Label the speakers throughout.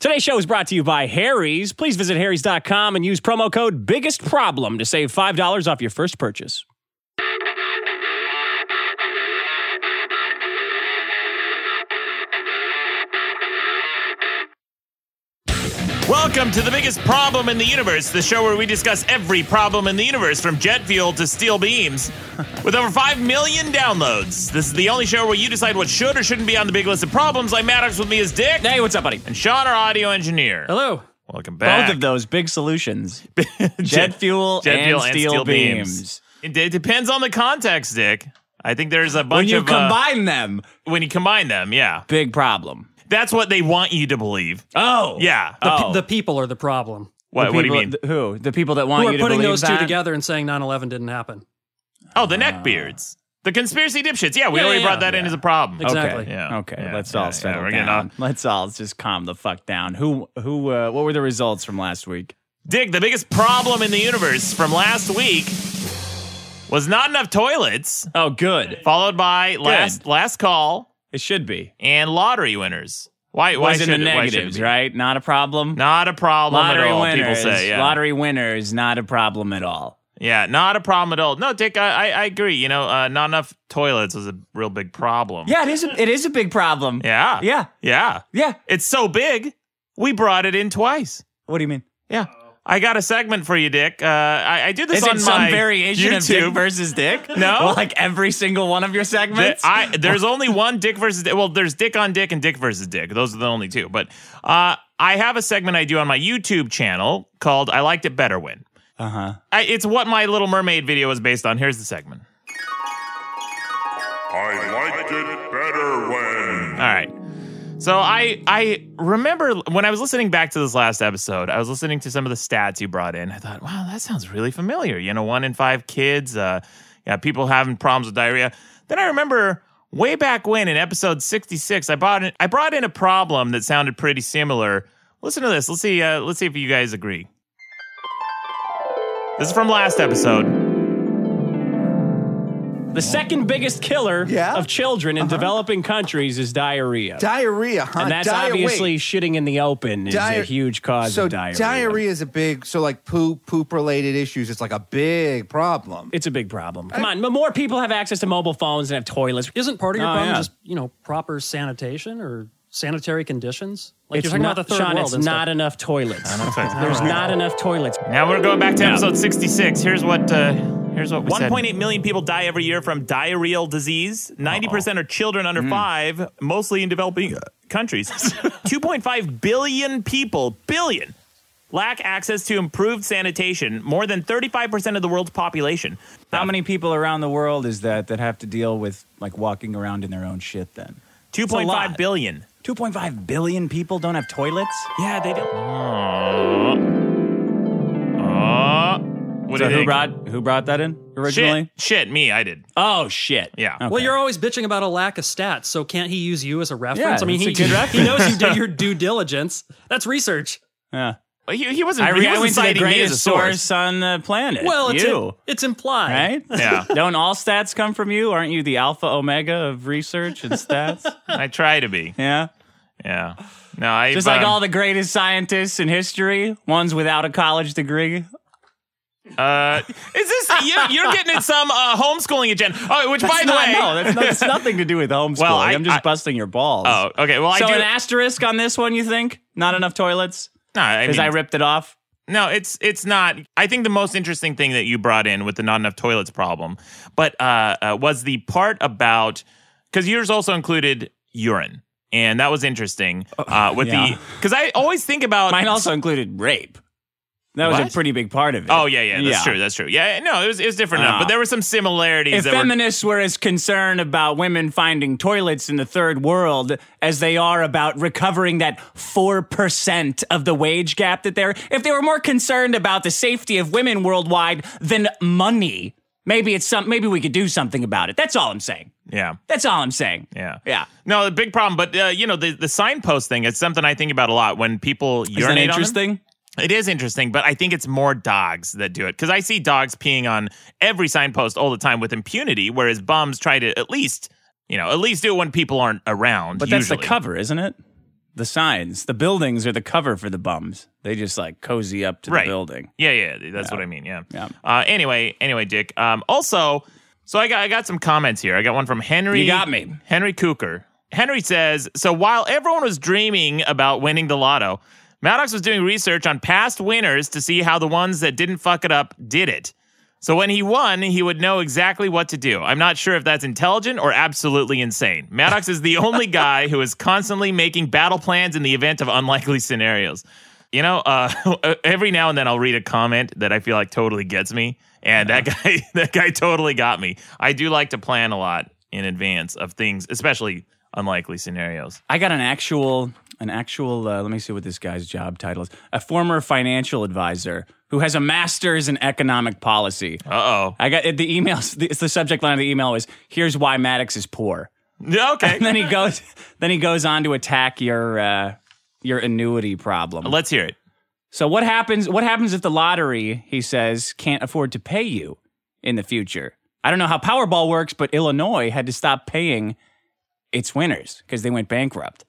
Speaker 1: Today's show is brought to you by Harry's. Please visit harrys.com and use promo code biggest problem to save $5 off your first purchase.
Speaker 2: Welcome to the biggest problem in the universe, the show where we discuss every problem in the universe from jet fuel to steel beams. With over 5 million downloads, this is the only show where you decide what should or shouldn't be on the big list of problems. I'm Maddox with me is Dick.
Speaker 1: Hey, what's up, buddy?
Speaker 2: And Sean, our audio engineer.
Speaker 3: Hello.
Speaker 2: Welcome back.
Speaker 1: Both of those big solutions jet fuel,
Speaker 2: Jet
Speaker 1: and,
Speaker 2: fuel
Speaker 1: steel beams.
Speaker 2: It, it depends on the context, Dick. I think there's a
Speaker 1: When
Speaker 2: bunch
Speaker 1: you
Speaker 2: of. uh,
Speaker 1: combine them,
Speaker 2: when you combine them, yeah.
Speaker 1: big problem.
Speaker 2: That's what they want you to believe.
Speaker 1: Oh.
Speaker 2: Yeah.
Speaker 1: The,
Speaker 3: The people are the problem.
Speaker 2: what, what do you
Speaker 1: people-
Speaker 2: mean?
Speaker 1: th- who? The people that want
Speaker 3: Who
Speaker 1: you
Speaker 3: are
Speaker 1: to
Speaker 3: putting
Speaker 1: believe
Speaker 3: those
Speaker 1: that?
Speaker 3: two together and saying 9 11 didn't happen.
Speaker 2: oh, the
Speaker 1: Ah.
Speaker 2: neckbeards. The conspiracy dipshits. Yeah, we
Speaker 3: Yeah,
Speaker 2: already
Speaker 3: yeah,
Speaker 2: brought that in as a problem.
Speaker 3: Exactly.
Speaker 1: Okay.
Speaker 2: Yeah.
Speaker 1: Okay.
Speaker 2: Yeah.
Speaker 1: Let's
Speaker 2: Yeah,
Speaker 1: all settle
Speaker 2: yeah, we're getting
Speaker 1: down.
Speaker 2: on.
Speaker 1: Let's all just calm the fuck down. Who? Who? Uh, what were the results from last week?
Speaker 2: Dick, the biggest problem in the universe from last week was not enough toilets,
Speaker 1: Oh, good.
Speaker 2: followed by last last call
Speaker 1: It should be.
Speaker 2: and lottery winners. Why? Why
Speaker 1: Was in
Speaker 2: should
Speaker 1: the
Speaker 2: it- why should it
Speaker 1: negatives,
Speaker 2: be?
Speaker 1: right? Not a problem.
Speaker 2: Not a problem
Speaker 1: lottery
Speaker 2: at all.
Speaker 1: winners.
Speaker 2: People say, yeah,
Speaker 1: Lottery winners. Not a problem at all.
Speaker 2: yeah, not a problem at all. No, Dick, I I, I agree. You know, uh, not enough toilets is a real big problem.
Speaker 1: Yeah, it is. A, it is a big problem.
Speaker 2: yeah,
Speaker 1: Yeah.
Speaker 2: yeah.
Speaker 1: Yeah.
Speaker 2: It's so big, we brought it in twice.
Speaker 1: What do you mean?
Speaker 2: Yeah. I got a segment for you, Dick. Uh, I, I do this
Speaker 1: Is
Speaker 2: on
Speaker 1: it some
Speaker 2: my
Speaker 1: variation
Speaker 2: YouTube.
Speaker 1: of Dick versus Dick?
Speaker 2: No.
Speaker 1: like every single one of your
Speaker 2: Th-
Speaker 1: segments.
Speaker 2: I, there's only one Dick versus Dick. Well, there's Dick on Dick and Dick versus Dick. Those are the only two. But uh, I have a segment I do on my YouTube channel called I Liked It Better When.
Speaker 1: uh huh.
Speaker 2: I, it's what my Little Mermaid video is based on. Here's the segment.
Speaker 4: I liked it better when.
Speaker 2: All right. So I I remember when I was listening back to this last episode, I was listening to some of the stats you brought in. I thought, wow, that sounds really familiar. You know, one in five kids, uh, yeah, people having problems with diarrhea. Then I remember way back when in episode sixty six, I brought in, I brought in a problem that sounded pretty similar. Listen to this. Let's see. Uh, let's see if you guys agree. This is from last episode.
Speaker 1: The second biggest killer
Speaker 5: Yeah? Uh-huh.
Speaker 1: of children in developing countries is diarrhea.
Speaker 5: Diarrhea, huh?
Speaker 1: and that's
Speaker 5: Diar-
Speaker 1: obviously
Speaker 5: wait.
Speaker 1: shitting in the open is
Speaker 5: Diar-
Speaker 1: a huge cause
Speaker 5: so
Speaker 1: of diarrhea.
Speaker 5: is a big so like poop poop related issues. It's like a big problem.
Speaker 1: It's a big problem. Come on, but more people have access to mobile phones and have toilets.
Speaker 3: Isn't part of your
Speaker 1: Oh,
Speaker 3: problem
Speaker 1: yeah.
Speaker 3: just, you know, proper sanitation or sanitary conditions? Like
Speaker 1: It's
Speaker 3: you're talking
Speaker 1: not,
Speaker 3: about the third
Speaker 1: Sean,
Speaker 3: world.
Speaker 1: it's
Speaker 3: and stuff.
Speaker 1: not enough toilets. There's not enough toilets.
Speaker 2: Now we're going back to episode sixty six. Here's what. Uh, Here's what we said.
Speaker 6: 1.8 million people die every year from diarrheal disease. 90% are children
Speaker 2: Mm.
Speaker 6: under five, mostly in developing uh, countries. 2.5 billion people, billion, lack access to improved sanitation, more than 35% of the world's population.
Speaker 7: How many people around the world is that that have to deal with like walking around in their own shit then?
Speaker 6: 2.5 billion.
Speaker 7: 2.5 billion people don't have toilets?
Speaker 6: Yeah, they don't.
Speaker 2: Uh, what
Speaker 7: So
Speaker 2: do you
Speaker 7: who
Speaker 2: think?
Speaker 7: brought who brought that in originally?
Speaker 2: Shit, shit, me, I did.
Speaker 1: Oh shit!
Speaker 2: Yeah.
Speaker 3: Well, you're always bitching about a lack of stats, so can't he use you as a reference?
Speaker 7: Yeah,
Speaker 3: I mean,
Speaker 7: that's
Speaker 3: he,
Speaker 7: a good
Speaker 3: he knows you did your due diligence. That's research.
Speaker 7: Yeah.
Speaker 2: He, he wasn't.
Speaker 7: I,
Speaker 2: he
Speaker 7: re- I
Speaker 2: wasn't
Speaker 7: went to the
Speaker 2: citing me as a
Speaker 7: greatest
Speaker 2: source.
Speaker 7: source on the planet.
Speaker 3: Well, it's,
Speaker 7: you,
Speaker 3: it's implied.
Speaker 7: right?
Speaker 2: Yeah.
Speaker 7: don't all stats come from you? Aren't you the alpha omega of research and stats?
Speaker 2: I try to be. um,
Speaker 7: yeah.
Speaker 2: Yeah. No, I uh,
Speaker 7: Just like all the greatest scientists in history, ones without a college degree.
Speaker 2: Uh, is this you, you're getting at some uh, homeschooling agenda? Oh, which by
Speaker 7: That's
Speaker 2: the
Speaker 7: not-
Speaker 2: way,
Speaker 7: no, that's, not, that's nothing to do with homeschooling.
Speaker 2: Well, I-
Speaker 7: am just
Speaker 2: I-
Speaker 7: busting your balls.
Speaker 2: oh, okay. Well,
Speaker 7: so
Speaker 2: I do.
Speaker 7: an asterisk on this one, you think? Not enough toilets?
Speaker 2: no, I
Speaker 7: Because
Speaker 2: mean,
Speaker 7: I, ripped it off?
Speaker 2: no, it's it's not. I think the most interesting thing that you brought in with the not enough toilets problem, but uh, uh was the part about because yours also included urine. And that was interesting uh, with
Speaker 7: Oh, yeah.
Speaker 2: the because I always think about
Speaker 7: Mine also included rape. That was
Speaker 2: What?
Speaker 7: a pretty big part of it.
Speaker 2: Oh yeah, yeah, that's
Speaker 7: Yeah.
Speaker 2: true. That's true. Yeah, no, it was it was different enough,
Speaker 7: Ah.
Speaker 2: but there were some similarities.
Speaker 7: If
Speaker 2: that were,
Speaker 7: feminists were as concerned about women finding toilets in the third world as they are about recovering that 4% of the wage gap that they're, if they were more concerned about the safety of women worldwide than money, maybe it's some, maybe we could do something about it. That's all I'm saying.
Speaker 2: yeah,
Speaker 7: That's all I'm saying.
Speaker 2: yeah,
Speaker 7: Yeah.
Speaker 2: No, the big problem, but uh, you know the the signpost thing. It's something I think about a lot when people
Speaker 7: Isn't that
Speaker 2: urinate on them.
Speaker 7: interesting?
Speaker 2: It is interesting, but I think it's more dogs that do it because I see dogs peeing on every signpost all the time with impunity, whereas bums try to at least you know at least do it when people aren't around.
Speaker 7: But that's
Speaker 2: usually.
Speaker 7: the cover, isn't it? the signs. The buildings are the cover for the bums. They just like cozy up to
Speaker 2: Right.
Speaker 7: the building.
Speaker 2: Yeah, yeah, that's what I mean. Yeah.
Speaker 7: Yeah.
Speaker 2: Uh, anyway, anyway, Dick. Um, also, so I got I got some comments here. I got one from Henry.
Speaker 7: You got me.
Speaker 2: Henry Cooker. Henry says, so while everyone was dreaming about winning the lotto, Maddox was doing research on past winners to see how the ones that didn't fuck it up did it. So when he won, he would know exactly what to do. I'm not sure if that's intelligent or absolutely insane. Maddox is the only guy who is constantly making battle plans in the event of unlikely scenarios. You know, uh, every now and then I'll read a comment that I feel like totally gets me, and that guy, that guy totally got me. I do like to plan a lot in advance of things, especially unlikely scenarios.
Speaker 7: I got an actual, an actual. Uh, let me see what this guy's job title is. A former financial advisor who has a master's in economic policy.
Speaker 2: Uh oh.
Speaker 7: I got the emails. The, it's the subject line of the email is "Here's why Maddox is poor."
Speaker 2: Okay.
Speaker 7: And then he goes, then he goes on to attack your uh, your annuity problem.
Speaker 2: Let's hear it.
Speaker 7: So what happens? What happens if the lottery, he says, can't afford to pay you in the future? I don't know how Powerball works, but Illinois had to stop paying its winners because they went bankrupt.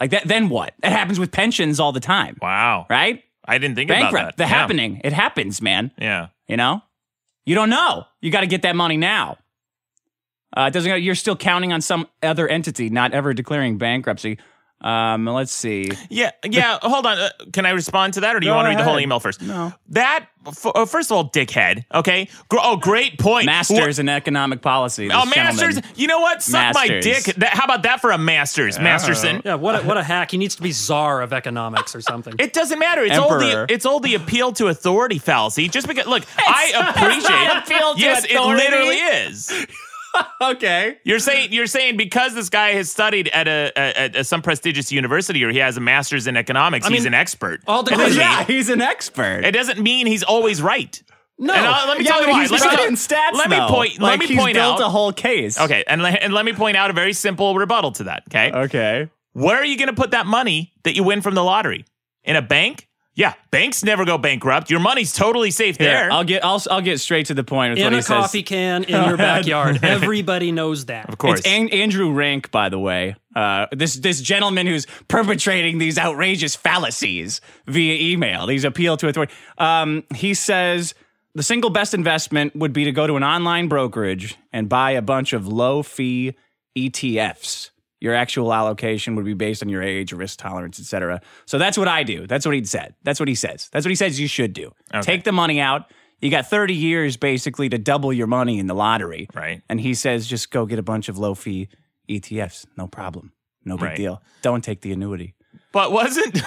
Speaker 7: Like that, then what? That happens with pensions all the time,
Speaker 2: Wow.
Speaker 7: right?
Speaker 2: I didn't think about that.
Speaker 7: Bankrupt, the
Speaker 2: Yeah.
Speaker 7: happening. It happens, man.
Speaker 2: Yeah.
Speaker 7: You know, you don't know. You got to get that money now. Uh, it doesn't. You're still counting on some other entity not ever declaring bankruptcy. Um, let's see.
Speaker 2: Yeah, yeah. hold on. Uh, can I respond to that, or do you want to read the whole email first? No. That f- uh, first of all, dickhead. Okay. Gr- oh, great point.
Speaker 7: Masters in economic policy. this
Speaker 2: Wha- Oh,
Speaker 7: gentleman.
Speaker 2: masters. You know what? Suck my
Speaker 7: Masters.
Speaker 2: dick. That, how about that for a masters, Masterson?
Speaker 3: Yeah, what a, what a hack. He needs to be czar of economics or something.
Speaker 2: It doesn't matter. It's all
Speaker 7: Emperor.
Speaker 2: the it's all the appeal to authority fallacy. Just because look, I appreciate
Speaker 7: not appeal to
Speaker 2: yes,
Speaker 7: authority.
Speaker 2: it literally is.
Speaker 7: Okay.
Speaker 2: You're saying you're saying because this guy has studied at a, a, a some prestigious university or he has a master's in economics, he's
Speaker 3: mean,
Speaker 2: an expert.
Speaker 3: all
Speaker 2: It doesn't
Speaker 3: degrees-
Speaker 2: mean-
Speaker 7: Yeah, he's an expert.
Speaker 2: It doesn't mean he's always right.
Speaker 3: no.
Speaker 2: And uh, let me
Speaker 7: yeah,
Speaker 2: tell you
Speaker 7: but
Speaker 2: why.
Speaker 7: he's
Speaker 2: Let me
Speaker 7: right
Speaker 2: tell-
Speaker 7: in stats.
Speaker 2: Let me
Speaker 7: though.
Speaker 2: point.
Speaker 7: Like,
Speaker 2: let me
Speaker 7: he's
Speaker 2: point
Speaker 7: built
Speaker 2: out.
Speaker 7: a whole case.
Speaker 2: okay, and, le- and let me point out a very simple rebuttal to that. Okay,
Speaker 7: Okay.
Speaker 2: where are you going to put that money that you win from the lottery? In a bank? Yeah, banks never go bankrupt. Your money's totally safe there.
Speaker 7: Here, I'll get. I'll, I'll get straight to the point with
Speaker 3: in
Speaker 7: what he
Speaker 3: a
Speaker 7: says.
Speaker 3: coffee can in your backyard. Everybody knows that.
Speaker 2: of course.
Speaker 7: It's An- Andrew Rank, by the way. Uh, this this gentleman who's perpetrating these outrageous fallacies via email, these appeal to authority. Um, he says the single best investment would be to go to an online brokerage and buy a bunch of low fee ETFs. E Your actual allocation would be based on your age, risk tolerance, etc. So that's what I do. That's what he said. That's what he says. That's what he says you should do. Take the money out. You got 30 years basically to double your money in the lottery.
Speaker 2: Right.
Speaker 7: And he says, just go get a bunch of low fee ETFs. No problem. No big
Speaker 2: Right.
Speaker 7: deal. Don't take the annuity.
Speaker 2: but wasn't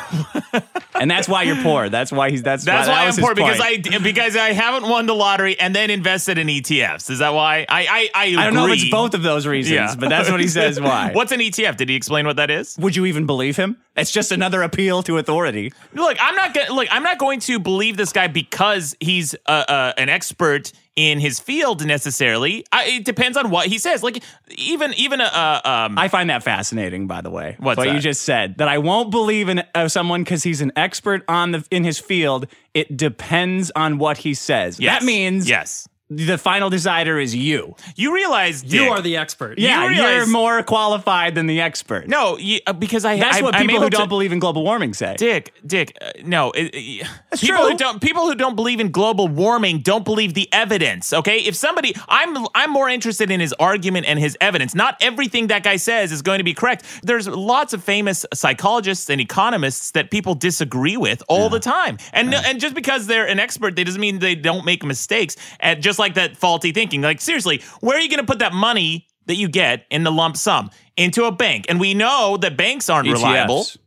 Speaker 7: And that's why you're poor. That's why he's that's,
Speaker 2: that's
Speaker 7: why,
Speaker 2: why
Speaker 7: that
Speaker 2: I'm
Speaker 7: was
Speaker 2: poor
Speaker 7: his point.
Speaker 2: because I because I haven't won the lottery and then invested in ETFs. Is that why? I I I, agree.
Speaker 7: I don't know if it's both of those reasons,
Speaker 2: Yeah.
Speaker 7: but that's what he says why.
Speaker 2: What's an ETF? Did he explain what that is?
Speaker 7: Would you even believe him? That's just another appeal to authority.
Speaker 2: Look, I'm not gonna look. I'm not going to believe this guy because he's uh, uh, an expert in his field necessarily. I, it depends on what he says. Like even even a uh, um,
Speaker 7: I find that fascinating, by the way.
Speaker 2: What's
Speaker 7: what you
Speaker 2: that?
Speaker 7: just said that I won't believe in uh, someone because he's an expert on the in his field. It depends on what he says.
Speaker 2: yes.
Speaker 7: That means
Speaker 2: yes.
Speaker 7: the final decider is you.
Speaker 2: You realize
Speaker 3: You
Speaker 2: Dick,
Speaker 3: are the expert.
Speaker 7: Yeah, you
Speaker 2: realize-
Speaker 7: are more qualified than the expert.
Speaker 2: no you, uh, because I
Speaker 7: That's
Speaker 2: I,
Speaker 7: what
Speaker 2: I'm
Speaker 7: people
Speaker 2: able
Speaker 7: who
Speaker 2: to-
Speaker 7: don't believe in global warming say.
Speaker 2: Dick, Dick, uh, no. It, it- people
Speaker 7: true.
Speaker 2: who don't people who don't believe in global warming don't believe the evidence. Okay, if somebody, I'm I'm more interested in his argument and his evidence. Not everything that guy says is going to be correct. There's lots of famous psychologists and economists that people disagree with all the time, and and just because they're an expert, they doesn't mean they don't make mistakes. And just like that faulty thinking, like seriously, where are you going to put that money? That you get in the lump sum into a bank, and we know that banks aren't reliable.
Speaker 7: ETFs.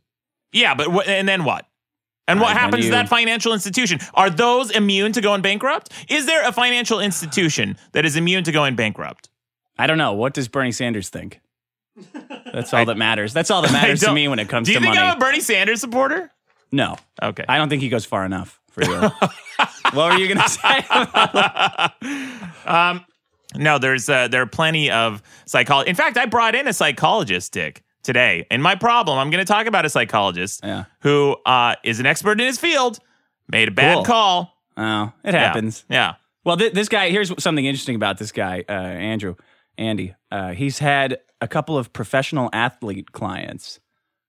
Speaker 2: Yeah, but wh- and then what? And what
Speaker 7: Right, then
Speaker 2: happens to
Speaker 7: you-
Speaker 2: that financial institution? Are those immune to going bankrupt? Is there a financial institution that is immune to going bankrupt?
Speaker 7: I don't know. What does Bernie Sanders think? That's all that matters. That's all that matters to
Speaker 2: don't-
Speaker 7: me when it comes
Speaker 2: Do you
Speaker 7: to
Speaker 2: think
Speaker 7: money.
Speaker 2: I'm a Bernie Sanders supporter?
Speaker 7: no,
Speaker 2: Okay.
Speaker 7: I don't think he goes far enough for you. what were you gonna say?
Speaker 2: Um, no, there's uh, there are plenty of psychology. In fact, I brought in a psychologist, Dick, today. And my problem, I'm going to talk about a psychologist
Speaker 7: Yeah.
Speaker 2: who uh, is an expert in his field, made a bad
Speaker 7: Cool.
Speaker 2: call.
Speaker 7: oh, it
Speaker 2: Yeah.
Speaker 7: happens.
Speaker 2: Yeah.
Speaker 7: Well, th- this guy here's something interesting about this guy, uh, Andrew, Andy. Uh, he's had a couple of professional athlete clients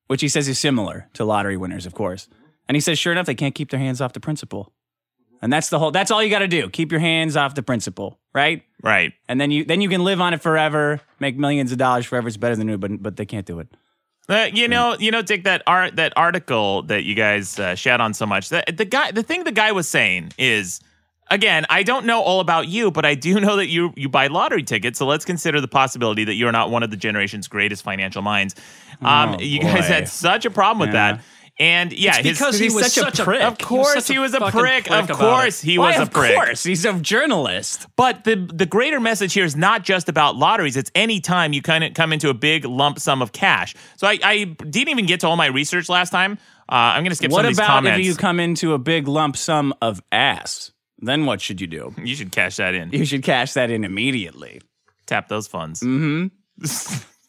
Speaker 7: which he says is similar to lottery winners, of course. And he says, sure enough, they can't keep their hands off the principal. And that's the whole, that's all you got to do. Keep your hands off the principal, right?
Speaker 2: Right.
Speaker 7: And then you, then you can live on it forever, make millions of dollars forever. It's better than new, but, but they can't do it.
Speaker 2: Uh,
Speaker 7: Hmm.
Speaker 2: you know, you know, Dick, that art, that article that you guys uh, shat on so much. The, the guy, the thing the guy was saying is, again, I don't know all about you, but I do know that you you buy lottery tickets. So let's consider the possibility that you're not one of the generation's greatest financial minds. Um,
Speaker 7: Oh,
Speaker 2: you guys
Speaker 7: boy.
Speaker 2: had such a problem with
Speaker 7: Yeah.
Speaker 2: that, and yeah, his-
Speaker 3: because he
Speaker 2: he's
Speaker 3: was such a prick.
Speaker 2: Of
Speaker 3: He was
Speaker 2: course,
Speaker 3: such a
Speaker 2: he was a,
Speaker 3: fucking
Speaker 2: prick.
Speaker 3: prick
Speaker 2: Of
Speaker 3: about
Speaker 2: course, he
Speaker 7: Why,
Speaker 2: was a
Speaker 7: of
Speaker 2: prick.
Speaker 7: course. He's a journalist.
Speaker 2: But the the greater message here is not just about lotteries. It's any time you kind of come into a big lump sum of cash. So I, I didn't even get to all my research last time. Uh, I'm gonna skip
Speaker 7: what
Speaker 2: some of these
Speaker 7: about
Speaker 2: comments.
Speaker 7: if you come into a big lump sum of ass? Then what should you do?
Speaker 2: You should cash that in.
Speaker 7: You should cash that in immediately. Mm-hmm.
Speaker 2: Tap those funds.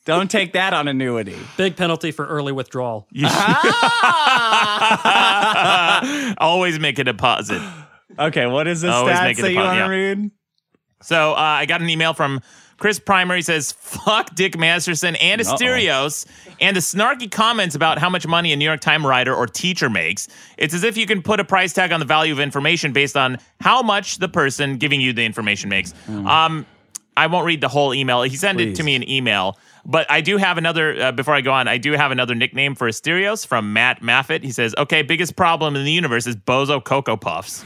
Speaker 7: Don't take that on annuity.
Speaker 3: Big penalty for early withdrawal.
Speaker 2: Always make a deposit.
Speaker 7: Okay, what is the
Speaker 2: Always
Speaker 7: stats
Speaker 2: make it
Speaker 7: that you
Speaker 2: upon-
Speaker 7: want to
Speaker 2: yeah.
Speaker 7: read?
Speaker 2: So uh, I got an email from Chris Primer. He says, "Fuck Dick Masterson and Asterios, and the snarky comments about how much money a New York Time writer or teacher makes. It's as if you can put a price tag on the value of information based on how much the person giving you the information makes." Um, I won't read the whole email. He sent it to me an email. But I do have another, uh, before I go on, I do have another nickname for Asterios from Matt Maffitt. He says, okay, biggest problem in the universe is Bozo Cocoa Puffs.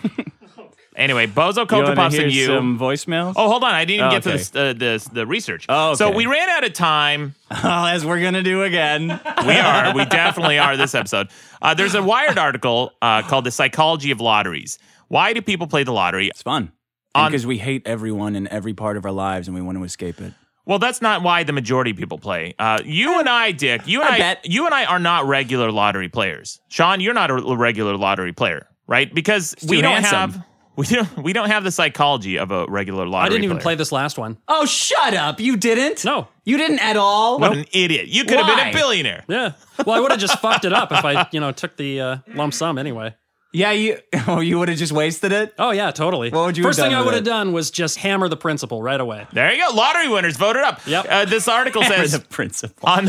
Speaker 2: anyway, Bozo
Speaker 7: You
Speaker 2: Cocoa
Speaker 7: wanna
Speaker 2: Puffs
Speaker 7: hear
Speaker 2: and you.
Speaker 7: some voicemails?
Speaker 2: Oh, hold on. I didn't even
Speaker 7: Oh,
Speaker 2: get
Speaker 7: okay.
Speaker 2: to the, uh, the, the research.
Speaker 7: Oh,
Speaker 2: So
Speaker 7: okay.
Speaker 2: we ran out of time.
Speaker 7: as we're gonna do again.
Speaker 2: We are. we definitely are this episode. Uh, there's a Wired article uh, called The Psychology of Lotteries. Why do people play the lottery?
Speaker 7: It's fun
Speaker 2: On-
Speaker 7: because we hate everyone in every part of our lives, and we want to escape it.
Speaker 2: Well, that's not why the majority of people play. Uh, you and I, Dick, you and I,
Speaker 7: I bet.
Speaker 2: you and I are not regular lottery players. Sean, you're not a l- regular lottery player, right? Because we
Speaker 7: too
Speaker 2: don't
Speaker 7: handsome.
Speaker 2: have we don't, we don't have the psychology of a regular lottery.
Speaker 3: I didn't even play
Speaker 2: player.
Speaker 3: this last one.
Speaker 7: Oh, shut up! You didn't.
Speaker 3: No.
Speaker 7: you didn't at all.
Speaker 2: What an idiot! You could have been a
Speaker 7: Why?
Speaker 2: billionaire.
Speaker 3: Yeah. Well, I would have just fucked it up if I, you know, took the uh, lump sum anyway.
Speaker 7: Yeah, you. Oh, you would have just wasted it.
Speaker 3: Oh yeah, totally.
Speaker 7: What would you
Speaker 3: First
Speaker 7: have
Speaker 3: thing
Speaker 7: done
Speaker 3: I
Speaker 7: with
Speaker 3: would
Speaker 7: it?
Speaker 3: have done was just hammer the principal right away.
Speaker 2: There you go. Lottery winners voted up.
Speaker 3: Yep.
Speaker 2: Uh, this article
Speaker 7: For
Speaker 2: says
Speaker 7: the principal.
Speaker 2: on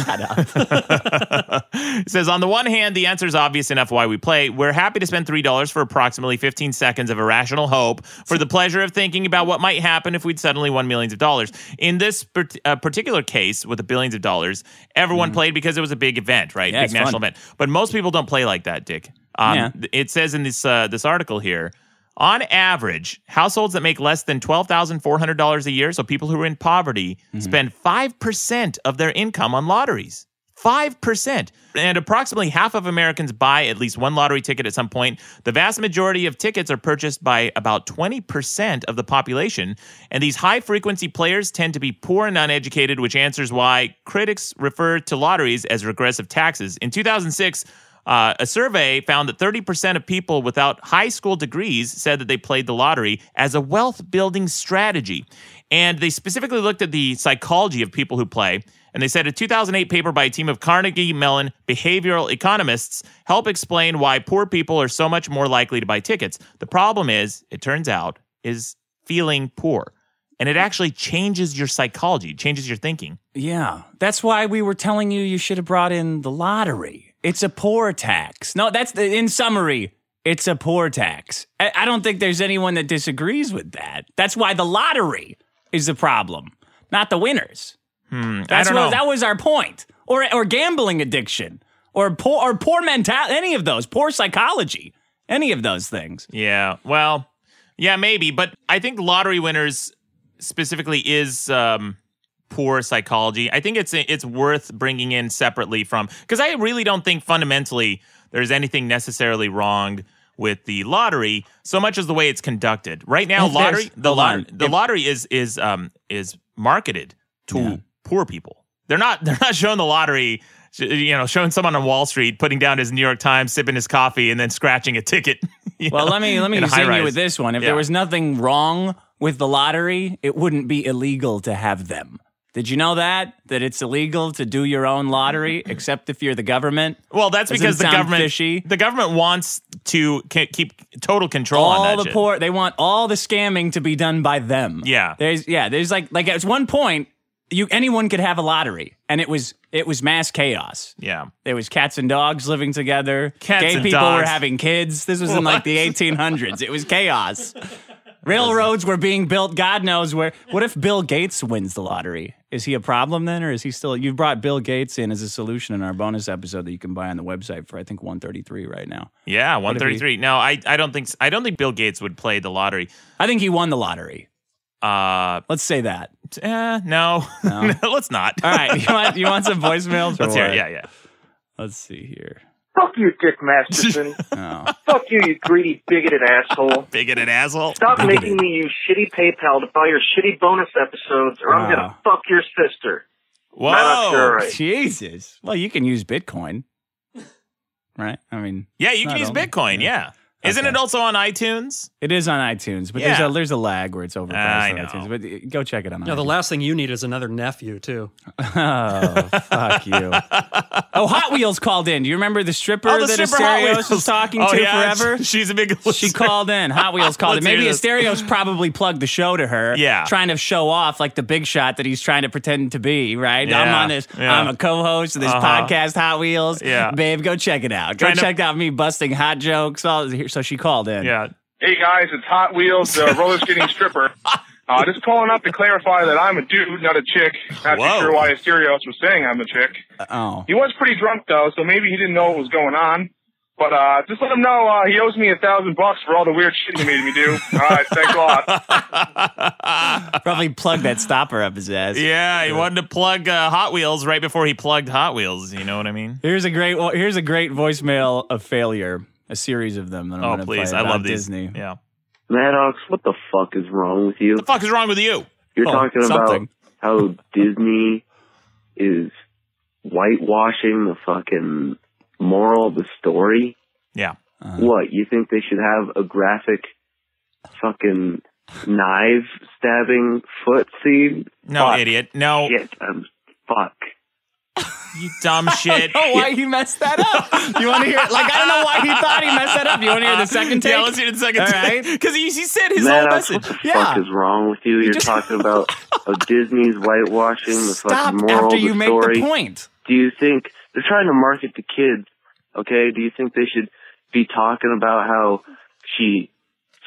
Speaker 2: It says on the one hand, the answer is obvious enough why we play. We're happy to spend three dollars for approximately fifteen seconds of irrational hope for the pleasure of thinking about what might happen if we'd suddenly won millions of dollars. In this per- uh, particular case with the billions of dollars, everyone played because it was a big event, right?
Speaker 7: Mm-hmm. Yeah,
Speaker 2: big
Speaker 7: it's
Speaker 2: national
Speaker 7: fun.
Speaker 2: event. But most people don't play like that, Dick. Um,
Speaker 7: Yeah.
Speaker 2: th- It says in this uh, this article here. On average, households that make less than twelve thousand four hundred dollars a year, so people who are in poverty, spend five percent of their income on lotteries. 5%. And approximately half of Americans buy at least one lottery ticket at some point. The vast majority of tickets are purchased by about 20% of the population. And these high frequency players tend to be poor and uneducated, which answers why critics refer to lotteries as regressive taxes. In 2006, uh, a survey found that 30% of people without high school degrees said that they played the lottery as a wealth building strategy. And they specifically looked at the psychology of people who play. And they said a 2008 paper by a team of Carnegie Mellon behavioral economists help explain why poor people are so much more likely to buy tickets. The problem is, it turns out, is feeling poor. And it actually changes your psychology, changes your thinking.
Speaker 7: Yeah, that's why we were telling you you should have brought in the lottery. It's a poor tax. No, that's the, in summary. It's a poor tax. I, I don't think there's anyone that disagrees with that. That's why the lottery is the problem, not the winners. That's
Speaker 2: Hmm, I
Speaker 7: what
Speaker 2: don't know.
Speaker 7: that was our point. Or or gambling addiction, or poor or poor mentality, any of those, poor psychology, any of those things.
Speaker 2: Yeah. Well, yeah, maybe, but I think lottery winners specifically is um poor psychology. I think it's it's worth bringing in separately from cuz I really don't think fundamentally there's anything necessarily wrong with the lottery so much as the way it's conducted. Right now
Speaker 7: If there's-
Speaker 2: lottery the
Speaker 7: hold
Speaker 2: lottery
Speaker 7: on.
Speaker 2: the
Speaker 7: If-
Speaker 2: lottery is is um is marketed to poor people. They're not they're not showing the lottery sh- you know, showing someone on Wall Street putting down his New York Times, sipping his coffee, and then scratching a ticket. you
Speaker 7: Well,
Speaker 2: know?
Speaker 7: let me let me
Speaker 2: in a
Speaker 7: continue
Speaker 2: high-rise.
Speaker 7: with this one. If
Speaker 2: Yeah.
Speaker 7: there was nothing wrong with the lottery, it wouldn't be illegal to have them. Did you know that that it's illegal to do your own lottery except if you're the government?
Speaker 2: Well, that's
Speaker 7: Doesn't
Speaker 2: because the
Speaker 7: sound
Speaker 2: government
Speaker 7: fishy.
Speaker 2: the government wants to ke- keep total control on
Speaker 7: all
Speaker 2: that
Speaker 7: the
Speaker 2: shit.
Speaker 7: poor they want all the scamming to be done by them.
Speaker 2: Yeah.
Speaker 7: There's yeah, there's like like at one point you anyone could have a lottery, and it was it was mass chaos.
Speaker 2: Yeah.
Speaker 7: There was cats and dogs living together.
Speaker 2: Cats
Speaker 7: Gay
Speaker 2: and
Speaker 7: people were
Speaker 2: dogs.
Speaker 7: having kids. This was in like the 1800s. It was chaos. Railroads were being built. God knows where. What if Bill Gates wins the lottery? Is he a problem then, or is he still? You've brought Bill Gates in as a solution in our bonus episode that you can buy on the website for I think 133 right now.
Speaker 2: Yeah, 133. No, I, I don't think s- I don't think Bill Gates would play the lottery.
Speaker 7: I think he won the lottery.
Speaker 2: Uh,
Speaker 7: Let's say that.
Speaker 2: eh, no. No, let's not.
Speaker 7: All right, you want you want some voicemails? or
Speaker 2: Let's hear
Speaker 7: what?
Speaker 2: it. Yeah, yeah.
Speaker 7: Let's see here.
Speaker 8: Fuck you, Dick Masterson.
Speaker 7: Oh.
Speaker 8: Fuck you, you greedy, bigoted asshole.
Speaker 2: Bigoted asshole.
Speaker 8: Stop
Speaker 7: Bigoted.
Speaker 8: making me use shitty PayPal to buy your shitty bonus episodes, or I'm
Speaker 7: Wow.
Speaker 8: gonna fuck your sister.
Speaker 2: Whoa.
Speaker 8: Not up to her right.
Speaker 7: Jesus. Well, you can use Bitcoin, right? I mean,
Speaker 2: Yeah, you
Speaker 7: It's
Speaker 2: can
Speaker 7: not
Speaker 2: use
Speaker 7: on-
Speaker 2: Bitcoin. Yeah. Isn't
Speaker 7: Okay.
Speaker 2: it also on iTunes?
Speaker 7: it is on iTunes, but
Speaker 2: Yeah.
Speaker 7: there's a there's a lag where it's overpriced
Speaker 2: I
Speaker 7: on
Speaker 2: know.
Speaker 7: iTunes. But uh, go check it on.
Speaker 3: No, the
Speaker 7: iTunes.
Speaker 3: last thing you need is another nephew too.
Speaker 7: oh, fuck you. Oh, Hot Wheels called in. Do you remember the stripper
Speaker 2: Oh, the
Speaker 7: that
Speaker 2: stripper Hot
Speaker 7: Asterios
Speaker 2: Wheels.
Speaker 7: was talking
Speaker 2: Oh,
Speaker 7: to
Speaker 2: yeah,
Speaker 7: forever?
Speaker 2: she- She's a big
Speaker 7: She
Speaker 2: listener.
Speaker 7: called in. Hot Wheels called in.
Speaker 2: Let's
Speaker 7: Maybe
Speaker 2: hear this.
Speaker 7: Asterios probably plugged the show to her.
Speaker 2: Yeah.
Speaker 7: Trying to show off like the big shot that he's trying to pretend to be, right? I'm
Speaker 2: Yeah,
Speaker 7: on this.
Speaker 2: yeah.
Speaker 7: I'm a co host of this
Speaker 2: Uh-huh.
Speaker 7: podcast, Hot Wheels.
Speaker 2: Yeah.
Speaker 7: Babe, go check it out. Go
Speaker 2: Trying to-
Speaker 7: check out me busting hot jokes. All, so she called in.
Speaker 2: Yeah.
Speaker 9: Hey guys, it's Hot Wheels, the roller skating stripper. Uh, just calling up to clarify that I'm a dude, not a chick. Not too
Speaker 2: Whoa.
Speaker 9: sure why Asterios was saying I'm a chick.
Speaker 7: Oh.
Speaker 9: He was pretty drunk though, so maybe he didn't know what was going on. But uh, just let him know uh, he owes me a thousand bucks for all the weird shit he made me do. All right, thanks a lot.
Speaker 7: Probably plugged that stopper up his ass.
Speaker 2: Yeah, he wanted to plug uh, Hot Wheels right before he plugged Hot Wheels. You know what I mean?
Speaker 7: Here's a great well, here's a great voicemail of failure. A series of them that I'm
Speaker 2: Oh,
Speaker 7: gonna
Speaker 2: please.
Speaker 7: play
Speaker 2: I
Speaker 7: about
Speaker 2: love these.
Speaker 7: Disney.
Speaker 2: Yeah.
Speaker 10: Maddox, what the fuck is wrong with you?
Speaker 2: The fuck is wrong with you?
Speaker 10: You're
Speaker 7: Oh,
Speaker 10: talking
Speaker 7: something.
Speaker 10: about how Disney is whitewashing the fucking moral of the story.
Speaker 2: Yeah.
Speaker 10: What, you think they should have a graphic fucking knife stabbing foot scene?
Speaker 2: No,
Speaker 10: Fuck.
Speaker 2: idiot. No,
Speaker 10: Shit, um, fuck.
Speaker 2: you dumb shit.
Speaker 7: Oh, why he messed that up? You want to hear? Like I don't know why he thought he messed that up. You want to hear the second take?
Speaker 2: Yeah, let's hear the second
Speaker 7: All
Speaker 2: take.
Speaker 7: right.
Speaker 2: Because he, he said his whole
Speaker 10: Maddox, what
Speaker 2: message.
Speaker 10: the
Speaker 7: Yeah.
Speaker 10: fuck is wrong with you? You're talking about how Disney's whitewashing the
Speaker 7: Stop
Speaker 10: fucking moral
Speaker 7: after
Speaker 10: of
Speaker 7: you
Speaker 10: the
Speaker 7: make
Speaker 10: story.
Speaker 7: the point.
Speaker 10: do you think they're trying to market to kids? Okay, do you think they should be talking about how she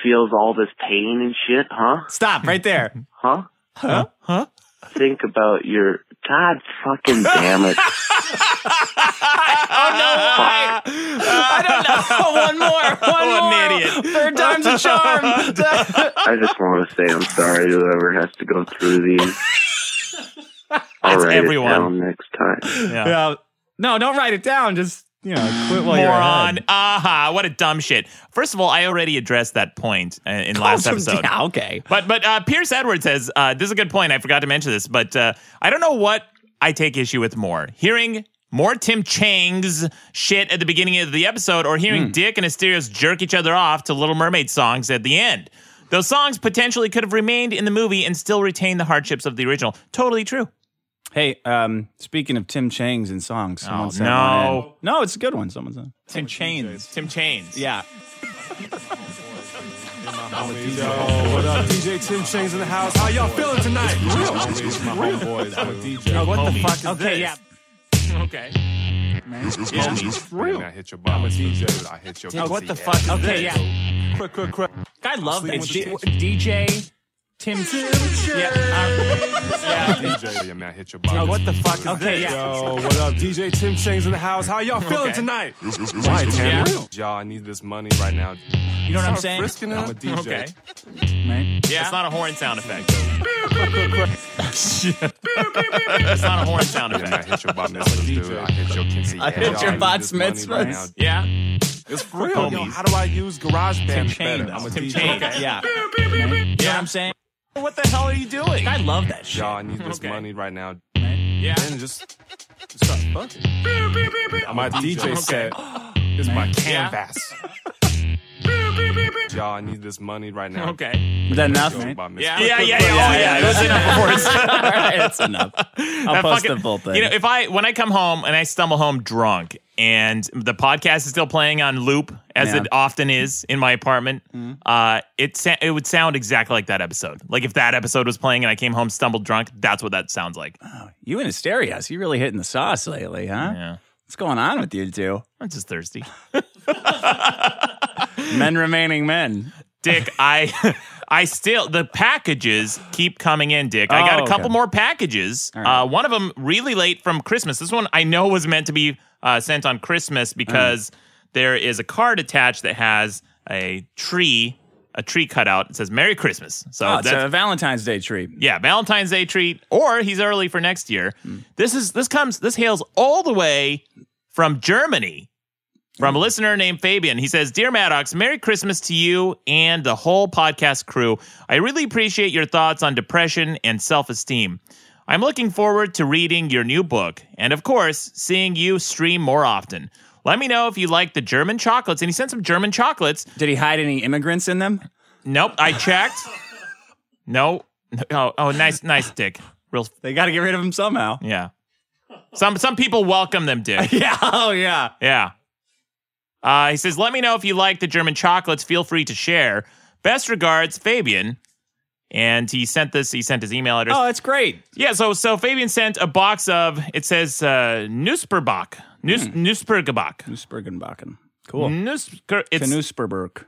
Speaker 10: feels all this pain and shit? Huh?
Speaker 7: Stop right there.
Speaker 10: Huh? Huh? Huh? Think about your God fucking damn it.
Speaker 7: I, don't know. One more. One more.
Speaker 2: idiot.
Speaker 7: Third time's a charm.
Speaker 10: I just want to say I'm sorry to whoever has to go through these. I'll write
Speaker 2: everyone.
Speaker 10: it down next time.
Speaker 2: Yeah.
Speaker 7: yeah. No, don't write it down. Just you know, quit while you're
Speaker 2: Moron.
Speaker 7: ahead.
Speaker 2: Aha. What a dumb shit. First of all, I already addressed that point uh, in last
Speaker 7: Oh,
Speaker 2: episode.
Speaker 7: Yeah, okay.
Speaker 2: But but uh, Pierce Edwards says uh, this is a good point. I forgot to mention this, but uh, I don't know what I take issue with more: hearing more Tim Chang's shit at the beginning of the episode, or
Speaker 7: Hmm.
Speaker 2: hearing Dick and Asterios jerk each other off to Little Mermaid songs at the end. Those songs potentially could have remained in the movie and still retain the hardships of the original. Totally true.
Speaker 7: Hey, um, speaking of Tim Chang's and songs, someone sent
Speaker 2: Oh, no.
Speaker 7: one in. no, it's a good one. Someone said.
Speaker 2: Tim Chains. Tim Chains.
Speaker 7: Yeah.
Speaker 11: What up, DJ Tim Chains in the house? How y'all feeling tonight? Real, boys. what the fuck?
Speaker 7: Okay. Yeah.
Speaker 2: Okay.
Speaker 11: I hit your bottom. DJ. I hit your.
Speaker 2: What the fuck?
Speaker 7: Okay. Yeah.
Speaker 11: Quick, quick, quick.
Speaker 7: I love
Speaker 11: Sleep
Speaker 7: it's
Speaker 11: with
Speaker 7: G-
Speaker 11: the
Speaker 7: DJ Tim. Uh,
Speaker 11: DJ, man, I hit your bottom.
Speaker 2: What the fuck? Is
Speaker 7: Okay, yeah.
Speaker 11: Yo, what up, DJ Tim Chains in the house? How y'all feeling tonight? Right, Tim. Y'all, I need this money right now.
Speaker 7: You know what I'm saying?
Speaker 11: Risking it. I'm a DJ.
Speaker 2: Okay.
Speaker 7: Right?
Speaker 2: Yeah. It's not a horn sound effect. It's not a horn sound
Speaker 11: Yeah, man, I
Speaker 2: effect.
Speaker 11: hit your bot mitzvahs, dude. I hit your kinsey.
Speaker 7: I hit your bot mitzvahs.
Speaker 2: Yeah.
Speaker 11: It's for real.
Speaker 2: Homies.
Speaker 11: Yo, how do I use GarageBand
Speaker 7: Chain,
Speaker 11: better?
Speaker 7: though.
Speaker 11: I'm a
Speaker 7: Tim
Speaker 11: DJ.
Speaker 2: Chain.
Speaker 11: Okay.
Speaker 7: Yeah. You know what I'm saying?
Speaker 2: What the hell are you doing?
Speaker 7: I love that shit.
Speaker 11: Y'all, I need this
Speaker 2: Okay.
Speaker 11: money right now.
Speaker 2: Yeah.
Speaker 11: And just, just start fucking. My DJ set is my canvas. Y'all, I need this money right now.
Speaker 2: Okay.
Speaker 7: Is that enough?
Speaker 11: Yo,
Speaker 7: Right?
Speaker 11: bot mitzvahs.
Speaker 2: Yeah. Yeah. Yeah. Yeah. Oh, yeah. It was enough before. it's-
Speaker 7: All right, that's enough. I'll
Speaker 2: that
Speaker 7: post
Speaker 2: fucking-
Speaker 7: the full thing.
Speaker 2: You know, if I when I come home and I stumble home drunk and the podcast is still playing on loop as
Speaker 6: Yeah.
Speaker 2: it often is in my apartment.
Speaker 7: Mm-hmm.
Speaker 2: Uh, it sa- it would sound exactly like that episode. Like if that episode was playing and I came home stumbled drunk, that's what that sounds like.
Speaker 7: Oh, You in hysteria? So you really hitting the sauce lately, huh?
Speaker 2: Yeah.
Speaker 7: What's going on with you two? Oh,
Speaker 2: I'm just thirsty.
Speaker 7: men remaining men.
Speaker 2: Dick, I I still the packages keep coming in, Dick. I got
Speaker 6: Oh,
Speaker 2: a couple
Speaker 6: okay.
Speaker 2: more packages. Uh, one of them really late from Christmas. This one I know was meant to be uh, sent on Christmas
Speaker 7: Mm.
Speaker 2: because there is a card attached that has a tree, a tree cutout. It says Merry Christmas. So
Speaker 7: Oh, it's
Speaker 2: that's
Speaker 7: a Valentine's Day treat.
Speaker 2: yeah, Valentine's Day treat, or he's early for next year. This is this comes this hails all the way from Germany. From a listener named Fabian, he says, Dear Maddox, Merry Christmas to you and the whole podcast crew. I really appreciate your thoughts on depression and self esteem. I'm looking forward to reading your new book and, of course, seeing you stream more often. Let me know if you like the German chocolates. And he sent some German chocolates.
Speaker 7: Did he hide any immigrants in them?
Speaker 2: Nope, I checked. no. Oh, oh, nice, nice dick. Real
Speaker 7: They got to get rid of them somehow.
Speaker 2: yeah. Some some people welcome them, Dick.
Speaker 7: yeah. Oh, yeah.
Speaker 2: Yeah. Uh, he says, "Let me know if you like the German chocolates. Feel free to share. Best regards, Fabian." And he sent this. He sent his email address.
Speaker 7: Oh, that's great.
Speaker 2: Yeah. So so Fabian sent a box of. It says uh, Nusperbach. Nus Nuspergebach.
Speaker 7: Nuspergenbachen. Hmm. Cool.
Speaker 2: Nusper. It's
Speaker 7: Knusperberg.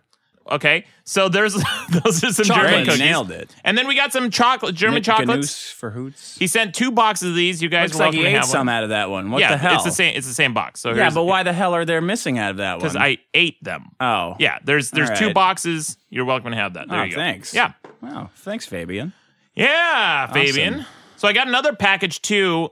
Speaker 2: okay. So there's those are some German
Speaker 7: Great.
Speaker 2: cookies.
Speaker 7: Nailed it.
Speaker 2: And then we got some chocolate German chocolates.
Speaker 7: for hoots.
Speaker 2: He sent two boxes of these. You guys
Speaker 7: Looks
Speaker 2: are
Speaker 7: like
Speaker 2: welcome
Speaker 7: he
Speaker 2: to
Speaker 7: ate
Speaker 2: have
Speaker 7: some
Speaker 2: one.
Speaker 7: out of that one. What
Speaker 2: yeah,
Speaker 7: the hell?
Speaker 2: it's the same. It's the same box. So
Speaker 7: Yeah,
Speaker 2: here's-
Speaker 7: but why the hell are there missing out of that one?
Speaker 2: because I ate them.
Speaker 7: Oh.
Speaker 2: Yeah, there's there's two
Speaker 7: right.
Speaker 2: boxes. You're welcome to have that. There
Speaker 7: Oh,
Speaker 2: you go.
Speaker 7: thanks.
Speaker 2: Yeah,
Speaker 7: Wow. Thanks, Fabian.
Speaker 2: yeah,
Speaker 7: Awesome.
Speaker 2: Fabian. So I got another package too.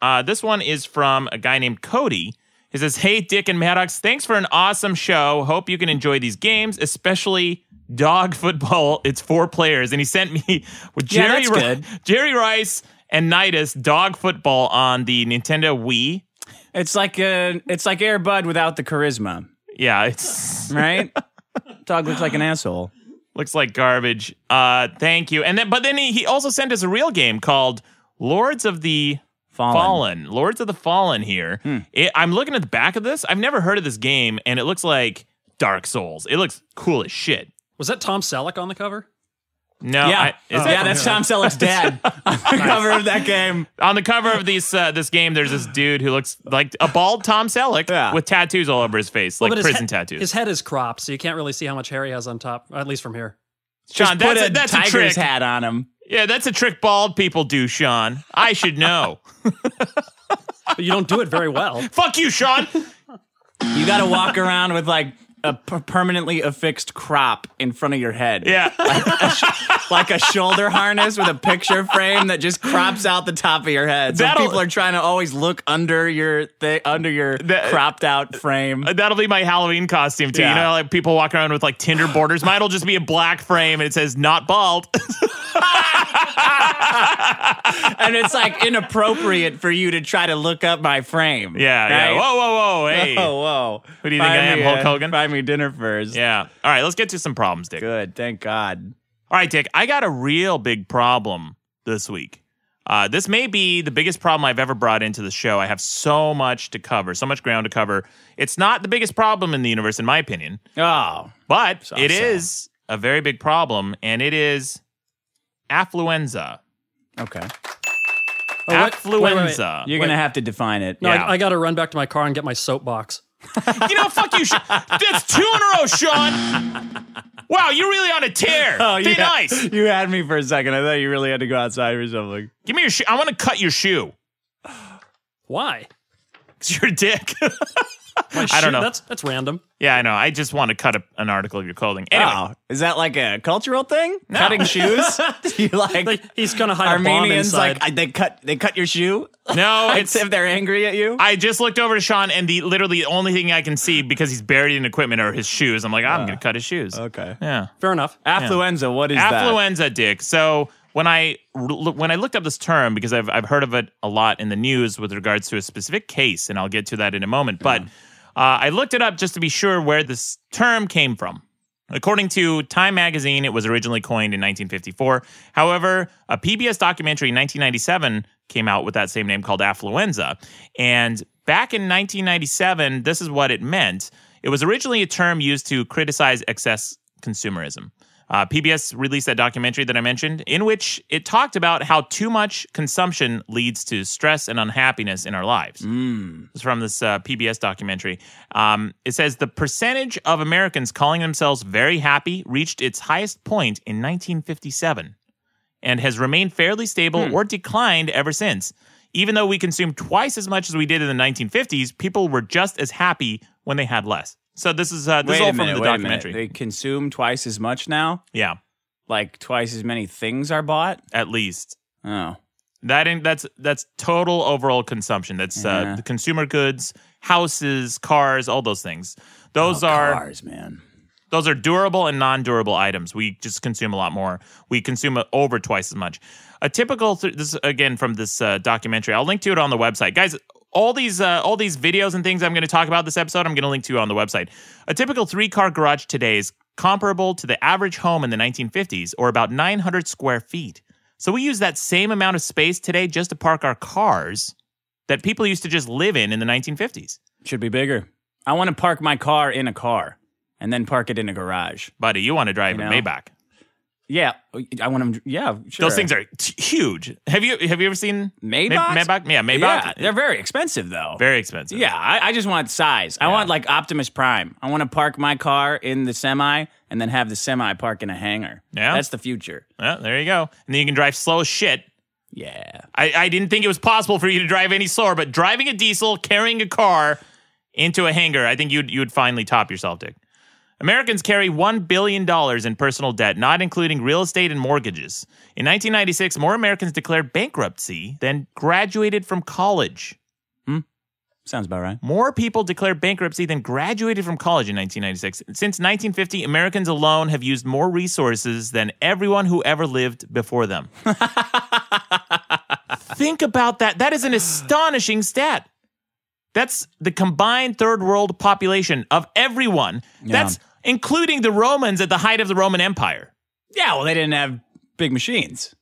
Speaker 2: Uh, this one is from a guy named Cody. He says, "Hey, Dick and Maddox, thanks for an awesome show. Hope you can enjoy these games, especially." Dog football. It's four players, and he sent me with
Speaker 7: Yeah,
Speaker 2: Jerry
Speaker 7: that's
Speaker 2: Ri-
Speaker 7: good.
Speaker 2: Jerry Rice and Nidus dog football on the Nintendo Wii.
Speaker 7: It's like a, it's like Air Bud without the charisma,
Speaker 2: Yeah, it's
Speaker 7: right? Dog looks like an asshole.
Speaker 2: looks like garbage. Uh, thank you. And then, but then he, he also sent us a real game called Lords of the
Speaker 7: Fallen. Hmm.
Speaker 2: Fallen. Lords of the Fallen. Here, it, I'm looking at the back of this. I've never heard of this game, and it looks like Dark Souls. It looks cool as shit.
Speaker 3: Was that Tom Selleck on the cover?
Speaker 2: No,
Speaker 7: yeah,
Speaker 2: I- is
Speaker 7: yeah,
Speaker 2: it-
Speaker 7: that's Tom Selleck's dad on the cover of that game.
Speaker 2: on the cover of this uh, this game. There's this dude who looks like a bald Tom Selleck
Speaker 7: Yeah.
Speaker 2: with tattoos all over his face,
Speaker 3: Well, but
Speaker 2: like
Speaker 3: his
Speaker 2: prison
Speaker 3: head-
Speaker 2: tattoos.
Speaker 3: His head is cropped, so you can't really see how much hair he has on top, at least from here.
Speaker 2: Sean,
Speaker 7: Put
Speaker 2: that's
Speaker 7: a,
Speaker 2: a, that's a
Speaker 7: tiger's
Speaker 2: trick.
Speaker 7: hat on him.
Speaker 2: Yeah, that's a trick bald people do, Sean. I should know.
Speaker 3: But you don't do it very well.
Speaker 2: Fuck you, Sean.
Speaker 7: You got to walk around with like a per- permanently affixed crop in front of your head.
Speaker 2: Yeah.
Speaker 7: like a shoulder harness with a picture frame that just crops out the top of your head. So
Speaker 2: That'll-
Speaker 7: people are trying to always look under your thi- under your
Speaker 2: That-
Speaker 7: cropped out frame.
Speaker 2: Uh, That'll be my Halloween costume too. You
Speaker 7: Yeah.
Speaker 2: know, like people walk around with like Tinder borders. Mine'll just be a black frame and it says "not bald."
Speaker 7: and it's like inappropriate for you to try to look up my frame.
Speaker 2: yeah, yeah.
Speaker 7: right?
Speaker 2: Whoa, whoa, whoa! Hey,
Speaker 7: Oh, whoa.
Speaker 2: Who do you think I am,
Speaker 7: me,
Speaker 2: Hulk
Speaker 7: uh,
Speaker 2: Hogan?
Speaker 7: Buy me dinner first.
Speaker 2: yeah. All right, let's get to some problems, Dick.
Speaker 7: Good. Thank God.
Speaker 2: All right, Dick. I got a real big problem this week. Uh, this may be the biggest problem I've ever brought into the show. I have so much to cover, so much ground to cover. It's not the biggest problem in the universe, in my opinion,
Speaker 7: Oh.
Speaker 2: but it
Speaker 7: so.
Speaker 2: is a very big problem, and it is affluenza.
Speaker 7: Okay.
Speaker 3: Oh, wait-
Speaker 2: affluenza.
Speaker 3: wait, wait, wait.
Speaker 7: You're going to have to define it.
Speaker 3: No,
Speaker 2: Yeah.
Speaker 3: I, I got to run back to my car and get my soapbox.
Speaker 2: You know, Oh, fuck you, Sean. That's two in a row, Sean. Wow, you're really on a tear. Be
Speaker 7: you had-
Speaker 2: nice.
Speaker 7: Oh, You had me for a second. I thought you really had to go outside or something.
Speaker 2: Give me your shoe. I want to cut your shoe.
Speaker 3: Why?
Speaker 2: It's your dick.
Speaker 3: My
Speaker 2: I don't
Speaker 3: shoe-
Speaker 2: know.
Speaker 3: That's that's random.
Speaker 2: yeah, I know. I just want to cut a, an article of your clothing. Anyway,
Speaker 7: Wow. Is that like a cultural thing? Cutting shoes? Do you like,
Speaker 3: Like, he's gonna hide a bomb
Speaker 7: Armenians
Speaker 3: inside.
Speaker 7: like I, they cut they cut your shoe?
Speaker 2: no,
Speaker 7: It's
Speaker 2: it's.
Speaker 7: if they're angry at you?
Speaker 2: I just looked over to Sean, and the literally the only thing I can see because he's buried in equipment are his shoes. I'm like, I'm gonna cut his shoes.
Speaker 7: okay.
Speaker 2: Yeah.
Speaker 3: Fair enough.
Speaker 7: Affluenza, what is that?
Speaker 2: affluenza dick so when i when i looked up this term because I've, I've heard of it a lot in the news with regards to a specific case and i'll get to that in a moment but uh, i looked it up just to be sure where this term came from According to Time magazine, it was originally coined in 1954. However, a PBS documentary in 1997 came out with that same name called Affluenza. And Back in 1997, this is what it meant. It was originally a term used to criticize excess consumerism. Uh, PBS released that documentary that I mentioned, in which it talked about how too much consumption leads to stress and unhappiness in our lives. It's from this uh, PBS documentary. Um, it says the percentage of Americans calling themselves very happy reached its highest point in 1957 and has remained fairly stable or declined ever since. Even though we consumed twice as much as we did in the 1950s, people were just as happy when they had less. So this is uh, this
Speaker 7: wait
Speaker 2: is all
Speaker 7: a minute,
Speaker 2: from the
Speaker 7: wait a minute.
Speaker 2: documentary.
Speaker 7: They consume twice as much now.
Speaker 2: Yeah,
Speaker 7: like twice as many things are bought.
Speaker 2: At least.
Speaker 7: Oh,
Speaker 2: That in, that's that's total overall consumption. That's uh,
Speaker 7: Yeah.
Speaker 2: the consumer goods, houses, cars, all those things. Those
Speaker 7: Oh,
Speaker 2: are
Speaker 7: cars, man.
Speaker 2: Those are durable and non-durable items. We just consume a lot more. We consume uh, over twice as much. A typical th- this is, again from this uh, documentary. I'll link to it on the website, guys. All these uh, all these videos and things I'm going to talk about this episode, I'm going to link to on the website. A typical three car garage today is comparable to the average home in the 1950s, or about 900 square feet. So we use that same amount of space today just to park our cars that people used to just live in in the 1950s.
Speaker 7: Should be bigger. I want to park my car in a car and then park it in a garage.
Speaker 2: Buddy, you want to drive
Speaker 7: You
Speaker 2: a
Speaker 7: know?
Speaker 2: Maybach.
Speaker 7: Yeah, I want them. Yeah, sure.
Speaker 2: Those things are t- huge. Have you have you ever seen
Speaker 7: Maybach?
Speaker 2: May- Maybach? Yeah, Maybach.
Speaker 7: Yeah, they're very expensive though.
Speaker 2: Very expensive.
Speaker 7: Yeah, I, I just want size. I want like Optimus Prime. I want to park my car in the semi and then have the semi park in a hangar.
Speaker 2: Yeah.
Speaker 7: that's the future.
Speaker 2: Well, there you go. And then you can drive slow as shit.
Speaker 7: Yeah.
Speaker 2: I, I didn't think it was possible for you to drive any slower, but driving a diesel, carrying a car into a hangar, I think you'd you would finally top yourself, Dick. Americans carry $1 billion in personal debt, not including real estate and mortgages. In 1996, more Americans declared bankruptcy than graduated from college.
Speaker 7: Sounds about right.
Speaker 2: More people declared bankruptcy than graduated from college in 1996. Since 1950, Americans alone have used more resources than everyone who ever lived before them. Think about that. That is an astonishing stat. That's the combined third world population of everyone. That's including the Romans at the height of the Roman Empire.
Speaker 7: Yeah, well, they didn't have big machines.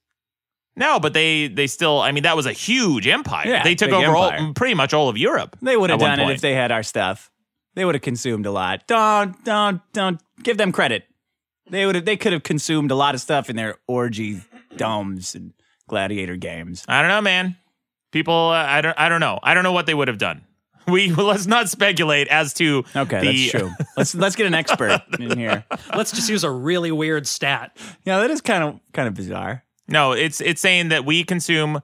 Speaker 2: No, but they they still. I mean, that was a huge empire.
Speaker 7: Yeah,
Speaker 2: they took
Speaker 7: big
Speaker 2: over all,
Speaker 7: empire.
Speaker 2: pretty much all of Europe.
Speaker 7: They would have
Speaker 2: at one
Speaker 7: done it
Speaker 2: point.
Speaker 7: if they had our stuff. They would have consumed a lot. Don't don't don't give them credit. They would have they could have consumed a lot of stuff in their orgy domes and gladiator games.
Speaker 2: I don't know, man. People, uh, I don't, I don't know. I don't know what they would have done. We let's not speculate as to
Speaker 7: Okay,
Speaker 2: the,
Speaker 7: that's true. Let's let's get an expert in here.
Speaker 3: Let's just use a really weird stat.
Speaker 7: Yeah, that is kind of kind of bizarre.
Speaker 2: No, it's it's saying that we consume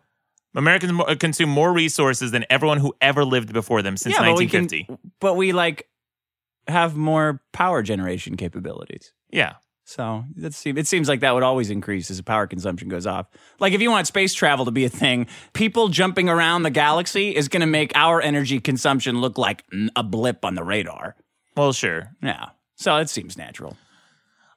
Speaker 2: Americans mo- uh, consume more resources than everyone who ever lived before them since
Speaker 7: yeah, but we
Speaker 2: 1950.
Speaker 7: can, but we like have more power generation capabilities.
Speaker 2: yeah,
Speaker 7: So that seems, it seems like that would always increase as power consumption goes off. Like if you want space travel to be a thing, people jumping around the galaxy is going to make our energy consumption look like mm, a blip on the radar.
Speaker 2: well, sure.
Speaker 7: Yeah. So it seems natural.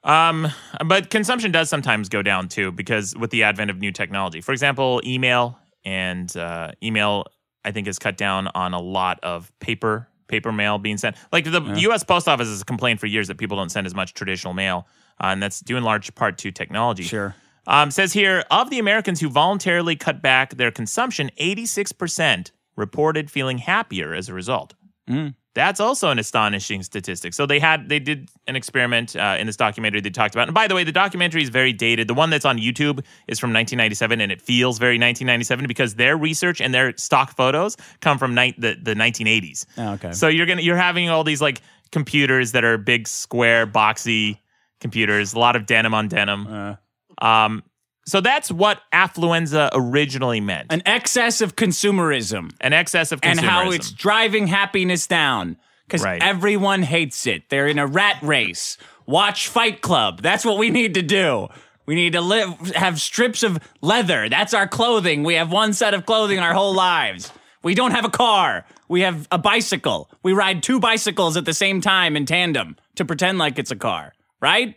Speaker 2: Um, but consumption does sometimes go down too because with the advent of new technology, for example, email and uh, email, I think has cut down on a lot of paper paper mail being sent. Like the U.S. Post Office has complained for years that people don't send as much traditional mail, uh, and that's due in large part to technology.
Speaker 7: Sure.
Speaker 2: Um, says here of the Americans who voluntarily cut back their consumption, 86% reported feeling happier as a result.
Speaker 7: Mm.
Speaker 2: That's also an astonishing statistic. So they had they did an experiment uh, in this documentary they talked about. And by the way, the documentary is very dated. The one that's on YouTube is from 1997, and it feels very 1997 because their research and their stock photos come from ni- the the 1980s.
Speaker 7: Oh, okay.
Speaker 2: So you're gonna you're having all these like computers that are big, square, boxy computers. A lot of denim on denim.
Speaker 7: Uh-huh.
Speaker 2: Um, so that's what affluenza originally meant.
Speaker 7: An excess of consumerism
Speaker 2: An excess of consumerism.
Speaker 7: and how it's driving happiness down because
Speaker 2: Right.
Speaker 7: everyone hates it. They're in a rat race. Watch Fight Club. That's what we need to do. We need to live, have strips of leather. That's our clothing. We have one set of clothing our whole lives. We don't have a car. We have a bicycle. We ride two bicycles at the same time in tandem to pretend like it's a car, right?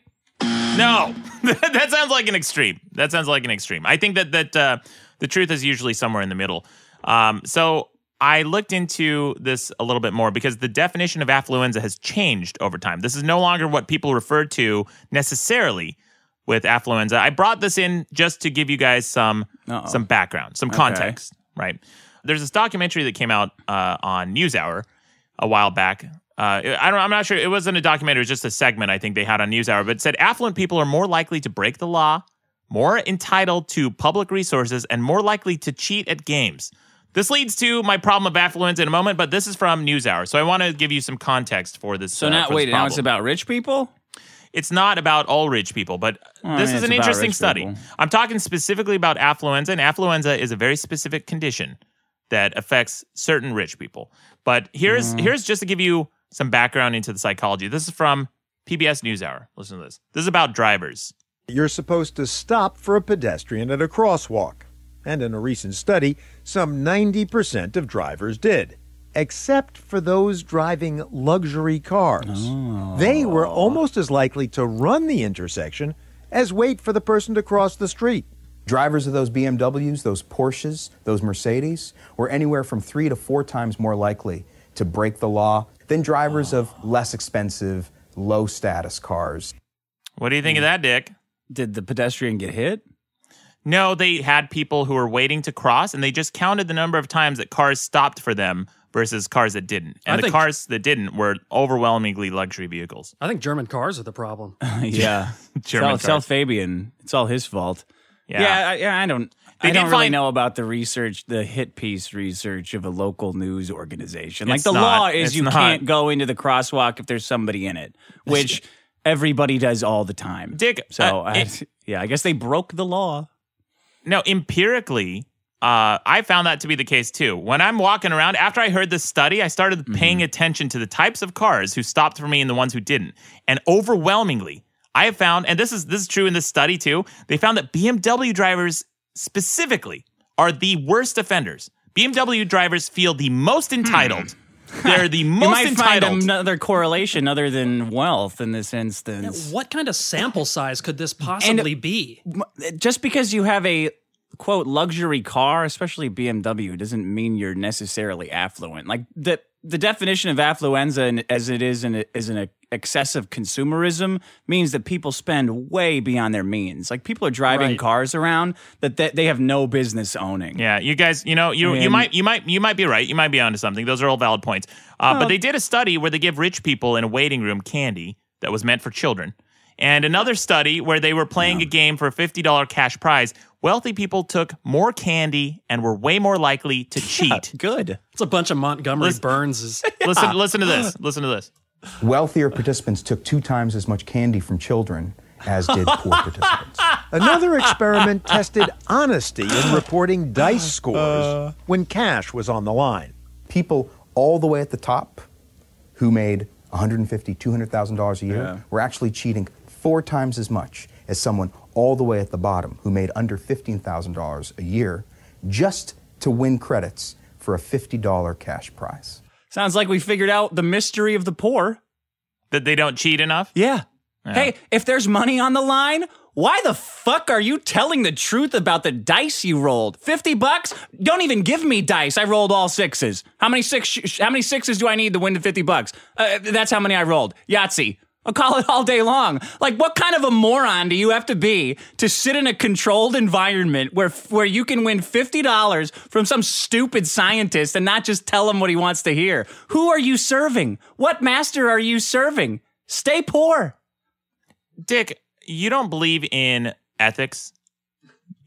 Speaker 2: No, that sounds like an extreme. That sounds like an extreme. I think that that uh, the truth is usually somewhere in the middle. Um, so I looked into this a little bit more because the definition of affluenza has changed over time. This is no longer what people refer to necessarily with affluenza. I brought this in just to give you guys some some background, some context, right? there's this documentary that came out uh, on Newshour a while back. Uh, I don't. I'm not sure. It wasn't a documentary. It was just a segment I think they had on Newshour. But it said affluent people are more likely to break the law, more entitled to public resources, and more likely to cheat at games. This leads to my problem of affluence in a moment. But this is from Newshour, so I want to give you some context for this.
Speaker 7: So
Speaker 2: uh,
Speaker 7: now,
Speaker 2: for this
Speaker 7: wait, now
Speaker 2: problem.
Speaker 7: it's about rich people?
Speaker 2: It's not about all rich people, but
Speaker 7: Well, I
Speaker 2: this
Speaker 7: mean,
Speaker 2: is
Speaker 7: it's
Speaker 2: an
Speaker 7: about
Speaker 2: interesting
Speaker 7: rich
Speaker 2: study.
Speaker 7: people.
Speaker 2: I'm talking specifically about affluenza, and affluenza is a very specific condition that affects certain rich people. But here's
Speaker 7: Mm-hmm.
Speaker 6: Mm.
Speaker 2: here's just to give you some background into the psychology. This is from PBS NewsHour. Listen to this. This is about drivers.
Speaker 12: You're supposed to stop for a pedestrian at a crosswalk. And in a recent study, some 90% of drivers did, except for those driving luxury cars. They were almost as likely to run the intersection as wait for the person to cross the street.
Speaker 13: Drivers of those BMWs, those Porsches, those Mercedes were anywhere from three to four times more likely to break the law than drivers of less expensive, low status cars.
Speaker 2: What do you think of that, Dick?
Speaker 7: Mm. Did the pedestrian get hit?
Speaker 2: No, they had people who were waiting to cross, and they just counted the number of times that cars stopped for them versus cars that didn't. And
Speaker 3: I
Speaker 2: the
Speaker 3: think-
Speaker 2: cars that didn't were overwhelmingly luxury vehicles.
Speaker 3: I think German cars are the problem.
Speaker 7: yeah.
Speaker 2: German
Speaker 7: South,
Speaker 2: cars.
Speaker 7: South Fabian. It's all his fault.
Speaker 2: Yeah.
Speaker 7: Yeah, I, yeah, I don't.
Speaker 2: They
Speaker 7: I
Speaker 2: did
Speaker 7: don't really
Speaker 2: find-
Speaker 7: know about the research, the hit piece research of a local news organization.
Speaker 2: It's
Speaker 7: like the
Speaker 2: not.
Speaker 7: law is
Speaker 2: It's
Speaker 7: you
Speaker 2: not.
Speaker 7: can't go into the crosswalk if there's somebody in it, which everybody does all the time.
Speaker 2: Dick,
Speaker 7: So
Speaker 2: uh,
Speaker 7: I,
Speaker 2: it-
Speaker 7: yeah, I guess they broke the law.
Speaker 2: No, empirically, uh, I found that to be the case too. When I'm walking around, after I heard this study, I started
Speaker 7: Mm-hmm.
Speaker 2: paying attention to the types of cars who stopped for me and the ones who didn't. And overwhelmingly, I have found, and this is this is true in this study too, they found that BMW drivers specifically are the worst offenders. BMW drivers feel the most
Speaker 7: Hmm.
Speaker 2: entitled. They're the most
Speaker 7: you might
Speaker 2: entitled.
Speaker 7: find another correlation other than wealth in this instance.
Speaker 3: What kind of sample size could this possibly be?
Speaker 7: uh, Just because you have a quote luxury car, especially BMW, doesn't mean you're necessarily affluent. Like the the definition of affluenza, in- as it is in is an excessive consumerism, means that people spend way beyond their means. Like people are driving
Speaker 2: Right.
Speaker 7: cars around that, that they have no business owning.
Speaker 2: Yeah, you guys, you know, you you
Speaker 7: And-
Speaker 2: might you might you might be right. You might be onto something. Those are all valid points. Uh, but
Speaker 7: Well-
Speaker 2: they did a study where they give rich people in a waiting room candy that was meant for children, and another study where they were playing a game for a fifty dollar cash prize. Wealthy people took more candy and were way more likely to cheat.
Speaker 7: good.
Speaker 3: It's a bunch of Montgomery Burns's.
Speaker 2: Listen, listen to this. Listen to this.
Speaker 13: Wealthier participants took two times as much candy from children as did poor participants.
Speaker 12: Another experiment tested honesty in reporting dice scores when cash was on the line.
Speaker 13: People all the way at the top who made $150,000, $200,000 a year
Speaker 12: Yeah.
Speaker 13: were actually cheating four times as much as someone all the way at the bottom who made under $15,000 a year just to win credits for a $50 cash prize.
Speaker 7: Sounds like we figured out the mystery of the poor.
Speaker 2: That they don't cheat enough?
Speaker 7: Yeah. Hey, if there's money on the line, why the fuck are you telling the truth about the dice you rolled? 50 bucks? Don't even give me dice. I rolled all sixes. How many six how many sixes do I need to win the 50 bucks? Uh, that's how many I rolled. Yahtzee. I'll call it all day long. Like what kind of a moron do you have to be to sit in a controlled environment where where you can win $50 from some stupid scientist and not just tell him what he wants to hear? Who are you serving? What master are you serving? Stay poor.
Speaker 2: Dick, you don't believe in ethics.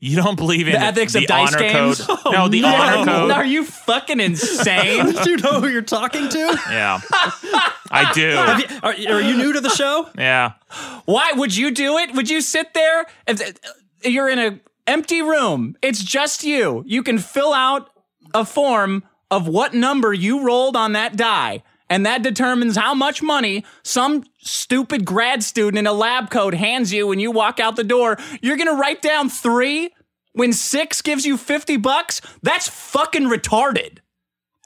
Speaker 2: You don't believe in
Speaker 7: the ethics
Speaker 2: the
Speaker 7: of dice
Speaker 2: honor
Speaker 7: games. Oh,
Speaker 2: code. no, the honor code.
Speaker 7: Are you fucking insane?
Speaker 3: Do you know who you're talking to?
Speaker 2: Yeah, I
Speaker 3: Have
Speaker 2: do.
Speaker 3: you- are, are you new to the show?
Speaker 2: Yeah.
Speaker 7: Why would you do it? Would you sit there? If, uh, you're in a empty room. It's just you. You can fill out a form of what number you rolled on that die. And that determines how much money some stupid grad student in a lab coat hands you when you walk out the door. You're going to write down three when six gives you 50 bucks? That's fucking retarded.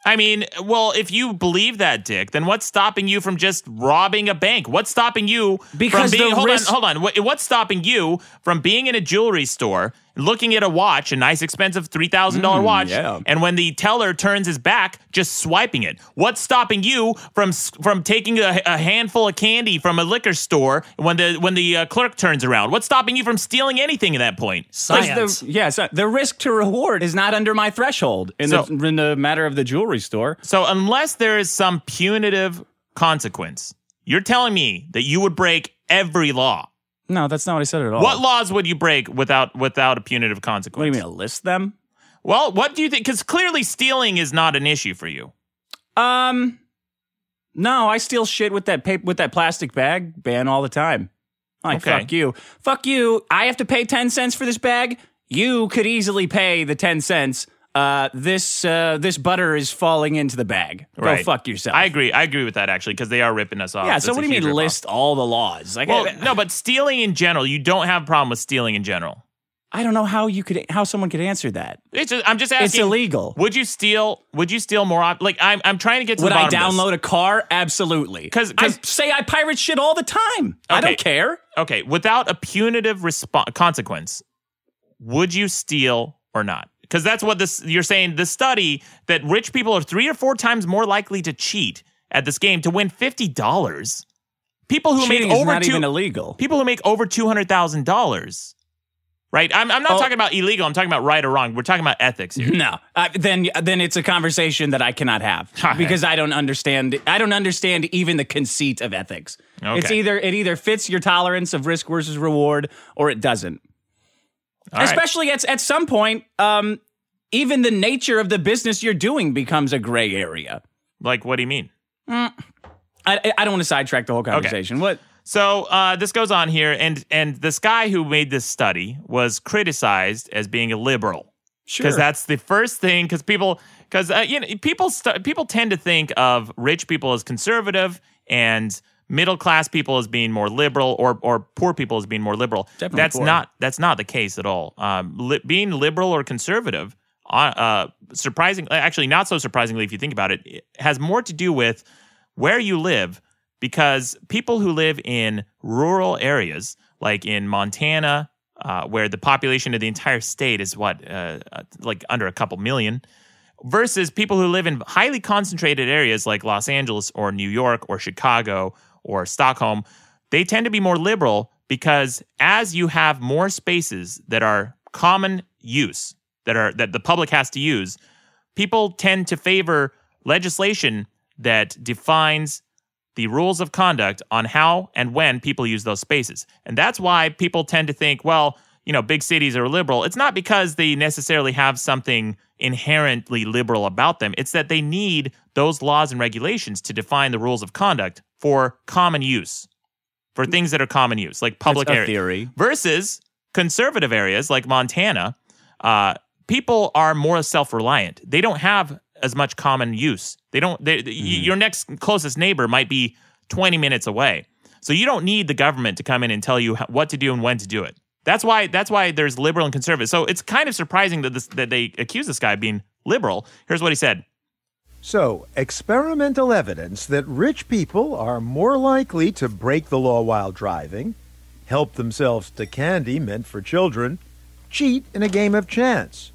Speaker 2: I mean, well, if you believe that, Dick, then what's stopping you from just robbing a bank? What's stopping you
Speaker 7: Because
Speaker 2: from being?
Speaker 7: the
Speaker 2: hold
Speaker 7: risk-
Speaker 2: on, hold on. What, what's stopping you from being in a jewelry store? looking at a watch, a nice expensive three thousand dollar
Speaker 6: Mm,
Speaker 2: watch,
Speaker 6: yeah.
Speaker 2: and when the teller turns his back, just swiping it. What's stopping you from s- from taking a, a handful of candy from a liquor store when the when the uh, clerk turns around? What's stopping you from stealing anything at that point?
Speaker 7: Like the, yeah, so the risk to reward is not under my threshold in,
Speaker 2: So-
Speaker 7: the, in the matter of the jewelry store.
Speaker 2: So unless there is some punitive consequence, you're telling me that you would break every law.
Speaker 7: No, that's not what I said at all.
Speaker 2: What laws would you break without without a punitive consequence? What do you mean,
Speaker 7: list them?
Speaker 2: Well, what do you think? Because clearly stealing is not an issue for you.
Speaker 7: Um, no, I steal shit with that paper with that plastic bag ban all the time. Like
Speaker 2: Okay.
Speaker 7: fuck you, fuck you. I have to pay ten cents for this bag. You could easily pay the ten cents. Uh, this uh, this butter is falling into the bag. Go fuck yourself.
Speaker 2: I agree. I agree with that actually because they are ripping us off.
Speaker 7: Yeah, so
Speaker 2: That's
Speaker 7: what do
Speaker 2: a
Speaker 7: you
Speaker 2: huge
Speaker 7: mean
Speaker 2: rip-off.
Speaker 7: list all the laws? Like,
Speaker 2: well,
Speaker 7: I,
Speaker 2: no, but stealing in general, you don't have a problem with stealing in general.
Speaker 7: I don't know how you could how someone could answer that.
Speaker 2: It's just, I'm just asking.
Speaker 7: It's illegal.
Speaker 2: Would you steal? Would you steal more? Op- like I'm, I'm trying to get to
Speaker 7: Would
Speaker 2: the
Speaker 7: I
Speaker 2: bottom of this.
Speaker 7: download a car? Absolutely. Because I say I pirate shit all the time. I don't care.
Speaker 2: Okay, without a punitive respo- consequence, would you steal or not? Because that's what this you're saying. The study that rich people are three or four times more likely to cheat at this game to win fifty dollars. People who
Speaker 7: Cheating
Speaker 2: make
Speaker 7: is
Speaker 2: over
Speaker 7: not
Speaker 2: two,
Speaker 7: even illegal.
Speaker 2: People who make over two hundred thousand dollars. Right, I'm, I'm not
Speaker 7: Oh.
Speaker 2: talking about illegal. I'm talking about right or wrong. We're talking about ethics here.
Speaker 7: No, uh, then then it's a conversation that I cannot have because I don't understand. I don't understand even the conceit of ethics.
Speaker 2: Okay.
Speaker 7: It's either it either fits your tolerance of risk versus reward or it doesn't.
Speaker 2: All right.
Speaker 7: Especially at at some point, um, even the nature of the business you're doing becomes a gray area.
Speaker 2: Like, what do you mean?
Speaker 7: Mm. I I- I don't want to sidetrack the whole conversation. What?
Speaker 2: So uh, this goes on here, and and this guy who made this study was criticized as being a liberal.
Speaker 7: Sure.
Speaker 2: Because that's the first thing. Because people, because uh, you know, people st- people tend to think of rich people as conservative and middle class people as being more liberal, or or poor people as being more liberal.
Speaker 6: Definitely
Speaker 2: that's
Speaker 6: poor.
Speaker 2: not that's not the case at all. Um, li- being liberal or conservative, uh, uh, surprising, actually not so surprisingly if you think about it, it has more to do with where you live because people who live in rural areas, like in Montana, uh, where the population of the entire state is what, uh, uh, like under a couple million, versus people who live in highly concentrated areas like Los Angeles or New York or Chicago or Stockholm, they tend to be more liberal because as you have more spaces that are common use, that are that the public has to use, people tend to favor legislation that defines the rules of conduct on how and when people use those spaces. And that's why people tend to think, well, you know, big cities are liberal. It's not because they necessarily have something inherently liberal about them. It's that they need those laws and regulations to define the rules of conduct for common use, for things that are common use, like public
Speaker 7: Mm. That's a
Speaker 2: area-
Speaker 7: theory.
Speaker 2: versus conservative areas like Montana, uh, people are more self-reliant. They don't have as much common use. They don't. They, y-
Speaker 7: Mm.
Speaker 2: Your next closest neighbor might be 20 minutes away, so you don't need the government to come in and tell you ho- what to do and when to do it. That's why. That's why there's liberal and conservative. So it's kind of surprising that this, that they accuse this guy of being liberal. Here's what he said.
Speaker 12: So, experimental evidence that rich people are more likely to break the law while driving, help themselves to candy meant for children, cheat in a game of chance,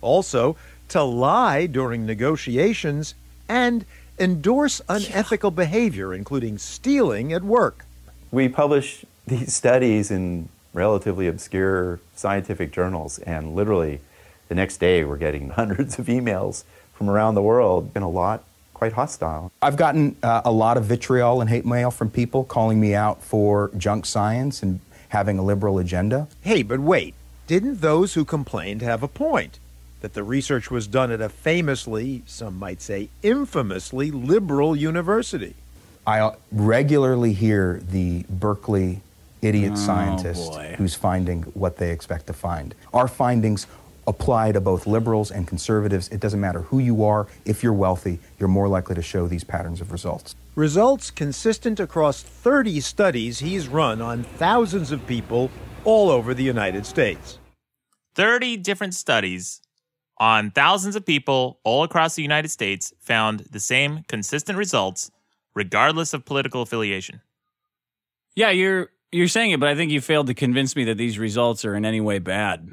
Speaker 12: also to lie during negotiations, and endorse unethical behavior, including stealing at work.
Speaker 14: We publish these studies in relatively obscure scientific journals, and literally the next day we're getting hundreds of emails from around the world, and a lot quite hostile.
Speaker 13: I've gotten uh, a lot of vitriol and hate mail from people calling me out for junk science and having a liberal agenda.
Speaker 12: Hey, but wait, didn't those who complained have a point? That the research was done at a famously, some might say infamously, liberal university.
Speaker 13: I regularly hear the Berkeley idiot
Speaker 12: Oh,
Speaker 13: scientist
Speaker 12: boy.
Speaker 13: who's finding what they expect to find. Our findings apply to both liberals and conservatives. It doesn't matter who you are, if you're wealthy, you're more likely to show these patterns of results.
Speaker 12: Results consistent across 30 studies he's run on thousands of people all over the United States.
Speaker 2: 30 different studies on thousands of people all across the United States found the same consistent results, regardless of political affiliation.
Speaker 7: Yeah, you're you're saying it, but I think you failed to convince me that these results are in any way bad.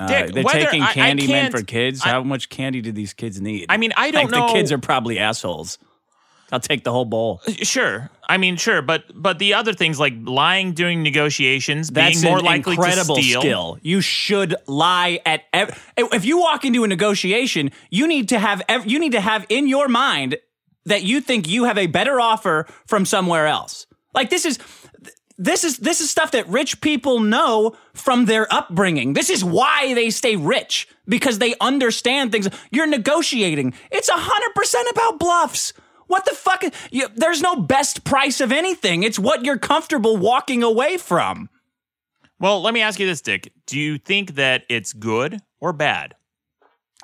Speaker 7: Uh,
Speaker 2: Dick,
Speaker 7: they're
Speaker 2: whether-
Speaker 7: taking
Speaker 2: I- I
Speaker 7: candy men
Speaker 2: can't-
Speaker 7: for kids.
Speaker 2: I-
Speaker 7: How much candy do these kids need?
Speaker 2: I mean, I don't
Speaker 7: think The
Speaker 2: know-
Speaker 7: kids are probably assholes. I'll take the whole bowl.
Speaker 2: Uh, Sure. I mean, sure, but but the other things like lying during negotiations,
Speaker 7: That's
Speaker 2: being more
Speaker 7: an
Speaker 2: likely
Speaker 7: incredible
Speaker 2: to steal.
Speaker 7: skill. You should lie at ev- if you walk into a negotiation, you need to have ev- you need to have in your mind that you think you have a better offer from somewhere else. Like this is this is this is stuff that rich people know from their upbringing. This is why they stay rich because they understand things. You're negotiating. It's 100% about bluffs. What the fuck? You, there's no best price of anything. It's what you're comfortable walking away from.
Speaker 2: Well, let me ask you this, Dick. Do you think that it's good or bad?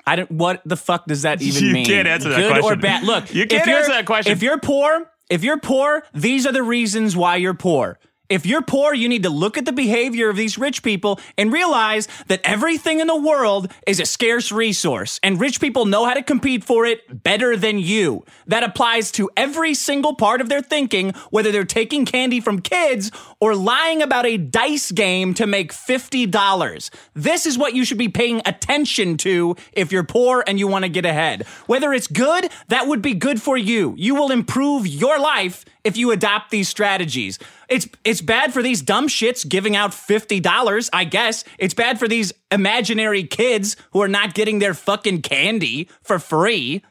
Speaker 7: I don't. What the fuck does that even
Speaker 2: You
Speaker 7: mean?
Speaker 2: can't answer that
Speaker 7: Good or
Speaker 2: question.
Speaker 7: bad? Look,
Speaker 2: You can't
Speaker 7: if you're-
Speaker 2: answer that question.
Speaker 7: If you're poor, if you're poor, these are the reasons why you're poor. If you're poor, you need to look at the behavior of these rich people and realize that everything in the world is a scarce resource, and rich people know how to compete for it better than you. That applies to every single part of their thinking, whether they're taking candy from kids or lying about a dice game to make $50. This is what you should be paying attention to if you're poor and you want to get ahead. Whether it's good, that would be good for you. You will improve your life if you adopt these strategies. It's it's bad for these dumb shits giving out $50, I guess. It's bad for these imaginary kids who are not getting their fucking candy for free.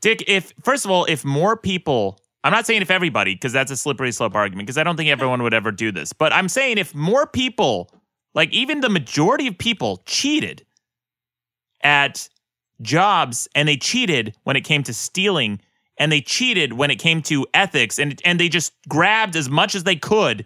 Speaker 2: Dick, if first of all, if more people, I'm not saying if everybody, because that's a slippery slope argument, because I don't think everyone would ever do this, but I'm saying if more people, like even the majority of people, cheated at jobs and they cheated when it came to stealing and they cheated when it came to ethics and and they just grabbed as much as they could.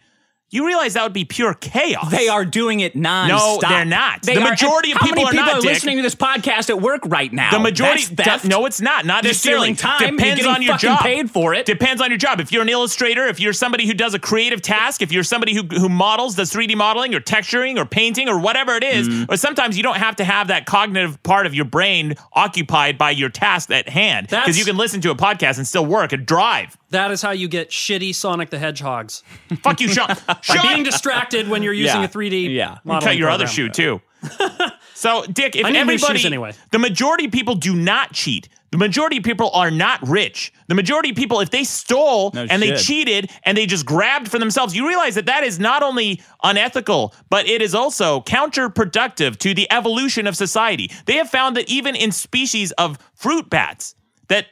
Speaker 2: You realize that would be pure chaos.
Speaker 7: They are doing it non
Speaker 2: No, they're not. the majority of
Speaker 7: how
Speaker 2: people
Speaker 7: many
Speaker 2: are
Speaker 7: people
Speaker 2: not Dick.
Speaker 7: listening to this podcast at work right now.
Speaker 2: The majority,
Speaker 7: That's theft.
Speaker 2: no, it's not. Not
Speaker 7: You're
Speaker 2: necessarily.
Speaker 7: stealing time.
Speaker 2: Depends
Speaker 7: You're getting
Speaker 2: on your
Speaker 7: fucking
Speaker 2: job.
Speaker 7: Paid for it.
Speaker 2: Depends on your job. If you're an illustrator, if you're somebody who does a creative task, if you're somebody who who models, does 3D modeling or texturing or painting or whatever it is,
Speaker 7: Mm-hmm.
Speaker 2: or sometimes you don't have to have that cognitive part of your brain occupied by your task at hand because
Speaker 3: That's-
Speaker 2: you can listen to a podcast and still work and drive.
Speaker 3: That is how you get shitty Sonic the Hedgehogs.
Speaker 2: Fuck you, Sean.
Speaker 3: By being distracted when you're using
Speaker 2: Yeah.
Speaker 3: a 3D
Speaker 2: Yeah. You
Speaker 3: modeling
Speaker 2: cut your other
Speaker 3: program.
Speaker 2: shoe too. so, Dick, if
Speaker 3: I need new shoes
Speaker 2: everybody,
Speaker 3: anyway.
Speaker 2: the majority of people do not cheat. The majority of people are not rich. The majority of people, if they stole
Speaker 6: No
Speaker 2: and they
Speaker 6: shit.
Speaker 2: cheated and they just grabbed for themselves, you realize that that is not only unethical, but it is also counterproductive to the evolution of society. They have found that even in species of fruit bats, that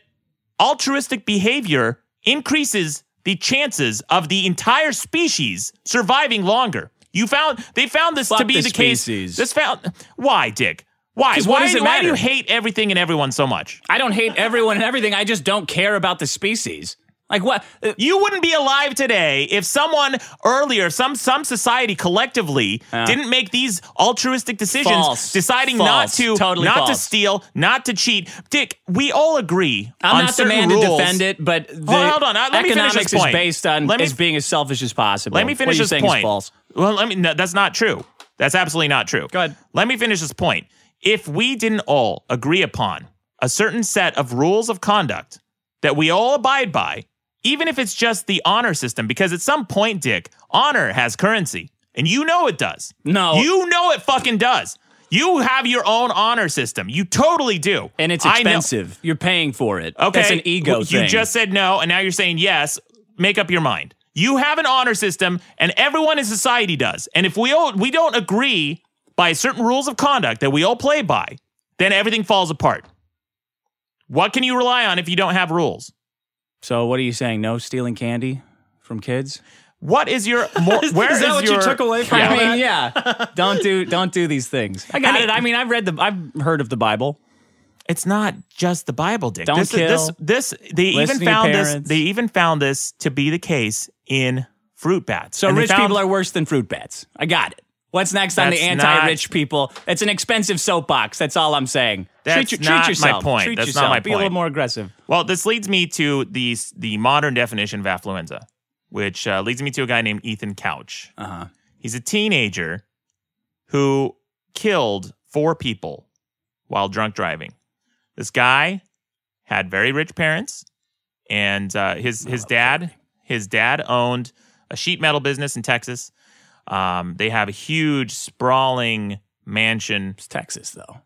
Speaker 2: altruistic behavior increases the chances of the entire species surviving longer. You found they found this to
Speaker 7: Fuck
Speaker 2: be
Speaker 7: the
Speaker 2: the, case.
Speaker 7: species.
Speaker 2: This found why, Dick? Why?
Speaker 7: 'Cause what
Speaker 2: Why,
Speaker 7: does
Speaker 2: do,
Speaker 7: it
Speaker 2: why do you
Speaker 7: matter?
Speaker 2: hate everything and everyone so much?
Speaker 7: I don't hate everyone and everything. I just don't care about the species. Like what? uh,
Speaker 2: You wouldn't be alive today if someone earlier, some some society collectively didn't make these altruistic decisions,
Speaker 7: False.
Speaker 2: deciding
Speaker 7: False.
Speaker 2: not to
Speaker 7: Totally
Speaker 2: not to
Speaker 7: false.
Speaker 2: steal, not to cheat. Dick, we all agree on
Speaker 7: I'm not the
Speaker 2: certain
Speaker 7: man
Speaker 2: rules.
Speaker 7: to defend it, but the
Speaker 2: Well, hold on. Uh, let me finish this
Speaker 7: economics
Speaker 2: point.
Speaker 7: is based on
Speaker 2: Let me
Speaker 7: is being as selfish as possible.
Speaker 2: Let me
Speaker 7: what
Speaker 2: finish
Speaker 7: you're
Speaker 2: this
Speaker 7: saying
Speaker 2: point.
Speaker 7: Is false.
Speaker 2: Well, let me. No, that's not true. That's absolutely not true. Go ahead. Let me finish this point. If we didn't all agree upon a certain set of rules of conduct that we all abide by, even if it's just the honor system, because at some point, Dick, honor has currency, and you know it does.
Speaker 7: No.
Speaker 2: you know it fucking does. You have your own honor system. You totally do,
Speaker 7: And it's
Speaker 2: I know-
Speaker 7: expensive. You're paying for it.
Speaker 2: Okay.
Speaker 7: That's an ego
Speaker 2: You
Speaker 7: thing.
Speaker 2: just said no, and now you're saying yes. Make up your mind. You have an honor system, and everyone in society does. And if we all, we don't agree by certain rules of conduct that we all play by, then everything falls apart. What can you rely on if you don't have rules?
Speaker 7: So what are you saying? No stealing candy from kids?
Speaker 2: What is your more? where
Speaker 7: is that what you
Speaker 2: your-
Speaker 7: took away from
Speaker 2: Yeah.
Speaker 7: I mean, yeah. Don't do don't do these things. I got
Speaker 2: I mean-
Speaker 7: it. I mean, I've read the I've heard of the Bible.
Speaker 2: It's not just the Bible, Dick.
Speaker 7: Don't
Speaker 2: this,
Speaker 7: kill.
Speaker 2: this this they
Speaker 7: Listen
Speaker 2: even
Speaker 7: to your
Speaker 2: found this
Speaker 7: parents.
Speaker 2: they even found this to be the case in fruit bats.
Speaker 7: So
Speaker 2: And they
Speaker 7: rich
Speaker 2: found-
Speaker 7: people are worse than fruit bats. I got it. What's next on the
Speaker 2: That's
Speaker 7: anti-rich people? It's an expensive soapbox. That's all I'm saying.
Speaker 2: That's
Speaker 7: treat, your-
Speaker 2: not
Speaker 7: treat
Speaker 2: my
Speaker 7: yourself.
Speaker 2: point.
Speaker 7: Treat
Speaker 2: That's not
Speaker 7: yourself.
Speaker 2: my
Speaker 7: Be a little
Speaker 2: point.
Speaker 7: more aggressive.
Speaker 2: Well, this leads me to the the modern definition of affluenza, which uh, leads me to a guy named Ethan Couch.
Speaker 7: Uh-huh.
Speaker 2: He's a teenager who killed four people while drunk driving. This guy had very rich parents, and uh, his his dad his dad owned a sheet metal business in Texas. Um, they have a huge sprawling mansion. It's
Speaker 7: Texas, though.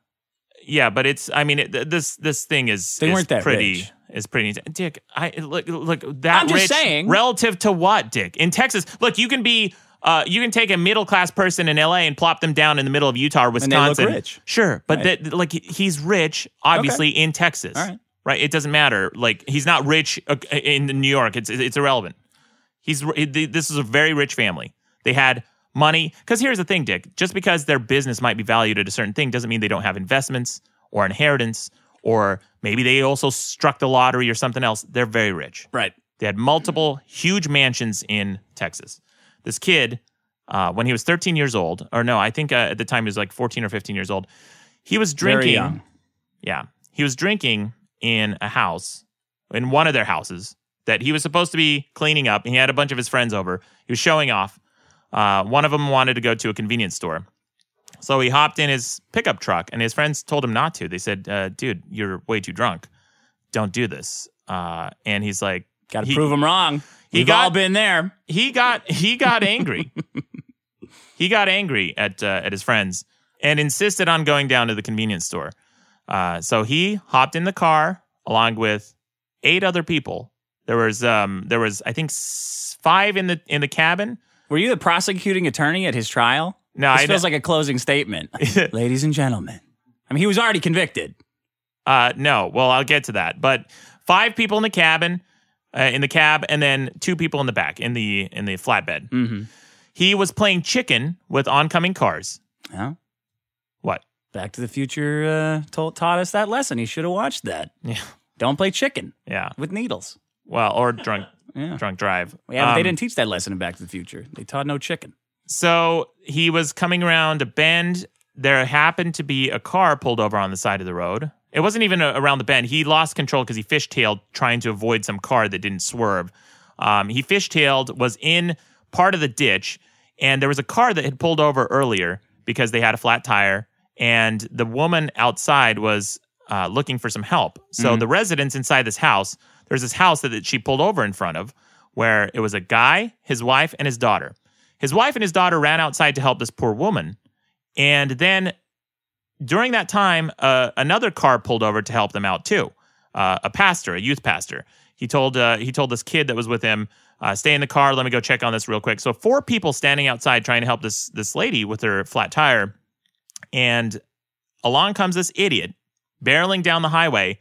Speaker 2: Yeah, but it's. I mean, it, th- this this thing is
Speaker 7: They
Speaker 2: is
Speaker 7: weren't that
Speaker 2: pretty.
Speaker 7: rich.
Speaker 2: Is pretty. Dick, I look look that.
Speaker 7: I'm just
Speaker 2: rich
Speaker 7: saying.
Speaker 2: Relative to what, Dick? In Texas, look, you can be. Uh, you can take a middle class person in LA and plop them down in the middle of Utah or
Speaker 7: And they look
Speaker 2: Wisconsin.
Speaker 7: rich.
Speaker 2: Sure, but
Speaker 7: Right.
Speaker 2: that, like he- he's rich, obviously in Texas.
Speaker 7: All right.
Speaker 2: Right? It doesn't matter. Like he's not rich uh, in New York. It's it's irrelevant. He's r- th- this is a very rich family. They had money because here's the thing, Dick. Just because their business might be valued at a certain thing doesn't mean they don't have investments or inheritance or maybe they also struck the lottery or something else. They're very rich.
Speaker 7: Right.
Speaker 2: They had multiple huge mansions in Texas. This kid, uh, when he was 13 years old, or no, I think uh, at the time he was like 14 or 15 years old, he was
Speaker 7: Very
Speaker 2: drinking.
Speaker 7: young.
Speaker 2: Yeah. He was drinking in a house, in one of their houses that he was supposed to be cleaning up. And he had a bunch of his friends over. He was showing off. Uh, one of them wanted to go to a convenience store. So he hopped in his pickup truck, and his friends told him not to. They said, uh, dude, you're way too drunk. Don't do this. Uh, and he's like,
Speaker 7: Got to prove them wrong.
Speaker 2: he
Speaker 7: We've
Speaker 2: got-
Speaker 7: all been there.
Speaker 2: He got he got angry. he got angry at uh, at his friends and insisted on going down to the convenience store. Uh, so he hopped in the car along with eight other people. There was um there was I think s- five in the in the cabin.
Speaker 7: Were you the prosecuting attorney at his trial?
Speaker 2: No,
Speaker 7: this
Speaker 2: I
Speaker 7: feels
Speaker 2: know-
Speaker 7: like a closing statement, ladies and gentlemen. I mean, he was already convicted.
Speaker 2: Uh, no, well I'll get to that. But five people in the cabin, uh, in the cab, and then two people in the back in the in the flatbed.
Speaker 7: Mm-hmm.
Speaker 2: He was playing chicken with oncoming cars.
Speaker 7: Yeah.
Speaker 2: What?
Speaker 7: Back to the Future uh, told, taught us that lesson. He should have watched that.
Speaker 2: Yeah.
Speaker 7: Don't play chicken.
Speaker 2: Yeah.
Speaker 7: With needles.
Speaker 2: Well, or drunk
Speaker 7: Yeah.
Speaker 2: drunk drive.
Speaker 7: Yeah, but they
Speaker 2: Um,
Speaker 7: didn't teach that lesson in Back to the Future. They taught no chicken.
Speaker 2: So he was coming around a bend. There happened to be a car pulled over on the side of the road. It wasn't even a, around the bend. He lost control because he fishtailed trying to avoid some car that didn't swerve. Um, he fishtailed, was in part of the ditch, and there was a car that had pulled over earlier because they had a flat tire. And the woman outside was uh, looking for some help. So
Speaker 7: Mm-hmm.
Speaker 6: Mhm.
Speaker 2: the residents inside this house, there's this house that, that she pulled over in front of where it was a guy, his wife, and his daughter. His wife and his daughter ran outside to help this poor woman. And then during that time, uh, another car pulled over to help them out too. Uh, a pastor, a youth pastor. He told uh, he told this kid that was with him, uh, "Stay in the car. Let me go check on this real quick." So four people standing outside trying to help this this lady with her flat tire, and along comes this idiot barreling down the highway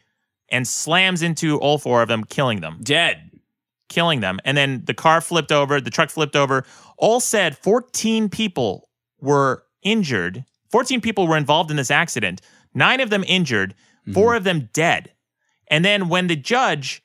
Speaker 2: and slams into all four of them, killing them.
Speaker 7: Dead.
Speaker 2: Killing them. And then the car flipped over, the truck flipped over. All said 14 people were injured. 14 people were involved in this accident, nine of them injured,
Speaker 7: Mm-hmm.
Speaker 2: four of them dead. And then when the judge.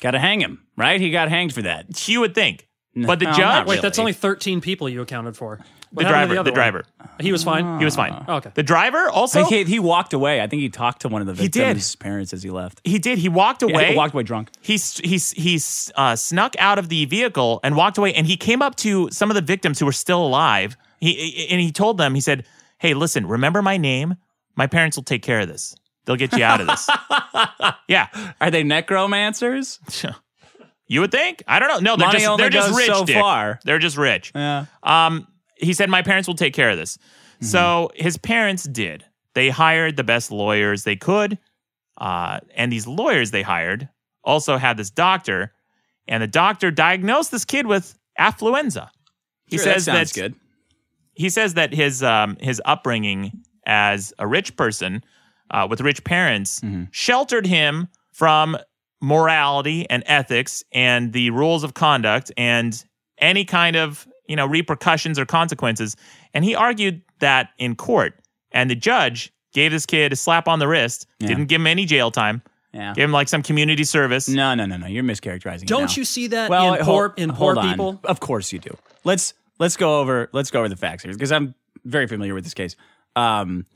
Speaker 7: Got to hang him, right? He got hanged for that.
Speaker 2: You would think. But the
Speaker 7: No,
Speaker 2: judge.
Speaker 7: not
Speaker 3: Wait, that's only 13 people you accounted for.
Speaker 2: The
Speaker 3: What happened to
Speaker 2: driver,
Speaker 3: other
Speaker 2: the driver.
Speaker 3: one? He was fine. Oh,
Speaker 2: He was fine.
Speaker 3: Okay.
Speaker 2: The driver also.
Speaker 7: I think Ah. he, he walked away. I think he talked to one of the
Speaker 2: He
Speaker 7: victims'
Speaker 2: did.
Speaker 7: parents as he left.
Speaker 2: He did. He walked
Speaker 7: Yeah, I think
Speaker 2: away.
Speaker 7: he walked away drunk.
Speaker 2: He s- he s- he s- uh, snuck out of the vehicle and walked away. And he came up to some of the victims who were still alive. He and he told them. He said, "Hey, listen. Remember my name. My parents will take care of this. They'll get you out of this." yeah.
Speaker 7: Are they necromancers?
Speaker 2: You would think. I don't know. No, they're
Speaker 7: Money
Speaker 2: just
Speaker 7: only
Speaker 2: they're just
Speaker 7: goes
Speaker 2: rich.
Speaker 7: so
Speaker 2: Dick.
Speaker 7: far.
Speaker 2: They're just rich.
Speaker 7: Yeah.
Speaker 2: Um, he said, My parents will take care of this. So
Speaker 7: Mm-hmm.
Speaker 2: his parents did. They hired the best lawyers they could. Uh, and these lawyers they hired also had this doctor, and the doctor diagnosed this kid with affluenza. He
Speaker 7: Sure, that
Speaker 2: says
Speaker 7: sounds
Speaker 2: that
Speaker 7: good.
Speaker 2: he says that his um, his upbringing as a rich person uh, with rich parents
Speaker 7: Mm-hmm.
Speaker 2: sheltered him from morality and ethics and the rules of conduct and any kind of you know repercussions or consequences. And he argued that in court, and the judge gave this kid a slap on the wrist, didn't give him any jail time,
Speaker 7: Yeah.
Speaker 2: gave him like some community service.
Speaker 7: No, no, no, no. You're mischaracterizing. it
Speaker 3: Don't
Speaker 7: now.
Speaker 3: you see that
Speaker 7: Well,
Speaker 3: in
Speaker 7: hol-
Speaker 3: poor, in poor
Speaker 7: hold on.
Speaker 3: people?
Speaker 7: Of course you do. Let's let's go over let's go over the facts here because I'm very familiar with this case. Um,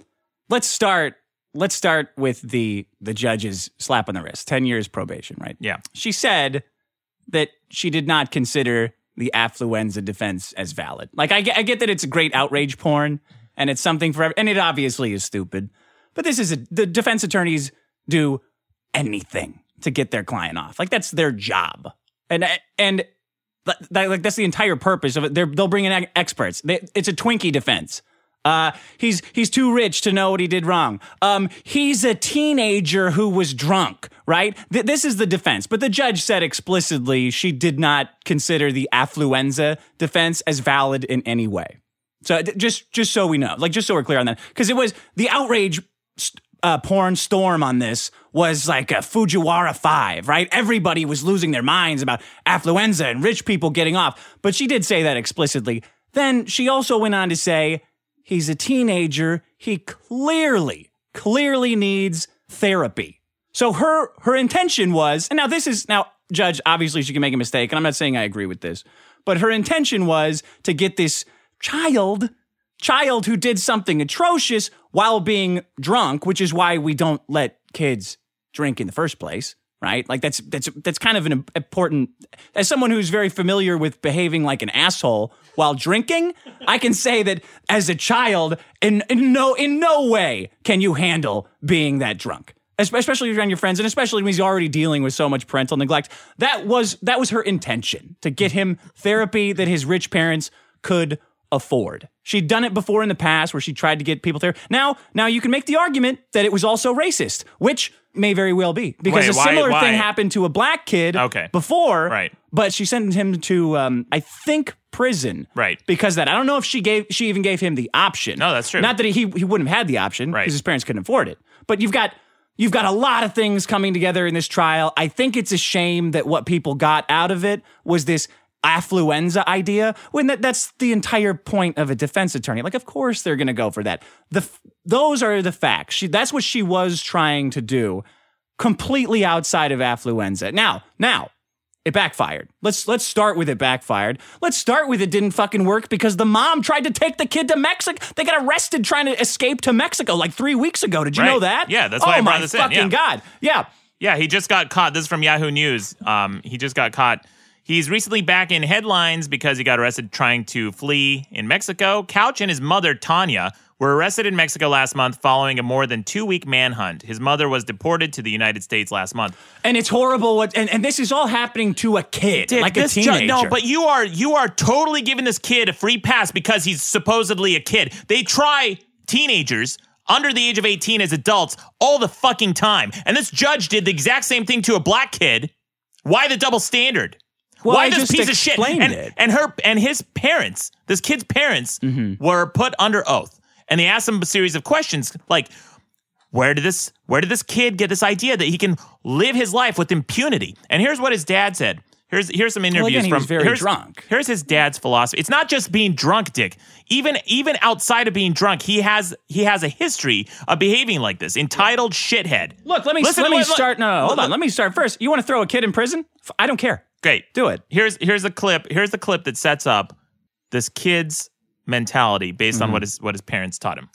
Speaker 7: let's start let's start with the the judge's slap on the wrist, ten years probation, right?
Speaker 2: Yeah.
Speaker 7: She said that she did not consider the affluenza defense as valid. Like I get, I get that it's a great outrage porn and it's something for ev- and it obviously is stupid, but this is a, the defense attorneys do anything to get their client off. Like that's their job, and and that, that- like that's the entire purpose of it. They're, they'll bring in ex- experts. They, it's a Twinkie defense. Uh, he's he's too rich to know what he did wrong. Um, he's a teenager who was drunk, right? Th- this is the defense, but the judge said explicitly she did not consider the affluenza defense as valid in any way. So d- just just so we know, like just so we're clear on that, because it was the outrage st- uh, porn storm on this was like a Fujiwara five, right? Everybody was losing their minds about affluenza and rich people getting off, but she did say that explicitly. Then she also went on to say he's a teenager. He clearly, clearly needs therapy. So her her intention was, and now this is now judge. Obviously, she can make a mistake, and I'm not saying I agree with this, but her intention was to get this child child who did something atrocious while being drunk, which is why we don't let kids drink in the first place, right? Like that's that's that's kind of an important as someone who's very familiar with behaving like an asshole while drinking, I can say that as a child in, in no in no way can you handle being that drunk. Espe- Especially around your friends, and especially when he's already dealing with so much parental neglect. That was that was her intention to get him therapy that his rich parents could afford. She'd done it before in the past where she tried to get people there. Now, now you can make the argument that it was also racist, which may very well be because
Speaker 2: Wait,
Speaker 7: a
Speaker 2: why-
Speaker 7: similar
Speaker 2: why?
Speaker 7: thing happened to a black kid
Speaker 2: Okay.
Speaker 7: before,
Speaker 2: Right.
Speaker 7: but she sent him to um, I think prison.
Speaker 2: Right.
Speaker 7: Because of that I don't know if she gave she even gave him the option. No, that's
Speaker 2: true.
Speaker 7: Not that he he wouldn't have had the option because his parents couldn't afford it. But you've got you've got a lot of things coming together in this trial. I think it's a shame that what people got out of it was this affluenza idea when that, that's the entire point of a defense attorney like of course they're going to go for that the f- those are the facts she that's what she was trying to do completely outside of affluenza now now it backfired. Let's let's start with it backfired. Let's start with it didn't fucking work because the mom tried to take the kid to Mexico. They got arrested trying to escape to Mexico like three weeks ago. Did you know
Speaker 2: Right.
Speaker 7: that?
Speaker 2: Yeah, that's
Speaker 7: oh
Speaker 2: why I brought
Speaker 7: my
Speaker 2: this in,
Speaker 7: fucking
Speaker 2: yeah.
Speaker 7: god. Yeah.
Speaker 2: Yeah, he just got caught. This is from Yahoo News. Um, he just got caught. He's recently back in headlines because he got arrested trying to flee in Mexico. Couch and his mother, Tanya, were arrested in Mexico last month following a more than two week manhunt. His mother was deported to the United States last month.
Speaker 7: And it's horrible. What and, and this is all happening to a kid,
Speaker 2: Dick,
Speaker 7: like a
Speaker 2: this ju-
Speaker 7: teenager.
Speaker 2: no, but you are you are totally giving this kid a free pass because he's supposedly a kid. They try teenagers under the age of 18 as adults all the fucking time. And this judge did the exact same thing to a black kid. Why the double standard?
Speaker 7: Well,
Speaker 2: Why
Speaker 7: I
Speaker 2: this
Speaker 7: just
Speaker 2: piece of shit?
Speaker 7: explained
Speaker 2: And,
Speaker 7: it.
Speaker 2: and her and his parents, this kid's parents
Speaker 7: Mm-hmm.
Speaker 2: were put under oath. And they asked him a series of questions like where did this where did this kid get this idea that he can live his life with impunity? And here's what his dad said. Here's here's some interviews
Speaker 7: again, he
Speaker 2: from
Speaker 7: was very
Speaker 2: here's,
Speaker 7: drunk.
Speaker 2: Here's his dad's philosophy. It's not just being drunk, Dick. Even even outside of being drunk, he has he has a history of behaving like this. Entitled shithead.
Speaker 7: Look, let me
Speaker 2: Listen
Speaker 7: let
Speaker 2: to
Speaker 7: me
Speaker 2: what- look-
Speaker 7: start. No, no, hold
Speaker 2: look-
Speaker 7: on. Let me start first. You want to throw a kid in prison? F- I don't care.
Speaker 2: Great.
Speaker 7: Do it.
Speaker 2: Here's here's the clip. Here's the clip that sets up this kid's mentality based
Speaker 7: Mm-hmm.
Speaker 2: on what his what his parents taught him.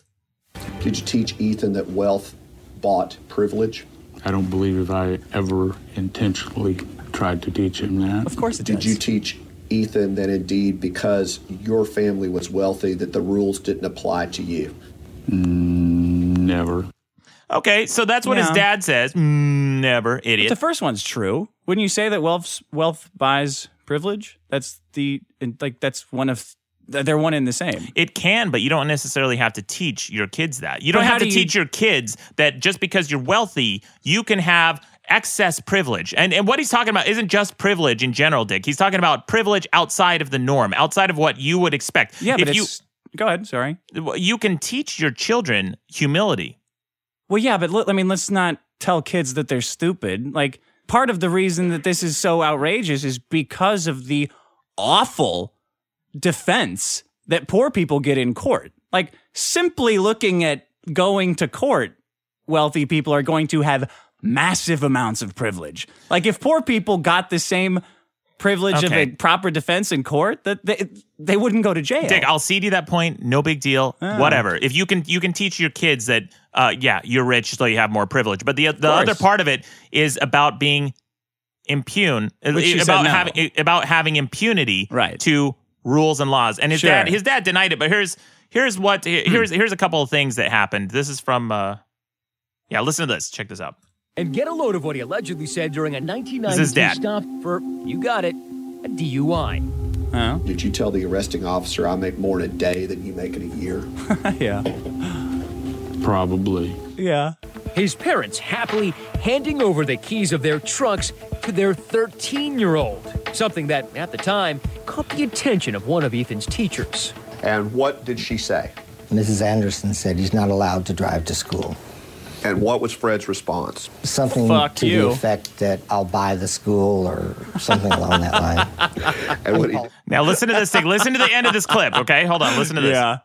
Speaker 15: Did you teach Ethan that wealth bought privilege?
Speaker 16: I don't believe that I ever intentionally tried to teach him that.
Speaker 15: Of course it Did you teach Ethan that indeed because your family was wealthy that the rules didn't apply to you? Mm.
Speaker 16: Never.
Speaker 2: Okay, so that's what his
Speaker 7: Yeah.
Speaker 2: dad says. Mm, Never, idiot.
Speaker 7: But the first one's true. Wouldn't you say that wealth wealth buys privilege? That's the like that's one of they're one in the same.
Speaker 2: It can, but you don't necessarily have to teach your kids that. You don't
Speaker 7: But how
Speaker 2: have
Speaker 7: do
Speaker 2: to
Speaker 7: you-
Speaker 2: teach your kids that just because you're wealthy, you can have excess privilege. And and what he's talking about isn't just privilege in general, Dick. He's talking about privilege outside of the norm, outside of what you would expect.
Speaker 7: Yeah,
Speaker 2: if
Speaker 7: but
Speaker 2: you
Speaker 7: it's go ahead. Sorry.
Speaker 2: you can teach your children humility.
Speaker 7: Well, yeah, but look, I mean, let's not tell kids that they're stupid. Like, part of the reason that this is so outrageous is because of the awful defense that poor people get in court. Like, simply looking at going to court, wealthy people are going to have massive amounts of privilege. Like, if poor people got the same privilege of
Speaker 2: Okay.
Speaker 7: a proper defense in court, that they, they wouldn't go to jail.
Speaker 2: Dick, I'll cede that point. No big deal.
Speaker 7: Ah.
Speaker 2: Whatever. If you can, you can teach your kids that, uh, yeah, you're rich, so you have more privilege. But the the
Speaker 7: course.
Speaker 2: other part of it is about being impune, uh,
Speaker 7: Which she said
Speaker 2: about
Speaker 7: no.
Speaker 2: having uh, about having impunity to rules and laws. And his
Speaker 7: Sure. Hmm.
Speaker 2: dad, his dad denied it. But here's here's what here's here's a couple of things that happened. This is from, uh, yeah, listen to this. Check this out.
Speaker 17: And get a load of what he allegedly said during a
Speaker 2: This
Speaker 17: 1992
Speaker 2: is dad.
Speaker 17: stop for, you got it, a DUI.
Speaker 15: Did you tell the arresting officer I make more in a day than you make in a year?
Speaker 16: yeah. Probably.
Speaker 7: Yeah.
Speaker 17: His parents happily handing over the keys of their trucks to their 13 year old, something that, at the time, caught the attention of one of Ethan's teachers.
Speaker 15: And what did she say?
Speaker 18: Mrs. Anderson said he's not allowed to drive to school.
Speaker 15: And what was Fred's response?
Speaker 18: Something
Speaker 15: Fuck
Speaker 18: to
Speaker 15: you.
Speaker 18: the effect that I'll buy the school or something along that line.
Speaker 15: And what he,
Speaker 2: Now listen to this thing. Listen to the end of this clip, okay? Hold on. Listen to this.
Speaker 15: Yeah.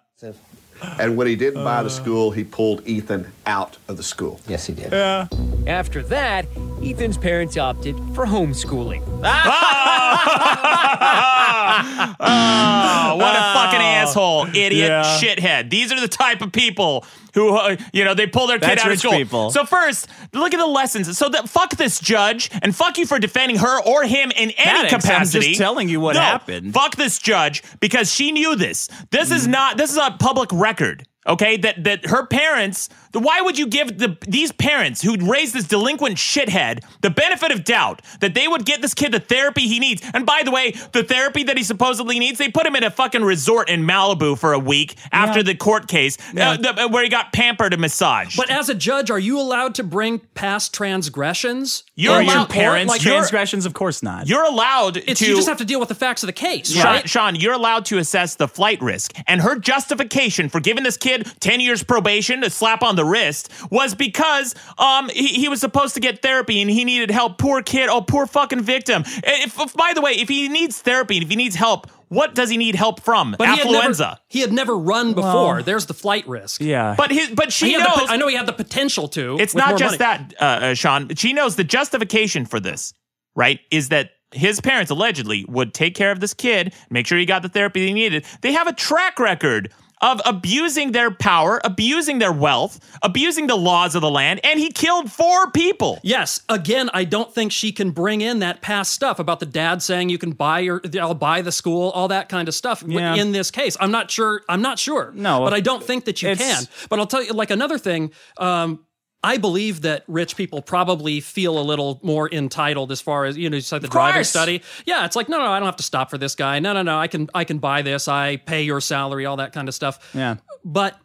Speaker 15: and when he didn't buy
Speaker 17: Uh.
Speaker 15: the school, he pulled Ethan out of the school.
Speaker 18: Yes, he did.
Speaker 17: Yeah. After that, Ethan's parents opted for homeschooling.
Speaker 2: Oh, Ah! what a fucking
Speaker 7: Ah.
Speaker 2: asshole, idiot,
Speaker 6: Yeah.
Speaker 2: shithead. These are the type of people who, uh, you know, they pull their kid
Speaker 6: That's
Speaker 2: out of
Speaker 6: rich
Speaker 2: school.
Speaker 6: people.
Speaker 2: So first, look at the lessons. So that fuck this judge and fuck you for defending her or him in any
Speaker 6: Maddox, I'm
Speaker 2: capacity.
Speaker 6: just telling you what
Speaker 2: No,
Speaker 6: happened. Mm.
Speaker 2: Fuck this judge because she knew this. This is not. This is a public record. Okay, that that her parents. the- Why would you give the these parents who raised this delinquent shithead the benefit of doubt that they would get this kid the therapy he needs? And by the way, the therapy that he supposedly needs, they put him in a fucking resort in Malibu for a week after the court case uh, the- where he got pampered and massaged.
Speaker 3: But as a judge, are you allowed to bring past transgressions?
Speaker 2: You're
Speaker 3: Or
Speaker 2: allowed-
Speaker 3: your parents
Speaker 2: Like, you're-
Speaker 7: transgressions, of course not.
Speaker 2: You're allowed
Speaker 3: It's,
Speaker 2: to.
Speaker 3: you just have to deal with the facts of the case,
Speaker 2: Sean,
Speaker 3: right?
Speaker 2: Sean, you're allowed to assess the flight risk. And her justification for giving this kid 10 years probation, a slap on the wrist, was because um he, he was supposed to get therapy and he needed help. Poor kid. Oh, poor fucking victim. Eh, If, if- by the way, if he needs therapy and if he needs help, what does he need help from?
Speaker 3: But he had never-
Speaker 2: Affluenza.
Speaker 3: He had never run before.
Speaker 2: Well-
Speaker 3: There's the flight risk.
Speaker 7: Yeah.
Speaker 2: but his, but she
Speaker 3: He had the
Speaker 2: knows.
Speaker 3: pot- I know he had the potential to.
Speaker 2: It's
Speaker 3: with
Speaker 2: not
Speaker 3: more
Speaker 2: just
Speaker 3: money.
Speaker 2: that, uh, uh, Sean. She knows the justification for this, right? Is that his parents allegedly would take care of this kid, make sure he got the therapy he needed. They have a track record of abusing their power, abusing their wealth, abusing the laws of the land, and he killed four people.
Speaker 3: Yes. Again, I don't think she can bring in that past stuff about the dad saying you can buy your, I'll buy the school, all that kind of stuff w-
Speaker 7: Yeah.
Speaker 3: in this case. I'm not sure. I'm not sure. No. But I don't think that you
Speaker 7: it's-
Speaker 3: can. But I'll tell you, like another thing, um, I believe that rich people probably feel a little more entitled as far as you know, just like the driving
Speaker 7: course.
Speaker 3: study. Yeah, it's like no, no, I don't have to stop for this guy. No, no, no, I can, I can buy this. I pay your salary, all that kind of stuff.
Speaker 7: Yeah.
Speaker 3: But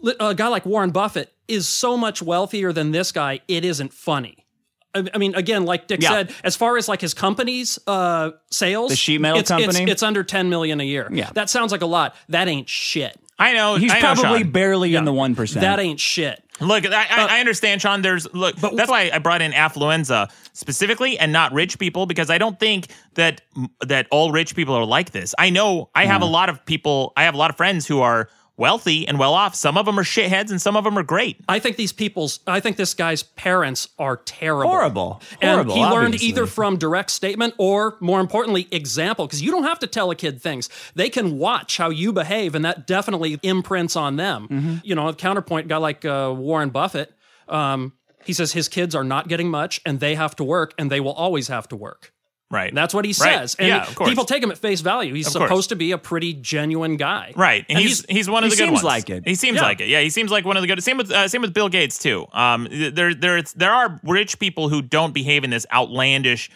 Speaker 3: li- a guy like Warren Buffett is so much wealthier than this guy, it isn't funny. I I mean, again, like Dick
Speaker 7: Yeah.
Speaker 3: said, as far as like his company's uh, sales,
Speaker 7: The sheet metal
Speaker 3: it's, it's-
Speaker 7: company?
Speaker 3: it's, under ten million a year.
Speaker 7: Yeah.
Speaker 3: that sounds like a lot. That ain't shit.
Speaker 2: I know
Speaker 7: He's
Speaker 2: I know,
Speaker 7: probably
Speaker 2: Sean.
Speaker 7: barely in the one percent.
Speaker 3: That ain't shit.
Speaker 2: Look, I, I, I understand, Sean. There's look. that's why I brought in affluenza specifically, and not rich people, because I don't think that that all rich people are like this. I know I
Speaker 3: Mm.
Speaker 2: have a lot of people. I have a lot of friends who are wealthy and well off. Some of them are shitheads, and some of them are great.
Speaker 3: I think these people's, I think this guy's parents are terrible.
Speaker 7: Horrible.
Speaker 3: And
Speaker 7: Horrible,
Speaker 3: he learned
Speaker 7: obviously.
Speaker 3: either from direct statement or, more importantly, example, because you don't have to tell a kid things. They can watch how you behave, and that definitely imprints on them.
Speaker 2: Mm-hmm.
Speaker 3: You know, a counterpoint guy like uh, Warren Buffett, um, he says his kids are not getting much and they have to work and they will always have to work.
Speaker 2: Right.
Speaker 3: That's what he
Speaker 2: Right.
Speaker 3: says. And
Speaker 2: Yeah, of course.
Speaker 3: people take him at face value. He's
Speaker 2: Of course.
Speaker 3: supposed to be a pretty genuine guy.
Speaker 2: Right, and, he's, he's one of the good ones. He seems
Speaker 3: Yeah.
Speaker 2: like it. Yeah, he seems like one of the good. Same with uh, same with Bill Gates too. Um, th- there there it's- there are rich people who don't behave in this outlandish,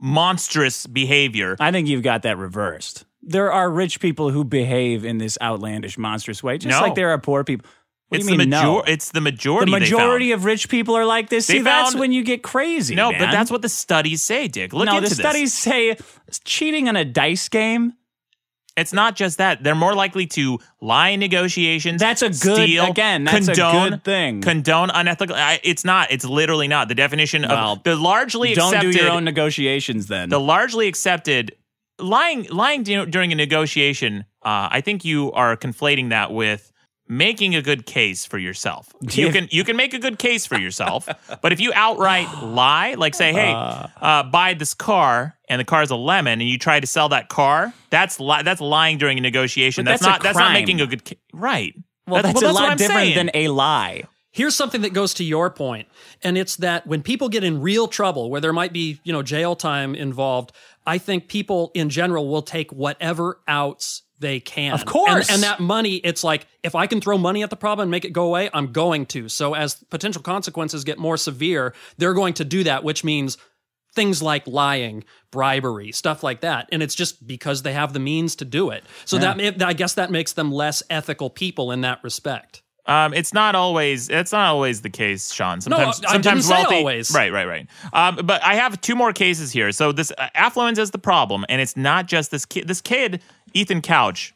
Speaker 2: monstrous behavior.
Speaker 7: I think you've got that reversed. There are rich people who behave in this outlandish, monstrous way, just
Speaker 2: No.
Speaker 7: like there are poor people. What
Speaker 2: it's
Speaker 7: do you mean?
Speaker 2: the major-
Speaker 7: no,
Speaker 2: It's the majority.
Speaker 7: the
Speaker 2: they found.
Speaker 7: majority of rich people are like this.
Speaker 2: They
Speaker 7: See, that's
Speaker 2: found-
Speaker 7: when you get crazy.
Speaker 2: No, but
Speaker 7: man.
Speaker 2: that's what the studies say, Dick. Look
Speaker 7: no,
Speaker 2: into
Speaker 7: the
Speaker 2: this.
Speaker 7: studies say cheating on a dice game.
Speaker 2: It's not just that. They're more likely to lie in negotiations. That's a
Speaker 7: good- again, that's a
Speaker 2: condone,
Speaker 7: good thing.
Speaker 2: Condone unethical. I, it's not. It's literally not. The definition
Speaker 7: Well,
Speaker 2: of the largely
Speaker 7: Don't
Speaker 2: accepted
Speaker 7: do your own negotiations then.
Speaker 2: the largely accepted lying lying du- during a negotiation. Uh, I think you are conflating that with making a good case for yourself. You
Speaker 6: Yeah.
Speaker 2: can you can make a good case for yourself, but if you outright lie, like say, "Hey, uh, buy this car," and the car's a lemon, and you try to sell that car, that's li- that's lying during a negotiation.
Speaker 7: But
Speaker 2: that's,
Speaker 7: that's a
Speaker 2: not that's not
Speaker 7: crime.
Speaker 2: making a good ca- right.
Speaker 7: well, that's, a
Speaker 2: what
Speaker 7: lot
Speaker 2: I'm
Speaker 7: different
Speaker 2: saying.
Speaker 7: than a lie.
Speaker 3: Here's something that goes to your point, and it's that when people get in real trouble, where there might be you know jail time involved, I think people in general will take whatever outs they can.
Speaker 7: Of course.
Speaker 3: and, and that money, it's like if I can throw money at the problem and make it go away, I'm going to. So as potential consequences get more severe, they're going to do that, which means things like lying, bribery, stuff like that. And it's just because they have the means to do it. So
Speaker 2: Yeah.
Speaker 3: that it, I guess that makes them less ethical people in that respect.
Speaker 2: Um, it's not always it's not always the case, Sean.
Speaker 3: No,
Speaker 2: Sometimes,
Speaker 3: I- I
Speaker 2: sometimes
Speaker 3: didn't say
Speaker 2: wealthy.
Speaker 3: always.
Speaker 2: Right, right, right. Um, but I have two more cases here. So this uh, affluence is the problem, and it's not just this kid. This kid, Ethan Couch,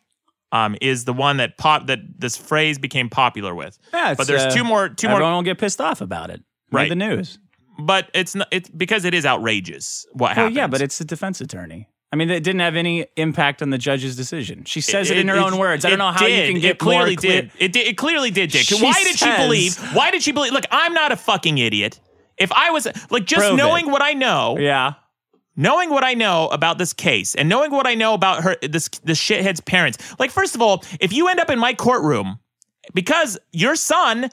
Speaker 2: um, is the one that pop that this phrase became popular with.
Speaker 7: Yeah,
Speaker 2: but
Speaker 7: it's,
Speaker 2: there's
Speaker 7: uh,
Speaker 2: two more. Two more.
Speaker 7: everyone will get pissed off about it. Made
Speaker 2: Right.
Speaker 7: the news.
Speaker 2: But it's not. It's because it is outrageous what
Speaker 7: well,
Speaker 2: happened.
Speaker 7: yeah, but it's a defense attorney. I mean, it didn't have any impact on the judge's decision. She says it, in her own words. I don't know how you can get
Speaker 2: it clearly
Speaker 7: more clear.
Speaker 2: did. It did. It clearly did, Dick.
Speaker 7: She
Speaker 2: Why did she
Speaker 7: says-
Speaker 2: believe? Why did she believe? Look, I'm not a fucking idiot. If I was like just
Speaker 7: Prove it.
Speaker 2: knowing what I know,
Speaker 7: yeah,
Speaker 2: knowing what I know about this case and knowing what I know about her, this this shithead's parents. Like, first of all, if you end up in my courtroom because your son,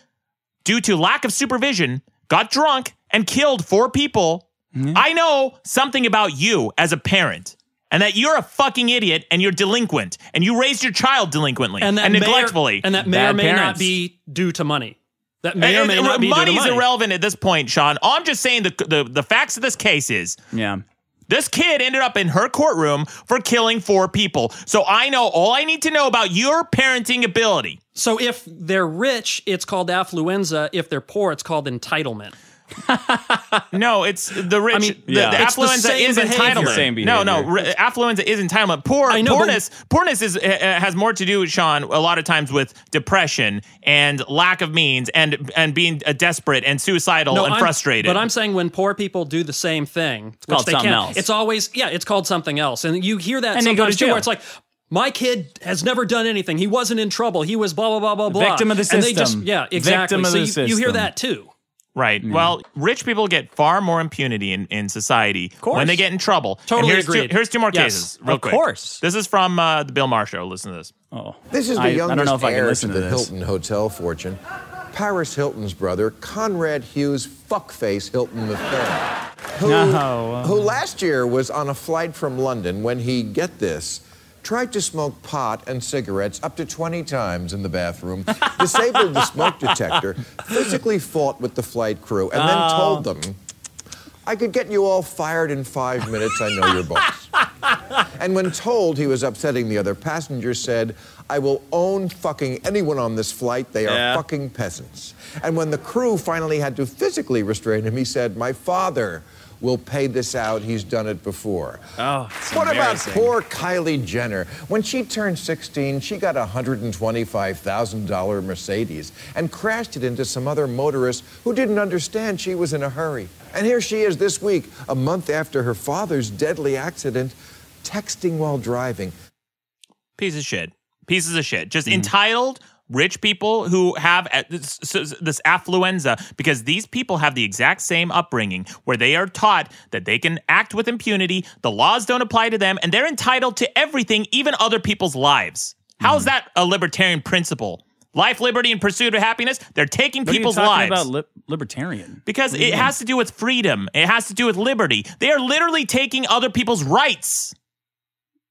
Speaker 2: due to lack of supervision, got drunk and killed four people,
Speaker 7: Mm-hmm.
Speaker 2: I know something about you as a parent. And that you're a fucking idiot and you're delinquant and you raised your child delinquently and,
Speaker 3: And that may or-
Speaker 2: neglectfully.
Speaker 3: and that may or may not be due to money. That may or
Speaker 2: And-
Speaker 3: may
Speaker 2: and
Speaker 3: not be due to
Speaker 2: money's
Speaker 3: money.
Speaker 2: irrelevant at this point, Sean. All I'm just saying the, the the facts of this case is
Speaker 7: yeah.
Speaker 2: This kid ended up in her courtroom for killing four people. So I know all I need to know about your parenting ability.
Speaker 3: So if they're rich, it's called affluenza. If they're poor, it's called entitlement.
Speaker 2: no, it's the rich. The, the affluenza is entitlement. No, no, re- affluenza is entitlement. Poor
Speaker 3: know, but-
Speaker 2: poorness. poorness is uh, uh, has more to do, Sean, a lot of times with depression and lack of means and and being uh, desperate and suicidal and
Speaker 3: I'm-
Speaker 2: frustrated.
Speaker 3: But I'm saying when poor people do the same thing, it's
Speaker 2: called
Speaker 3: they
Speaker 2: something
Speaker 3: can,
Speaker 2: else.
Speaker 3: It's always yeah, it's called something else, and you hear that
Speaker 7: And they
Speaker 3: sometimes
Speaker 7: go to
Speaker 3: too,
Speaker 7: jail.
Speaker 3: where it's like. My kid has never done anything. He wasn't in trouble. He was blah blah blah blah blah.
Speaker 7: Victim of the
Speaker 3: And they just
Speaker 7: system.
Speaker 3: yeah, exactly.
Speaker 7: Victim of
Speaker 3: so
Speaker 7: the
Speaker 3: you, you hear
Speaker 7: system. Mm.
Speaker 3: that too.
Speaker 2: Right. Well, rich people get far more impunity in, in society
Speaker 3: course.
Speaker 2: when they get in trouble. And
Speaker 3: Totally
Speaker 2: here's
Speaker 3: agreed.
Speaker 2: Two, here's two more
Speaker 3: Yes,
Speaker 2: cases. Real
Speaker 7: of
Speaker 2: quick.
Speaker 7: course.
Speaker 2: This is from uh, the Bill Maher show. Listen to this.
Speaker 7: Oh,
Speaker 19: This is the
Speaker 7: I- I
Speaker 19: youngest
Speaker 7: don't know if I can
Speaker 19: heir
Speaker 7: listen
Speaker 19: to
Speaker 7: to
Speaker 19: the
Speaker 7: this.
Speaker 19: Hilton hotel fortune, Paris Hilton's brother, Conrad Hughes Fuckface Hilton III, who,
Speaker 7: No.
Speaker 19: who last year was on a flight from London when he, get this, tried to smoke pot and cigarettes up to 20 times in the bathroom, disabled the smoke detector, physically fought with the flight crew, and then
Speaker 20: Oh.
Speaker 19: told them, I could get you all fired in five minutes. I know your boss. And when told he was upsetting the other passengers, said, I will own fucking anyone on this flight. They are fucking peasants. And when the crew finally had to physically restrain him, he said, My father will pay this out. He's done it before.
Speaker 7: Oh,
Speaker 19: What about poor Kylie Jenner? When she turned 16, she got a $125,000 Mercedes and crashed it into some other motorist who didn't understand she was in a hurry. And here she is this week, a month after her father's deadly accident, texting while driving.
Speaker 2: Piece of shit. Pieces of shit. Just entitled rich people who have uh, this, s- this affluenza because these people have the exact same upbringing where they are taught that they can act with impunity, the laws don't apply to them, and they're entitled to everything, even other people's lives. How is that a libertarian principle? Life, liberty, and pursuit of happiness. They're taking
Speaker 7: What
Speaker 2: people's
Speaker 7: are you talking
Speaker 2: lives.
Speaker 7: about lib- libertarian.
Speaker 2: Because
Speaker 7: What do you
Speaker 2: it
Speaker 7: mean?
Speaker 2: has to do with freedom. It has to do with liberty. They are literally taking other people's rights.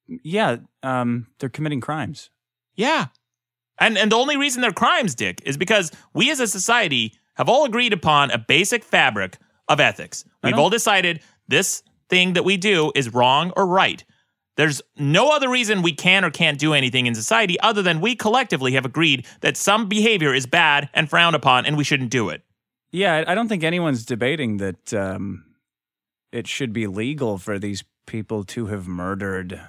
Speaker 7: Yeah, um, they're committing crimes.
Speaker 2: Yeah. And and the only reason they're crimes, Dick, is because we as a society have all agreed upon a basic fabric of ethics. We've all decided this thing that we do is wrong or right. There's no other reason we can or can't do anything in society other than we collectively have agreed that some behavior is bad and frowned upon and we shouldn't do it.
Speaker 7: Yeah, I- I don't think anyone's debating that um, it should be legal for these people to have murdered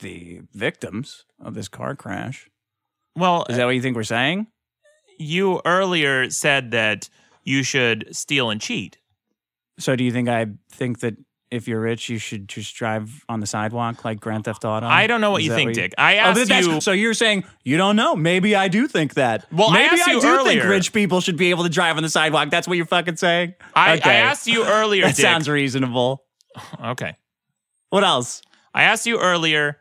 Speaker 7: the victims of this car crash.
Speaker 2: Well,
Speaker 7: is that what you think we're saying?
Speaker 2: You earlier said that you should steal and cheat.
Speaker 7: So, do you think I think that if you're rich, you should just drive on the sidewalk like Grand Theft Auto?
Speaker 2: I don't know what
Speaker 7: Is
Speaker 2: you
Speaker 7: that
Speaker 2: think, Dick. I
Speaker 7: Oh,
Speaker 2: asked
Speaker 7: but that's-
Speaker 2: you-
Speaker 7: So you're saying you don't know? Maybe I do think that.
Speaker 2: Well, I
Speaker 7: maybe
Speaker 2: asked
Speaker 7: do
Speaker 2: you
Speaker 7: think
Speaker 2: earlier-
Speaker 7: rich people should be able to drive on the sidewalk. That's what you're fucking saying.
Speaker 2: I, I
Speaker 7: Okay.
Speaker 2: asked you earlier.
Speaker 7: that
Speaker 2: Dick.
Speaker 7: sounds reasonable.
Speaker 2: Okay.
Speaker 7: What else?
Speaker 2: I asked you earlier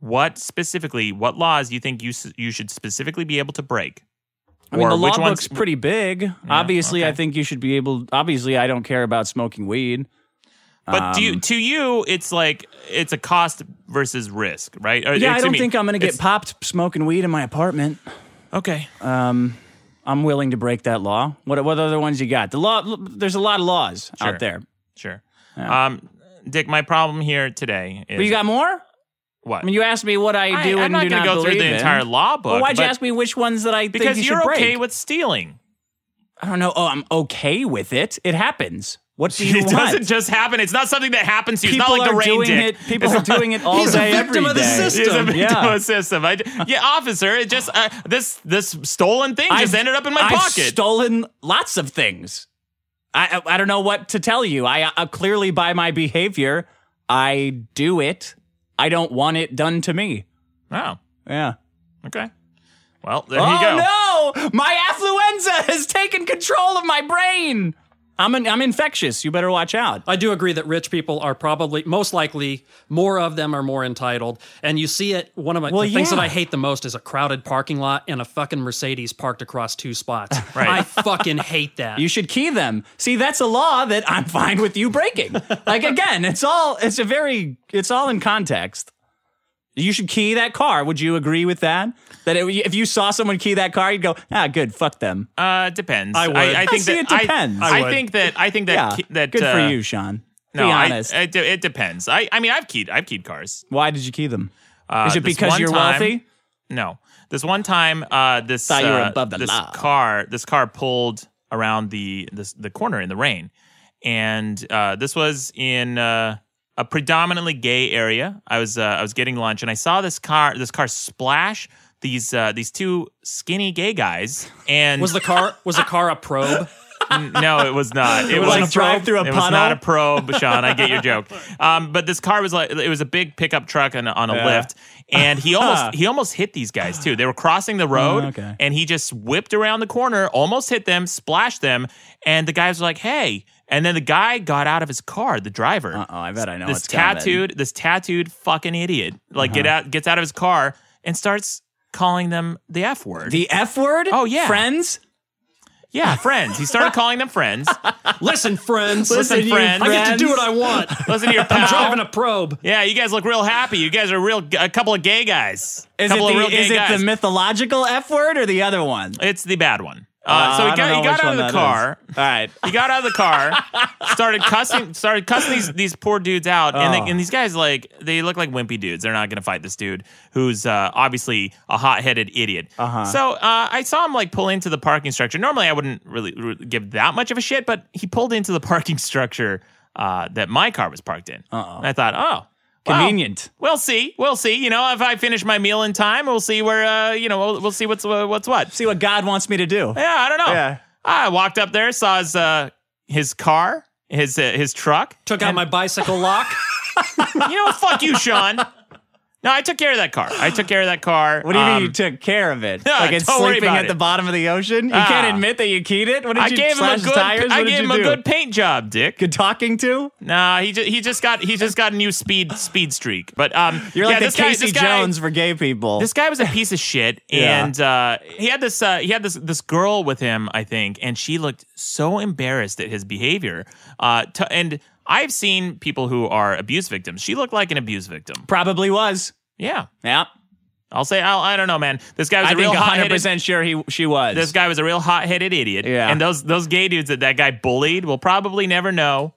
Speaker 2: what specifically, what laws you think you s- you should specifically be able to break.
Speaker 7: I mean,
Speaker 2: Or
Speaker 7: the law
Speaker 2: which ones-
Speaker 7: book's pretty big. obviously, I think you should be able. Obviously, I don't care about smoking weed.
Speaker 2: But do
Speaker 7: Um,
Speaker 2: you, to you, it's like it's a cost versus risk, right? Or-
Speaker 7: yeah,
Speaker 2: to
Speaker 7: I don't
Speaker 2: me,
Speaker 7: think I'm going to get
Speaker 2: Oh, it's-
Speaker 7: popped smoking weed in my apartment.
Speaker 2: Okay.
Speaker 7: Um, I'm willing to break that law. What what other ones you got? The law. There's a lot of laws
Speaker 2: Sure.
Speaker 7: out there.
Speaker 2: Sure. Um, Dick, my problem here today is
Speaker 7: But you got more?
Speaker 2: what?
Speaker 7: I mean, you asked me what I do
Speaker 2: I, am
Speaker 7: and
Speaker 2: not
Speaker 7: do
Speaker 2: gonna
Speaker 7: not
Speaker 2: go through
Speaker 7: believe
Speaker 2: the
Speaker 7: in.
Speaker 2: entire law book.
Speaker 7: Well, why'd you
Speaker 2: but-
Speaker 7: ask me which ones that I
Speaker 2: Because
Speaker 7: think you
Speaker 2: you're
Speaker 7: should break?
Speaker 2: okay with stealing.
Speaker 7: I don't know. Oh, I'm okay with it. It happens. What do you
Speaker 2: It
Speaker 7: want?
Speaker 2: doesn't just happen. It's not something that happens to you.
Speaker 7: People
Speaker 2: it's not like
Speaker 7: are
Speaker 2: the rain
Speaker 7: doing
Speaker 2: dick.
Speaker 7: it- people
Speaker 2: It's
Speaker 7: are
Speaker 2: not-
Speaker 7: doing it all He's a day, victim every of the day. system.
Speaker 2: He's a victim
Speaker 7: Yeah.
Speaker 2: of the system. I d yeah, officer. It just uh, this this stolen thing just
Speaker 7: I've-
Speaker 2: ended up in my
Speaker 7: I've
Speaker 2: pocket.
Speaker 7: Stolen lots of things. I, I I don't know what to tell you. I uh, clearly by my behavior, I do it. I don't want it done to me.
Speaker 2: Wow.
Speaker 7: Yeah.
Speaker 2: Oh. Okay. Well, there
Speaker 7: oh,
Speaker 2: you go.
Speaker 7: no! My affluenza has taken control of my brain. I'm an, I'm infectious. You better watch out.
Speaker 3: I do agree that rich people are probably most likely more of them are more entitled, and you see it. One of my
Speaker 7: Well,
Speaker 3: the things that
Speaker 7: yeah.
Speaker 3: I hate the most is a crowded parking lot and a fucking Mercedes parked across two spots.
Speaker 7: Right.
Speaker 3: I fucking hate that.
Speaker 7: You should key them. See, that's a law that I'm fine with you breaking. like again, it's all it's a very it's all in context. You should key that car. Would you agree with that? That it, if you saw someone key that car, you'd go, ah, good, fuck them.
Speaker 2: Uh, depends.
Speaker 7: I would.
Speaker 2: I, think
Speaker 7: see,
Speaker 2: that
Speaker 7: it depends.
Speaker 2: I, I think that I think that
Speaker 7: Yeah,
Speaker 2: ki- that
Speaker 7: good for
Speaker 2: uh,
Speaker 7: you, Sean.
Speaker 2: No,
Speaker 7: Be
Speaker 2: I-
Speaker 7: honest.
Speaker 2: I, de- it depends. I I mean, I've keyed I've keyed cars.
Speaker 7: Why did you key them?
Speaker 2: Uh,
Speaker 7: Is it
Speaker 2: this
Speaker 7: because
Speaker 2: one
Speaker 7: you're
Speaker 2: time-
Speaker 7: wealthy?
Speaker 2: No. This one time, uh, this
Speaker 7: Thought you were
Speaker 2: uh,
Speaker 7: above the
Speaker 2: this
Speaker 7: law.
Speaker 2: car this car pulled around the this, the corner in the rain, and uh, this was in uh, a predominantly gay area. I was uh, I was getting lunch, and I saw this car this car splash these uh, these two skinny gay guys. And
Speaker 3: was the car was the car a probe?
Speaker 2: N- no, it was not. It,
Speaker 3: It was
Speaker 2: wasn't
Speaker 3: a drive through a
Speaker 2: It was
Speaker 3: puddle?
Speaker 2: not a probe, Sean. I get your joke. Um, but this car was like it was a big pickup truck on, a- on a
Speaker 6: Yeah.
Speaker 2: lift, and he almost he almost hit these guys too. They were crossing the road,
Speaker 7: Oh,
Speaker 6: okay.
Speaker 2: and he just whipped around the corner, almost hit them, splashed them, and the guys were like, "Hey." And then the guy got out of his car, the driver. Uh oh, I
Speaker 7: bet I know
Speaker 2: This
Speaker 7: what's coming.
Speaker 2: tattooed, this tattooed fucking idiot. Like get
Speaker 7: Uh-huh.
Speaker 2: out gets out of his car and starts calling them the F word.
Speaker 7: The F word?
Speaker 2: Oh yeah.
Speaker 7: Friends?
Speaker 2: Yeah, friends. He started calling them friends.
Speaker 3: Listen, friends.
Speaker 2: Listen, friends.
Speaker 3: I get to do what I want.
Speaker 2: Listen to your
Speaker 3: I'm
Speaker 2: pal.
Speaker 3: driving a probe.
Speaker 2: Yeah, you guys look real happy. You guys are real a couple of gay guys.
Speaker 7: Is it
Speaker 2: couple of
Speaker 7: the
Speaker 2: real gay
Speaker 7: is it the
Speaker 2: guys.
Speaker 7: mythological F word or the other one?
Speaker 2: It's the bad one. Uh,
Speaker 7: Uh,
Speaker 2: so
Speaker 7: I don't
Speaker 2: he got,
Speaker 7: know
Speaker 2: he
Speaker 7: which
Speaker 2: got out of
Speaker 7: one
Speaker 2: the
Speaker 7: that is.
Speaker 2: car.
Speaker 7: All right.
Speaker 2: He got out of the car, started cussing, started cussing these these poor dudes out, and,
Speaker 6: Oh.
Speaker 2: they, and these guys like they look like wimpy dudes. They're not gonna fight this dude who's uh, obviously a hot headed idiot.
Speaker 6: Uh-huh.
Speaker 2: So uh, I saw him like pull into the parking structure. Normally I wouldn't really r- give that much of a shit, but he pulled into the parking structure uh, that my car was parked in. Uh-oh. And I thought, oh. wow.
Speaker 7: Convenient.
Speaker 2: We'll see. We'll see. You know, if I finish my meal in time, we'll see where. Uh, you know, we'll, we'll see what's uh, what's what.
Speaker 7: See what God wants me to do.
Speaker 2: Yeah, I don't know.
Speaker 7: Yeah.
Speaker 2: I walked up there, saw his uh, his car, his uh, his truck.
Speaker 3: Took out my bicycle lock.
Speaker 2: you know, fuck you, Sean. No, I took care of that car. I took care of that car.
Speaker 7: What do you mean
Speaker 2: Um,
Speaker 7: you took care of it?
Speaker 2: no,
Speaker 7: like it's
Speaker 2: don't worry
Speaker 7: sleeping
Speaker 2: about
Speaker 7: at the
Speaker 2: it.
Speaker 7: bottom of the ocean? You
Speaker 2: Ah.
Speaker 7: can't admit that you keyed it? What did
Speaker 2: I
Speaker 7: you
Speaker 2: gave him a
Speaker 7: slash
Speaker 2: good.
Speaker 7: tires? What
Speaker 2: I
Speaker 7: did
Speaker 2: gave
Speaker 7: you
Speaker 2: him a
Speaker 7: do?
Speaker 2: good paint job, Dick.
Speaker 7: Good talking to?
Speaker 2: Nah, he just he just got he just got a new speed speed streak. But um,
Speaker 7: You're
Speaker 2: yeah,
Speaker 7: like the
Speaker 2: this guy-
Speaker 7: Casey
Speaker 2: this guy-
Speaker 7: Jones for gay people.
Speaker 2: This guy was a piece of shit,
Speaker 7: Yeah.
Speaker 2: and uh, he had this uh, he had this this girl with him, I think, and she looked so embarrassed at his behavior. Uh, to, and I've seen people who are abuse victims. She looked like an abuse victim.
Speaker 7: probably was.
Speaker 2: Yeah,
Speaker 7: Yeah.
Speaker 2: I'll say I'll, I don't know, man. This guy was
Speaker 7: I
Speaker 2: a real
Speaker 7: think
Speaker 2: hot
Speaker 7: 100% sure he she was.
Speaker 2: This guy was a real hot headed idiot.
Speaker 7: Yeah.
Speaker 2: and those those gay dudes that that guy bullied will probably never know.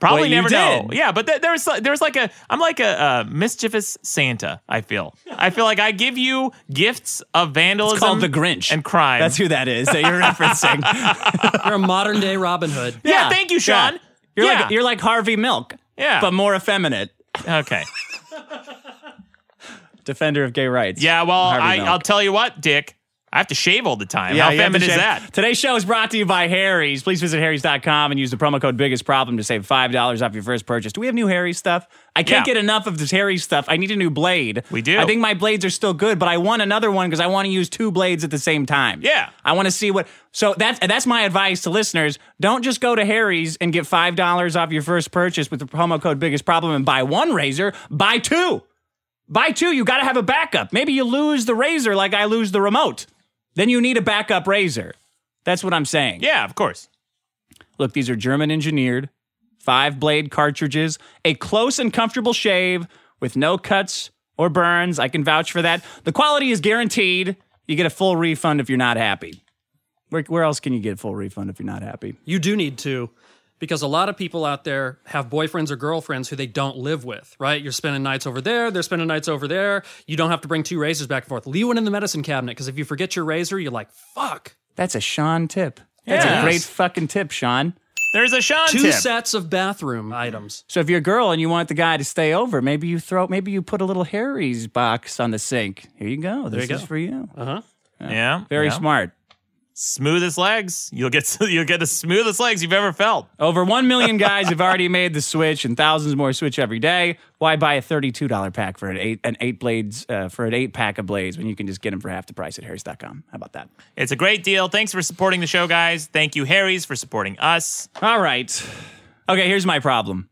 Speaker 2: Probably
Speaker 7: Well, you
Speaker 2: never know.
Speaker 7: did.
Speaker 2: Yeah, but th- there was there was like a I'm like a, a mischievous Santa. I feel I feel like I give you gifts of vandalism
Speaker 7: called the Grinch.
Speaker 2: and crime.
Speaker 7: That's who that is that you're referencing.
Speaker 3: You're a modern day Robin Hood.
Speaker 2: Yeah, thank you, Sean.
Speaker 7: Yeah. You're
Speaker 2: Yeah.
Speaker 7: like you're like Harvey Milk.
Speaker 2: Yeah.
Speaker 7: But more effeminate.
Speaker 2: Okay.
Speaker 7: Defender of gay rights.
Speaker 2: Yeah, well,
Speaker 7: Harvey
Speaker 2: I,
Speaker 7: Milk.
Speaker 2: I'll tell you what, Dick. I have to shave all the time. How
Speaker 7: you have to
Speaker 2: feminine is
Speaker 7: check-
Speaker 2: that?
Speaker 7: Today's show is brought to you by Harry's. Please visit Harry's.com and use the promo code Biggest Problem to save $5 off your first purchase. Do we have new Harry's stuff? I can't
Speaker 6: Yeah.
Speaker 7: get enough of this Harry's stuff. I need a new blade. We
Speaker 6: do.
Speaker 7: I think my blades are still good, but I want another one because I want to use two blades at the same time.
Speaker 6: Yeah.
Speaker 7: I want to see what. So that's that's my advice to listeners. Don't just go to Harry's and get five dollars off your first purchase with the promo code Biggest Problem and buy one razor. Buy two. Buy two. You got to have a backup. Maybe you lose the razor like I lose the remote. Then you need a backup razor. That's what I'm saying.
Speaker 2: Yeah, of course.
Speaker 7: Look, these are German engineered, five blade cartridges, a close and comfortable shave with no cuts or burns. I can vouch for that. The quality is guaranteed. You get a full refund if you're not happy. Where, where else can you get a full refund if you're not happy?
Speaker 3: You do need to. because a lot of people out there have boyfriends or girlfriends who they don't live with, right? You're spending nights over there, they're spending nights over there. You don't have to bring two razors back and forth. Leave one in the medicine cabinet because if you forget your razor, you're like, fuck.
Speaker 7: That's a Sean tip. That's
Speaker 3: Yes.
Speaker 7: a great fucking tip, Sean.
Speaker 2: There's a Sean
Speaker 3: Two
Speaker 7: tip.
Speaker 3: sets of bathroom items.
Speaker 7: So if you're a girl and you want the guy to stay over, maybe you throw, maybe you put a little Harry's box on the sink. Here you go.
Speaker 2: Oh, There
Speaker 7: This
Speaker 2: you
Speaker 7: is
Speaker 2: go. Uh-huh.
Speaker 7: for you.
Speaker 3: Uh huh.
Speaker 2: Yeah.
Speaker 7: Very
Speaker 2: yeah.
Speaker 7: smart.
Speaker 2: Smoothest legs. You'll get you'll get the smoothest legs you've ever felt.
Speaker 7: Over one million guys have already made the switch, and thousands more switch every day. Why buy a thirty-two dollar pack for an eight an eight blades uh, for an eight pack of blades when you can just get them for half the price at Harry's.com? How about that?
Speaker 2: It's a great deal. Thanks for supporting the show, guys. Thank you, Harry's, for supporting us.
Speaker 7: All right. Okay, here's my problem.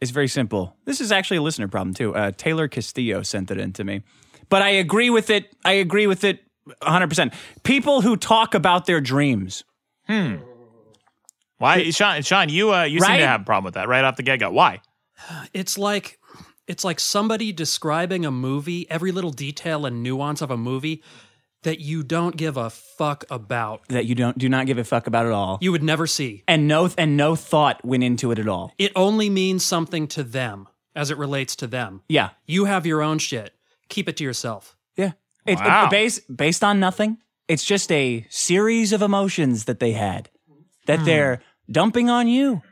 Speaker 7: It's very simple. This is actually a listener problem too. Uh, Taylor Castillo sent it in to me, but I agree with it. I agree with it 100. percent People who talk about their dreams.
Speaker 2: Hmm. Why, Sean? Sean, you uh, you seem
Speaker 3: Right?
Speaker 2: to have a problem with that right off the get go. Why?
Speaker 3: It's like it's like somebody describing a movie, every little detail and nuance of a movie that you don't give a fuck about.
Speaker 7: that you don't do not give a fuck about at all.
Speaker 3: You would never see.
Speaker 7: And no and no thought went into it at all.
Speaker 3: It only means something to them as it relates to them.
Speaker 7: Yeah.
Speaker 3: You have your own shit. Keep it to yourself.
Speaker 7: Yeah. It's
Speaker 3: Wow.
Speaker 7: it- based based on nothing. It's just a series of emotions that they had that
Speaker 3: Hmm.
Speaker 7: they're dumping on you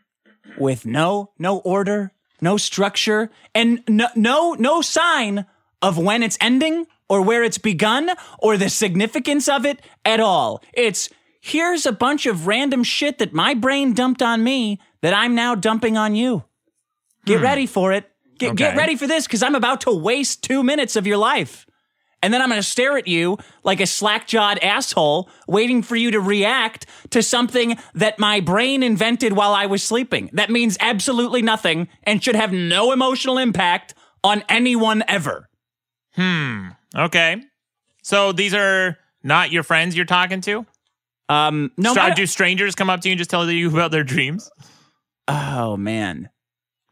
Speaker 7: with no no order, no structure, and no no no sign of when it's ending or where it's begun or the significance of it at all. It's here's a bunch of random shit that my brain dumped on me that I'm now dumping on you.
Speaker 2: Hmm.
Speaker 7: Get ready for it. Get, get
Speaker 6: Okay.
Speaker 7: ready for this because I'm about to waste two minutes of your life. And then I'm going to stare at you like a slack jawed asshole, waiting for you to react to something that my brain invented while I was sleeping. That means absolutely nothing and should have no emotional impact on anyone ever.
Speaker 2: Hmm. Okay. So these are not your friends you're talking to.
Speaker 7: Um. No.
Speaker 2: Stra-
Speaker 7: I-
Speaker 2: do strangers come up to you and just tell you about their dreams?
Speaker 7: Oh man,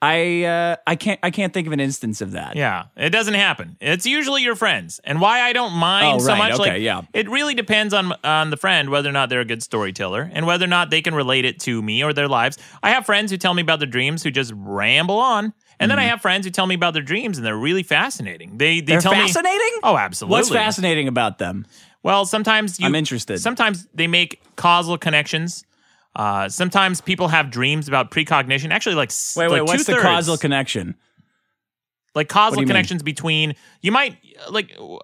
Speaker 7: I uh, I can't I can't think of an instance of that.
Speaker 2: Yeah, it doesn't happen. It's usually your friends, and why I don't mind
Speaker 7: Oh,
Speaker 2: so
Speaker 7: right,
Speaker 2: much.
Speaker 7: okay,
Speaker 2: like,
Speaker 7: yeah.
Speaker 2: it really depends on on the friend whether or not they're a good storyteller and whether or not they can relate it to me or their lives. I have friends who tell me about their dreams who just ramble on, and then I have friends who tell me about their dreams and they're really fascinating. They they
Speaker 7: Mm-hmm. They're
Speaker 2: tell
Speaker 7: fascinating?
Speaker 2: Me, oh, absolutely.
Speaker 7: What's fascinating about them?
Speaker 2: Well, sometimes you,
Speaker 7: I'm interested.
Speaker 2: Sometimes they make causal connections. Uh, sometimes people have dreams about precognition. Actually, like s-
Speaker 7: Wait, wait.
Speaker 2: like
Speaker 7: what's the
Speaker 2: two-thirds
Speaker 7: causal connection?
Speaker 2: like
Speaker 7: What do
Speaker 2: causal
Speaker 7: you mean?
Speaker 2: connections between you might like w-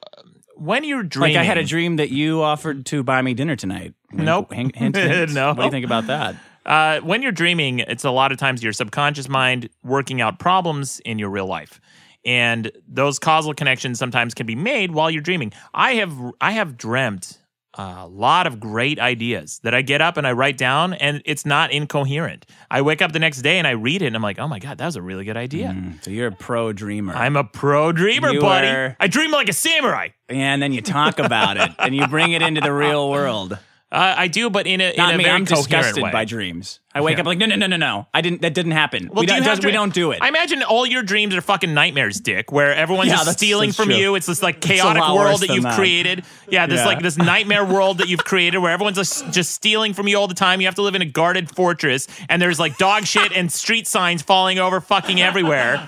Speaker 2: when you're dreaming.
Speaker 7: Like I had a dream that you offered to buy me dinner tonight. Wink-
Speaker 2: Nope.
Speaker 7: Hint, hint, hint.
Speaker 2: No.
Speaker 7: What do you think about that?
Speaker 2: Uh, when you're dreaming, it's a lot of times your subconscious mind working out problems in your real life, and those causal connections sometimes can be made while you're dreaming. I have I have dreamt a lot of great ideas that I get up and I write down, and it's not incoherent. I wake up the next day and I read it, and I'm like, oh my god, that was a really good idea.
Speaker 7: So you're a pro dreamer.
Speaker 2: I'm a pro dreamer,
Speaker 7: Mm. You
Speaker 2: buddy.
Speaker 7: are-
Speaker 2: I dream like a samurai.
Speaker 7: Yeah, and then you talk about it and you bring it into the real world.
Speaker 2: Uh, I do, but in a,
Speaker 7: Not
Speaker 2: in a
Speaker 7: me.
Speaker 2: very
Speaker 7: I'm
Speaker 2: coherent
Speaker 7: disgusted
Speaker 2: way.
Speaker 7: by dreams. I wake
Speaker 2: Yeah.
Speaker 7: up like no, no, no, no, no. I didn't. That didn't happen.
Speaker 2: Well,
Speaker 7: we,
Speaker 2: do
Speaker 7: don't,
Speaker 2: you have
Speaker 7: does- we
Speaker 2: dre-
Speaker 7: don't do it.
Speaker 2: I imagine all your dreams are fucking nightmares, Dick. Where everyone's
Speaker 7: Yeah,
Speaker 2: just
Speaker 7: that's-
Speaker 2: stealing
Speaker 7: that's
Speaker 2: from
Speaker 7: true.
Speaker 2: you. It's this like
Speaker 7: It's a
Speaker 2: chaotic
Speaker 7: lot worse
Speaker 2: world that
Speaker 7: than
Speaker 2: you've
Speaker 7: mine.
Speaker 2: created. Yeah, this
Speaker 7: Yeah.
Speaker 2: like this nightmare world that you've created, where everyone's just, just stealing from you all the time. You have to live in a guarded fortress, and there's like dog shit and street signs falling over fucking everywhere.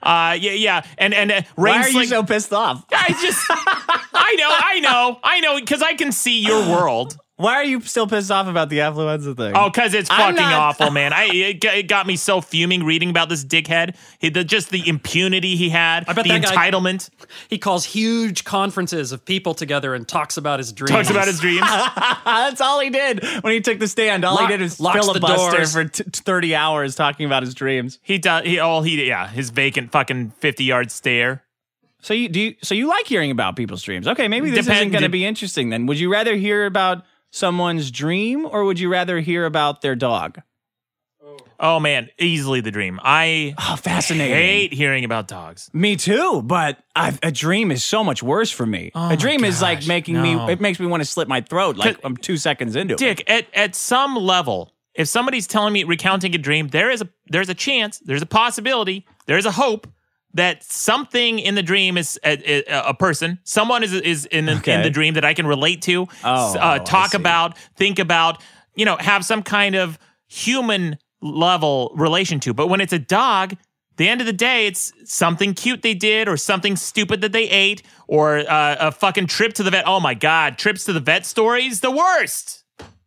Speaker 2: Uh, yeah, yeah, and and uh,
Speaker 7: Why
Speaker 2: rain
Speaker 7: are you
Speaker 2: sling-
Speaker 7: so pissed off?
Speaker 2: I just, I know, I know, I know, because I can see your world.
Speaker 7: Why are you still pissed off about the affluenza thing?
Speaker 2: Oh, because it's
Speaker 7: I'm
Speaker 2: fucking
Speaker 7: not-
Speaker 2: awful, man. I it, g- it got me so fuming reading about this dickhead. He, the, just the impunity he had,
Speaker 3: I bet
Speaker 2: the
Speaker 3: that guy-
Speaker 2: entitlement.
Speaker 3: He calls huge conferences of people together and talks about his dreams.
Speaker 2: Talks about his dreams.
Speaker 7: That's all he did when he took the stand. All
Speaker 3: Lock-
Speaker 7: he did was
Speaker 3: locks the
Speaker 7: filibuster
Speaker 3: doors.
Speaker 7: for t- t- thirty hours talking about his dreams.
Speaker 2: He does. He all he yeah. His vacant fucking fifty yard stare.
Speaker 7: So you do. You, so you like hearing about people's dreams? Okay, maybe this
Speaker 2: Depend-
Speaker 7: isn't going to be interesting. Then, would you rather hear about someone's dream or would you rather hear about their dog?
Speaker 2: Oh man, easily the dream. I
Speaker 7: Oh, fascinating.
Speaker 2: Hate hearing about dogs.
Speaker 7: Me too, but I've, a dream is so much worse for me.
Speaker 2: Oh my
Speaker 7: a dream is like
Speaker 2: gosh,
Speaker 7: making
Speaker 2: no.
Speaker 7: me. It makes me want to slit my throat. Like I'm two seconds into it.
Speaker 2: Dick, at at some level, if somebody's telling me recounting a dream, there is a there's a chance, there's a possibility, there's a hope that something in the dream is a, a, a person, someone is is in the, in
Speaker 7: Okay.
Speaker 2: the dream that I can relate to, s-
Speaker 7: Oh,
Speaker 2: uh,
Speaker 7: I
Speaker 2: talk
Speaker 7: see.
Speaker 2: about, think about, you know, have some kind of human level relation to. But when it's a dog, the end of the day, it's something cute they did or something stupid that they ate or uh, a fucking trip to the vet. Oh my God, trips to the vet stories, the worst.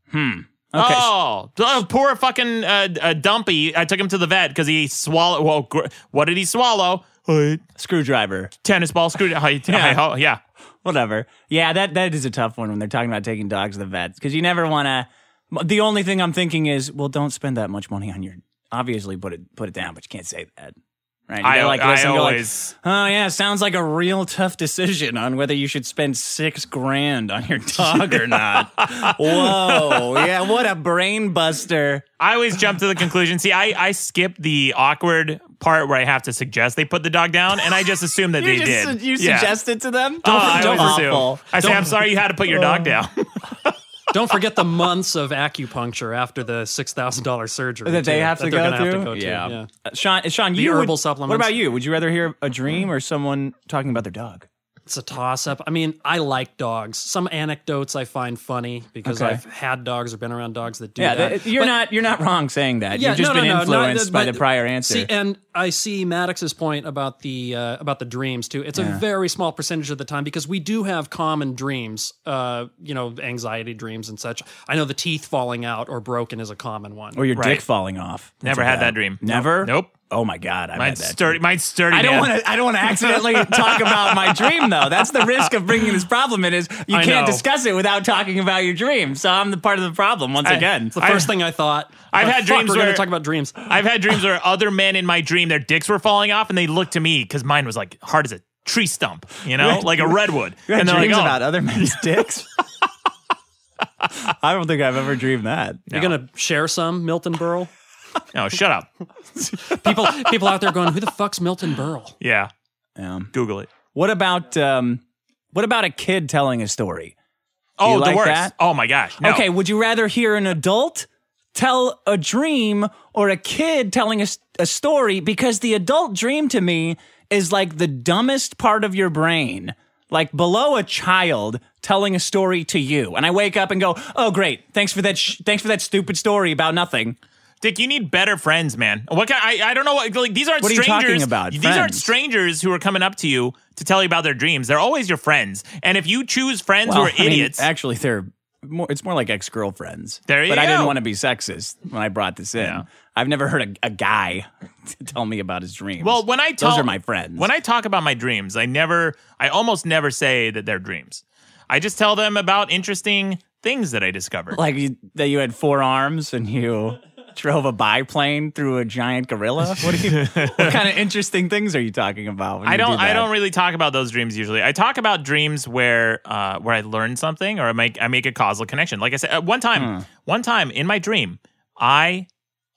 Speaker 7: Hmm.
Speaker 2: Okay. Oh, oh, poor fucking uh, uh, Dumpy. I took him to the vet because he swallowed. Well, gr- what did he swallow?
Speaker 7: Screwdriver.
Speaker 2: Tennis ball, screwdriver. yeah. yeah.
Speaker 7: Whatever. Yeah, that, that is a tough one when they're talking about taking dogs to the vets because you never want to. The only thing I'm thinking is, well, don't spend that much money on your. Obviously, put it put it down, but you can't say that. Right? You
Speaker 2: I-
Speaker 7: gotta,
Speaker 2: I
Speaker 7: listen, go like,
Speaker 2: always-
Speaker 7: oh yeah, sounds like a real tough decision on whether you should spend six grand on your dog or not. Whoa, yeah, what a brain buster.
Speaker 2: I always jump to the conclusion. See, I, I skipped the awkward part where I have to suggest they put the dog down, and I just assume that
Speaker 7: you
Speaker 2: they
Speaker 7: just,
Speaker 2: did.
Speaker 7: You
Speaker 2: Yeah.
Speaker 7: suggested to them?
Speaker 2: Oh, I
Speaker 7: don't Oh.
Speaker 2: always assume.
Speaker 7: awful.
Speaker 2: I say, I'm sorry you had to put your dog down.
Speaker 3: Don't forget the months of acupuncture after the six thousand dollars surgery
Speaker 7: that they
Speaker 3: too,
Speaker 7: have to,
Speaker 3: they're
Speaker 7: go,
Speaker 3: gonna
Speaker 7: through?
Speaker 3: Have to go to.
Speaker 7: yeah.
Speaker 3: yeah.
Speaker 7: Uh, Sean, Sean,
Speaker 3: The
Speaker 7: you
Speaker 3: herbal
Speaker 7: would, What
Speaker 3: supplements.
Speaker 7: about you? Would you rather hear a dream or someone talking about their dog?
Speaker 3: It's a toss up. I mean, I like dogs. Some anecdotes I find funny because
Speaker 7: Okay.
Speaker 3: I've had dogs or been around dogs that do
Speaker 7: yeah,
Speaker 3: that.
Speaker 7: th- you're
Speaker 3: But-
Speaker 7: not you're not wrong saying that. Uh, You've just
Speaker 3: no,
Speaker 7: been
Speaker 3: no, no, no,
Speaker 7: influenced
Speaker 3: that-
Speaker 7: by
Speaker 3: but
Speaker 7: the prior answer.
Speaker 3: See, and I see Maddox's point about the uh, about the dreams too. It's
Speaker 7: Yeah.
Speaker 3: a very small percentage of the time because we do have common dreams, uh, you know, anxiety dreams and such. I know the teeth falling out or broken is a common one,
Speaker 7: or your dick falling off. That's
Speaker 2: Never
Speaker 7: a
Speaker 2: had
Speaker 7: bad-
Speaker 2: that dream.
Speaker 7: Never.
Speaker 2: Nope.
Speaker 7: Oh my god, I had
Speaker 2: Mine's
Speaker 7: that.
Speaker 2: sturdy. Mine's sturdy.
Speaker 7: I don't
Speaker 2: man.
Speaker 7: want to. I don't want to accidentally talk about my dream, though. That's the risk of bringing this problem in. Is you
Speaker 2: I
Speaker 7: can't
Speaker 2: know.
Speaker 7: discuss it without talking about your dream. So I'm the part of the problem once
Speaker 2: I-
Speaker 7: again.
Speaker 2: It's the first
Speaker 3: thing I thought.
Speaker 2: I've had dreams
Speaker 3: We're
Speaker 2: where
Speaker 3: to talk about dreams.
Speaker 2: I've had dreams where other men in my dream, their dicks were falling off, and they looked to me because mine was like hard as a tree stump, you know, like a redwood.
Speaker 7: You had
Speaker 2: and they're
Speaker 7: dreams
Speaker 2: like, oh,
Speaker 7: about other men's dicks. I don't think I've ever dreamed that.
Speaker 3: You're gonna share some Milton Berle.
Speaker 2: no, shut up.
Speaker 3: people, people out there going, "Who the fuck's Milton Berle?"
Speaker 2: Yeah. Google it.
Speaker 7: What about um, what about a kid telling a story? Do
Speaker 2: Oh,
Speaker 7: you
Speaker 2: the
Speaker 7: like
Speaker 2: worst.
Speaker 7: that?
Speaker 2: Oh my gosh. No.
Speaker 7: Okay, would you rather hear an adult tell a dream or a kid telling a, s- a story? Because the adult dream to me is like the dumbest part of your brain, like below a child telling a story to you. And I wake up and go, "Oh, great! Thanks for that. Sh- thanks for that stupid story about nothing."
Speaker 2: Dick, you need better friends, man. What kind? I, I don't know. What, like these aren't
Speaker 7: What are you
Speaker 2: strangers.
Speaker 7: talking about?
Speaker 2: These aren't
Speaker 7: Friends.
Speaker 2: strangers who are coming up to you to tell you about their dreams. They're always your friends. And if you choose friends who
Speaker 7: Well,
Speaker 2: are
Speaker 7: I mean,
Speaker 2: idiots,
Speaker 7: actually, they're more. It's more like ex girlfriends.
Speaker 2: There you
Speaker 7: But I didn't
Speaker 2: go.
Speaker 7: want to be sexist when I brought this in. I've never heard a, a guy tell me about his dreams.
Speaker 2: well, when I tell
Speaker 7: those are my friends.
Speaker 2: When I talk about my dreams, I never, I almost never say that they're dreams. I just tell them about interesting things that I discovered.
Speaker 7: like you, that you had four arms and you drove a biplane through a giant gorilla. What, are you, what kind of interesting things are you talking about? When
Speaker 2: I
Speaker 7: you do
Speaker 2: don't. I
Speaker 7: that?
Speaker 2: don't really talk about those dreams usually. I talk about dreams where uh, where I learn something or I make I make a causal connection. Like I said, uh, one time,
Speaker 7: Hmm.
Speaker 2: one time in my dream, I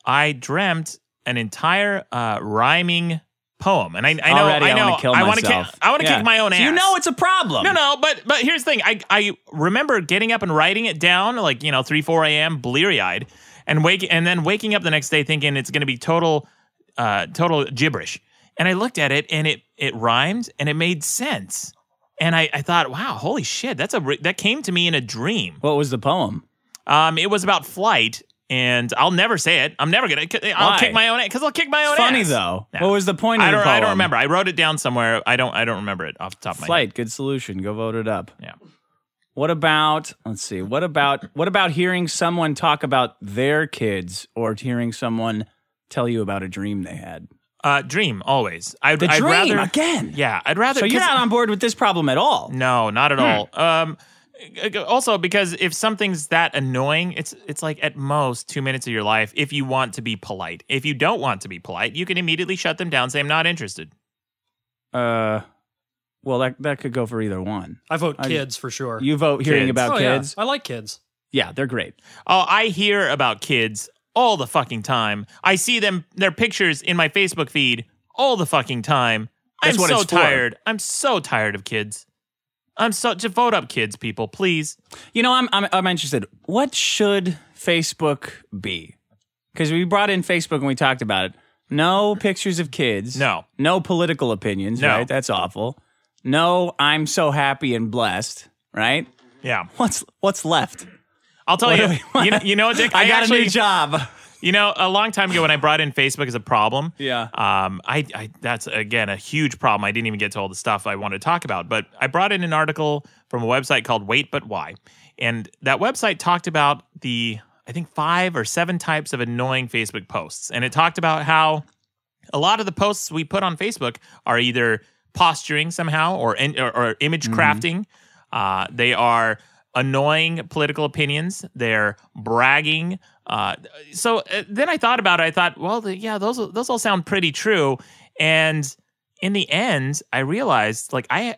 Speaker 2: I dreamt an entire uh, rhyming poem, and I, I know
Speaker 7: Already,
Speaker 2: I
Speaker 7: I wanna
Speaker 2: know
Speaker 7: kill
Speaker 2: wanna
Speaker 7: myself.
Speaker 2: kick- I want to
Speaker 7: Yeah.
Speaker 2: kick my own
Speaker 7: So
Speaker 2: ass.
Speaker 7: you know it's a problem.
Speaker 2: No, no, but but here's the thing. I I remember getting up and writing it down, like you know, three four a.m. bleary eyed, and wake and then waking up the next day thinking it's going to be total uh, total gibberish. And I looked at it and it it rhymed and it made sense. And I, I thought, wow, holy shit, that's a re- that came to me in a dream.
Speaker 7: What was the poem?
Speaker 2: Um, it was about flight, and I'll never say it. I'm never gonna. I'll
Speaker 7: Why?
Speaker 2: kick my own because I'll kick my own.
Speaker 7: Funny
Speaker 2: ass.
Speaker 7: though. What was the point of
Speaker 2: I
Speaker 7: the
Speaker 2: don't.
Speaker 7: poem?
Speaker 2: I don't remember. I wrote it down somewhere. I don't. I don't remember it off the top of my head.
Speaker 7: Flight, good solution. Go vote it up.
Speaker 2: Yeah.
Speaker 7: What about let's see, what about what about hearing someone talk about their kids or hearing someone tell you about a dream they had?
Speaker 2: Uh, dream always. I'd,
Speaker 7: The
Speaker 2: I'd
Speaker 7: dream
Speaker 2: rather,
Speaker 7: again.
Speaker 2: Yeah, I'd rather.
Speaker 7: So you're
Speaker 2: 'cause-
Speaker 7: not on board with this problem at all.
Speaker 2: No, not at
Speaker 7: Hmm.
Speaker 2: all. Um, uh, also because if something's that annoying, it's it's like at most two minutes of your life. If you want to be polite, if you don't want to be polite, you can immediately shut them down. Say I'm not interested.
Speaker 7: Uh well that that could go for either one.
Speaker 3: I vote
Speaker 7: I-
Speaker 3: kids for sure.
Speaker 7: You vote hearing
Speaker 2: Kids.
Speaker 7: about
Speaker 3: Oh, yeah.
Speaker 7: kids.
Speaker 3: I like kids.
Speaker 7: Yeah. they're great.
Speaker 2: Oh, I hear about kids all the fucking time. I see them their pictures in my Facebook feed all the fucking time.
Speaker 7: That's
Speaker 2: I'm
Speaker 7: what
Speaker 2: so
Speaker 7: it's for.
Speaker 2: tired. I'm so tired of kids. I'm so to vote up kids, people, please.
Speaker 7: You know, I'm I'm, I'm interested. What should Facebook be? Because we brought in Facebook and we talked about it. No pictures of kids.
Speaker 2: No.
Speaker 7: No political opinions.
Speaker 2: No.
Speaker 7: Right. That's awful. No, I'm so happy and blessed. Right.
Speaker 2: Yeah.
Speaker 7: What's what's left?
Speaker 2: I'll tell
Speaker 7: What do
Speaker 2: you,
Speaker 7: we want?
Speaker 2: you. You know what, Dick?
Speaker 7: I, got a
Speaker 2: actually-
Speaker 7: new job.
Speaker 2: You know, a long time ago when I brought in Facebook as a problem,
Speaker 6: Yeah.
Speaker 2: um, I, I that's again a huge problem. I didn't even get to all the stuff I wanted to talk about, but I brought in an article from a website called Wait But Why, and that website talked about the I think five or seven types of annoying Facebook posts, and it talked about how a lot of the posts we put on Facebook are either posturing somehow or in, or, or image
Speaker 7: Mm-hmm.
Speaker 2: crafting. Uh, they are annoying political opinions. They're bragging. Uh, so uh, then I thought about it. I thought, well, the, yeah, those those all sound pretty true. And in the end, I realized like I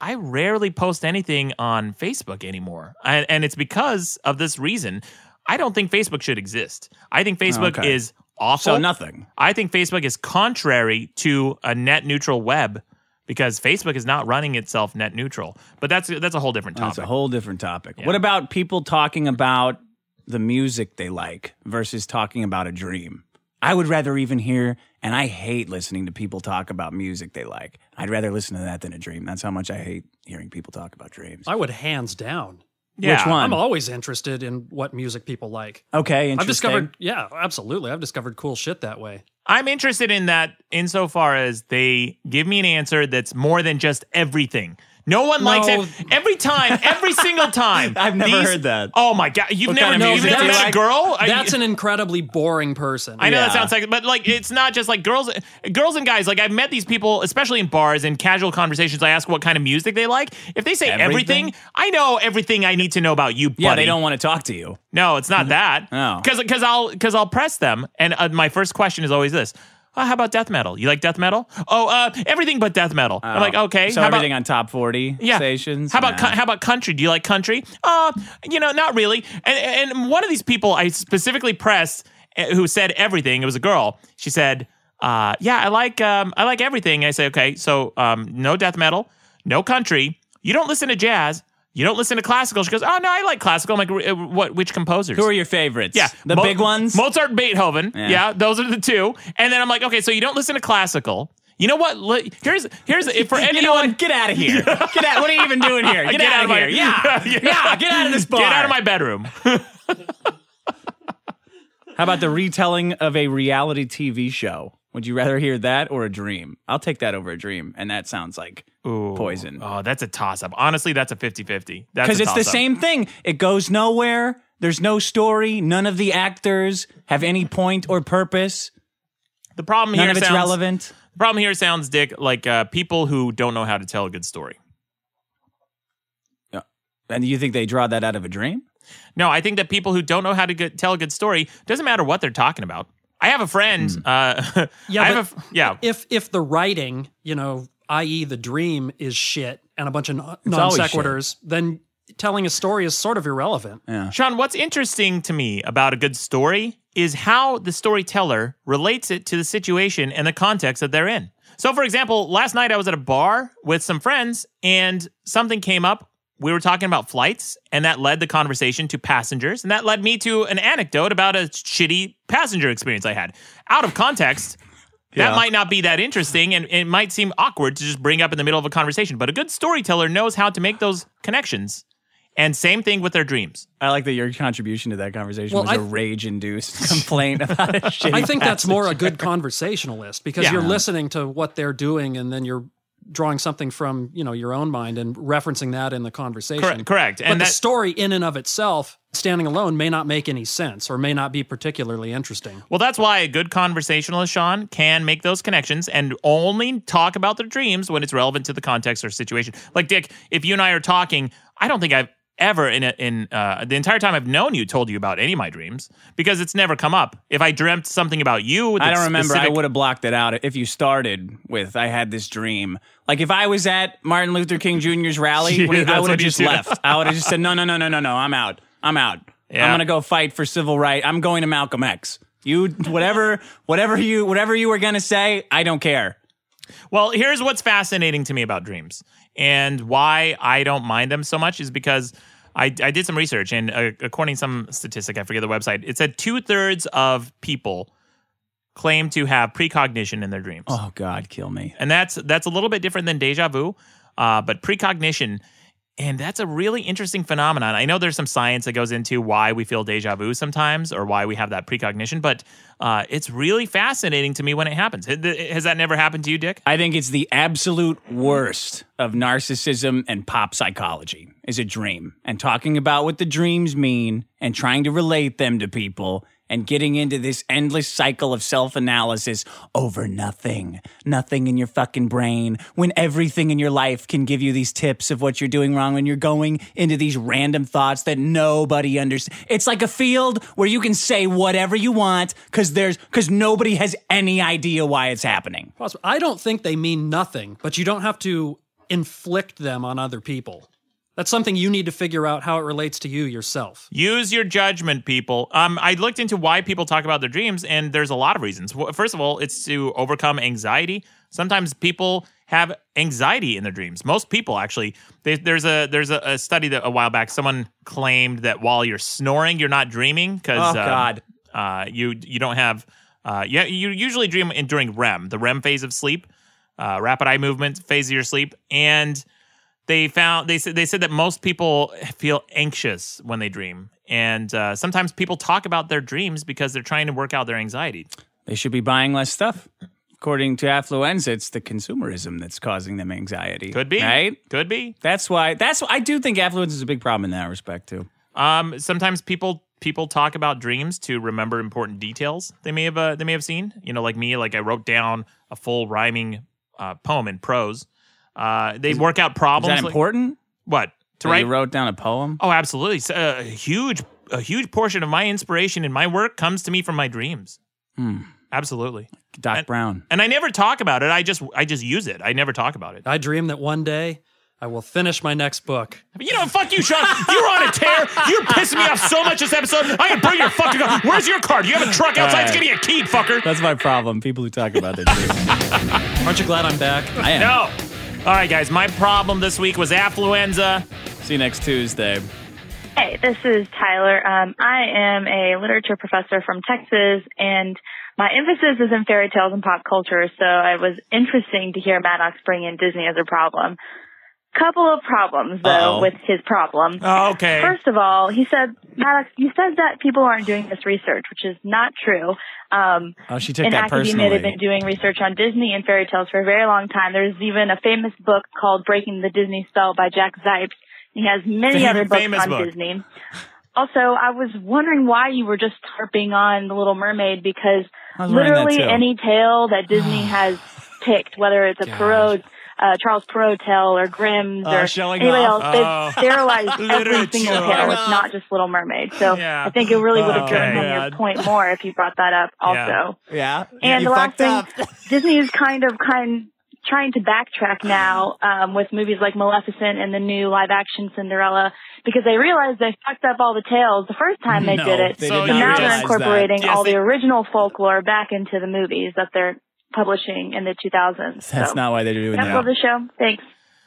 Speaker 2: I rarely post anything on Facebook anymore, and, and it's because of this reason. I don't think Facebook should exist. I think Facebook
Speaker 7: Oh, okay.
Speaker 2: is awful.
Speaker 7: So nothing.
Speaker 2: I think Facebook is contrary to a net neutral web because Facebook is not running itself net neutral. But that's that's a whole different topic.
Speaker 7: That's a whole different topic. What about people talking about the music they like versus talking about a dream? I would rather even hear, and I hate listening to people talk about music they like. I'd rather listen to that than a dream. That's how much I hate hearing people talk about dreams.
Speaker 3: I would hands down.
Speaker 7: Yeah. Which one?
Speaker 3: I'm always interested in what music people like.
Speaker 7: Okay, interesting.
Speaker 3: I've discovered, yeah, absolutely. I've discovered cool shit that way.
Speaker 2: I'm interested in that insofar as they give me an answer that's more than just everything. No one likes
Speaker 6: No.
Speaker 2: it. Every time, every single time.
Speaker 6: I've never
Speaker 2: these-
Speaker 6: heard that.
Speaker 2: Oh my god, you've never known you've never met a girl. I-
Speaker 3: That's an incredibly boring person.
Speaker 2: I know that sounds like, but like it's not just like girls, girls and guys. Like I've met these people, especially in bars and casual conversations. I ask what kind of music they like. If they say everything,
Speaker 7: Everything?
Speaker 2: I know everything I need to know about you. Buddy.
Speaker 7: Yeah, they don't want to talk to you. Mm-hmm.
Speaker 2: No, it's not that.
Speaker 7: No.
Speaker 2: because because I'll because I'll press them, and uh, my first question is always this. Oh, how about death metal? You like death metal? Oh, uh, everything but death metal. I'm like, okay.
Speaker 7: Oh. So
Speaker 2: how about,
Speaker 7: everything on top 40
Speaker 2: yeah.
Speaker 7: stations?
Speaker 2: How about
Speaker 7: Nah.
Speaker 2: co- how about country? Do you like country? Uh, you know, not really. And and one of these people I specifically pressed eh, who said everything. It was a girl. She said, uh, yeah, I like um, I like everything. I say, okay, so um, no death metal, no country. You don't listen to jazz. You don't listen to classical. She goes, oh no, I like classical. I'm like, "Re- eh, what? Which composers?
Speaker 7: Who are your favorites?
Speaker 2: Yeah,
Speaker 7: The
Speaker 2: Mo-
Speaker 7: big ones?
Speaker 2: Mozart, Beethoven.
Speaker 7: Yeah.
Speaker 2: Yeah. those are the two. And then I'm like, okay, so you don't listen to classical. You know what? Li- Here's here's if for
Speaker 7: You know
Speaker 2: anyone,
Speaker 7: what? Get outta here. Get out- what are you even doing here? Get outta
Speaker 2: my-
Speaker 7: here. Yeah. Yeah, get out of this
Speaker 2: Get out
Speaker 7: bar.
Speaker 2: of my bedroom.
Speaker 7: How about the retelling of a reality TV show? Would you rather hear that or a dream? I'll take that over a dream. And that sounds like poison.
Speaker 2: Oh, that's a toss up. Honestly, that's a 50 50.
Speaker 7: Because it's the same thing. It goes nowhere. There's no story. None of the actors have any point or purpose.
Speaker 2: The problem
Speaker 7: None
Speaker 2: here
Speaker 7: of it's
Speaker 2: sounds-
Speaker 7: relevant.
Speaker 2: The problem here sounds, Dick, like uh, people who don't know how to tell a good story.
Speaker 7: And you think they draw that out of a dream?
Speaker 2: No, I think that people who don't know how to good, tell a good story doesn't matter what they're talking about. I have a friend.
Speaker 7: Hmm.
Speaker 2: Uh,
Speaker 3: Yeah,
Speaker 2: I have
Speaker 3: but
Speaker 2: a, f- yeah.
Speaker 3: If if the writing, you know, i.e., the dream is shit and a bunch of non non
Speaker 2: always
Speaker 3: sequiturs, then telling a story is sort of irrelevant.
Speaker 2: Sean, what's interesting to me about a good story is how the storyteller relates it to the situation and the context that they're in. So, for example, last night I was at a bar with some friends and something came up. We were talking about flights, and that led the conversation to passengers, and that led me to an anecdote about a shitty passenger experience I had. Out of context, that
Speaker 6: Yeah.
Speaker 2: might not be that interesting and it might seem awkward to just bring up in the middle of a conversation, but a good storyteller knows how to make those connections. And same thing with their dreams.
Speaker 7: I like that your contribution to that conversation
Speaker 3: Well,
Speaker 7: was a
Speaker 3: I-
Speaker 7: rage induced complaint about a shitty
Speaker 3: I think that's more a
Speaker 7: passage.
Speaker 3: good conversationalist because
Speaker 7: Yeah.
Speaker 3: you're listening to what they're doing and then you're drawing something from you know your own mind and referencing that in the conversation.
Speaker 2: Correct- correct.
Speaker 3: And
Speaker 2: And
Speaker 3: the
Speaker 2: that-
Speaker 3: story in and of itself, standing alone, may not make any sense or may not be particularly interesting.
Speaker 2: Well, that's why a good conversationalist, Sean, can make those connections and only talk about their dreams when it's relevant to the context or situation. Like Dick, if you and I are talking, I don't think I've ever in a, in uh, the entire time I've known you told you about any of my dreams because it's never come up. If I dreamt something about you,
Speaker 7: I
Speaker 2: that's
Speaker 7: don't remember.
Speaker 2: specific-
Speaker 7: I would have blocked it out if you started with "I had this dream." Like if I was at Martin Luther King Jr.'s rally,
Speaker 6: Yeah,
Speaker 7: we- I
Speaker 6: that's
Speaker 7: would have
Speaker 6: what you
Speaker 7: just
Speaker 6: do.
Speaker 7: left. I would have just said, "No, no, no, no, no, no. I'm out. I'm out.
Speaker 6: Yeah.
Speaker 7: I'm gonna go fight for civil right. I'm going to Malcolm X. You, whatever, whatever you, whatever you were gonna say, I don't care."
Speaker 2: Well, here's what's fascinating to me about dreams and why I don't mind them so much is because I, I did some research and uh, according to some statistic, I forget the website, it said two thirds of people claim to have precognition in their dreams.
Speaker 7: Oh God, kill me.
Speaker 2: And that's that's a little bit different than deja vu, uh, but precognition And that's a really interesting phenomenon. I know there's some science that goes into why we feel deja vu sometimes or why we have that precognition, but uh, it's really fascinating to me when it happens. H- th- Has that never happened to you, Dick?
Speaker 7: I think it's the absolute worst of narcissism and pop psychology is a dream. And talking about what the dreams mean and trying to relate them to people and getting into this endless cycle of self-analysis over nothing. Nothing in your fucking brain when everything in your life can give you these tips of what you're doing wrong when you're going into these random thoughts that nobody understands. It's like a field where you can say whatever you want cuz there's cuz nobody has any idea why it's happening.
Speaker 3: Possible. I don't think they mean nothing, but you don't have to inflict them on other people. That's something you need to figure out how it relates to you yourself.
Speaker 2: Use your judgment, people. Um, I looked into why people talk about their dreams, and there's a lot of reasons. Wh- First of all, it's to overcome anxiety. Sometimes people have anxiety in their dreams. Most people actually. They, there's a there's a, a study that a while back someone claimed that while you're snoring, you're not dreaming because
Speaker 7: Oh, God.
Speaker 2: uh, you you don't have uh, you, you usually dream in, during REM, the REM phase of sleep, uh, rapid eye movement phase of your sleep, and they found they said they said that most people feel anxious when they dream, and uh, sometimes people talk about their dreams because they're trying to work out their anxiety.
Speaker 7: They should be buying less stuff. According to Affluenza, it's the consumerism that's causing them anxiety. Could
Speaker 2: be.
Speaker 7: Right?
Speaker 2: Could be.
Speaker 7: That's why that's why I do think affluenza is a big problem in that respect too.
Speaker 2: Um, sometimes people people talk about dreams to remember important details they may have uh, they may have seen. You know, like me, like I wrote down a full rhyming uh, poem in prose. Uh, they work out problems.
Speaker 7: Is that
Speaker 2: like-
Speaker 7: important?
Speaker 2: what to
Speaker 7: That
Speaker 2: write?
Speaker 7: You wrote down a poem?
Speaker 2: oh, absolutely. So, uh, a huge a huge portion of my inspiration in my work comes to me from my dreams.
Speaker 7: Hmm.
Speaker 2: Absolutely.
Speaker 7: Doc Brown.
Speaker 2: And I never talk about it. I just I just use it. I never talk about it.
Speaker 3: I dream that one day I will finish my next book.
Speaker 2: You know, fuck you, Sean. You're on a tear. You're pissing me off so much this episode. I can burn your fucking car. Where's your car? Do you have a truck outside? It's gonna be a keyed, fucker.
Speaker 7: That's my problem. People who talk about their dreams.
Speaker 3: Aren't you glad I'm back?
Speaker 7: I am.
Speaker 2: No. All right, guys. My problem this week was affluenza.
Speaker 7: See you next Tuesday.
Speaker 20: Hey, this is Tyler. Um, I am a literature professor from Texas, and my emphasis is in fairy tales and pop culture, so it was interesting to hear Maddox bring in Disney as a problem. Couple of problems, though,
Speaker 21: Uh-oh.
Speaker 20: with his problem.
Speaker 21: Oh, okay.
Speaker 20: First of all, he said, Maddox, you said that people aren't doing this research, which is not true. Um,
Speaker 7: Oh, she took
Speaker 20: in
Speaker 7: that
Speaker 20: academia, they've been
Speaker 7: personally.
Speaker 20: doing research on Disney and fairy tales for a very long time. There's even a famous book called Breaking the Disney Spell by Jack Zipes. He has many
Speaker 21: Fam-
Speaker 20: other books
Speaker 21: famous
Speaker 20: on
Speaker 21: book.
Speaker 20: Disney. Also, I was wondering why you were just harping on The Little Mermaid because
Speaker 21: I was wondering that
Speaker 20: literally
Speaker 21: too.
Speaker 20: any tale that Disney has picked, whether it's a Perrault, uh, Charles Perrault tale or Grimm's
Speaker 21: Oh,
Speaker 20: or
Speaker 21: showing
Speaker 20: anybody
Speaker 21: off.
Speaker 20: else,
Speaker 21: Oh.
Speaker 20: they've sterilized every
Speaker 21: Literature.
Speaker 20: single tale. It's not just Little Mermaid. So I think it really would have
Speaker 21: Oh,
Speaker 20: driven home your
Speaker 21: God.
Speaker 20: point more if you brought that up also.
Speaker 7: Yeah.
Speaker 20: And the last thing, Disney is kind of kind trying to backtrack now um, with movies like Maleficent and the new live action Cinderella because they realized they fucked up all the tales the first time they
Speaker 21: No,
Speaker 20: did it.
Speaker 21: they
Speaker 20: so
Speaker 21: did not
Speaker 20: now they're
Speaker 21: realize
Speaker 20: incorporating
Speaker 21: that. Yes,
Speaker 20: all
Speaker 21: they-
Speaker 20: the original folklore back into the movies that they're publishing in the 2000s.
Speaker 7: That's
Speaker 20: so.
Speaker 7: not why they're doing
Speaker 20: That's all
Speaker 7: that.
Speaker 20: the show. Thanks.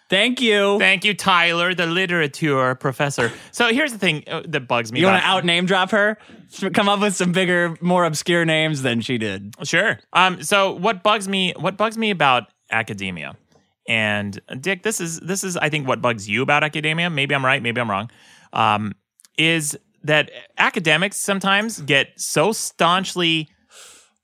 Speaker 7: Thank you.
Speaker 2: Thank you, Tyler, the literature professor. So here's the thing uh, that bugs me.
Speaker 7: You want
Speaker 2: about-
Speaker 7: to out name drop her? Come up with some bigger, more obscure names than she did.
Speaker 2: Sure. Um. So what bugs me? What bugs me about academia? And uh, Dick, this is this is I think what bugs you about academia. Maybe I'm right. Maybe I'm wrong. Um, is that academics sometimes get so staunchly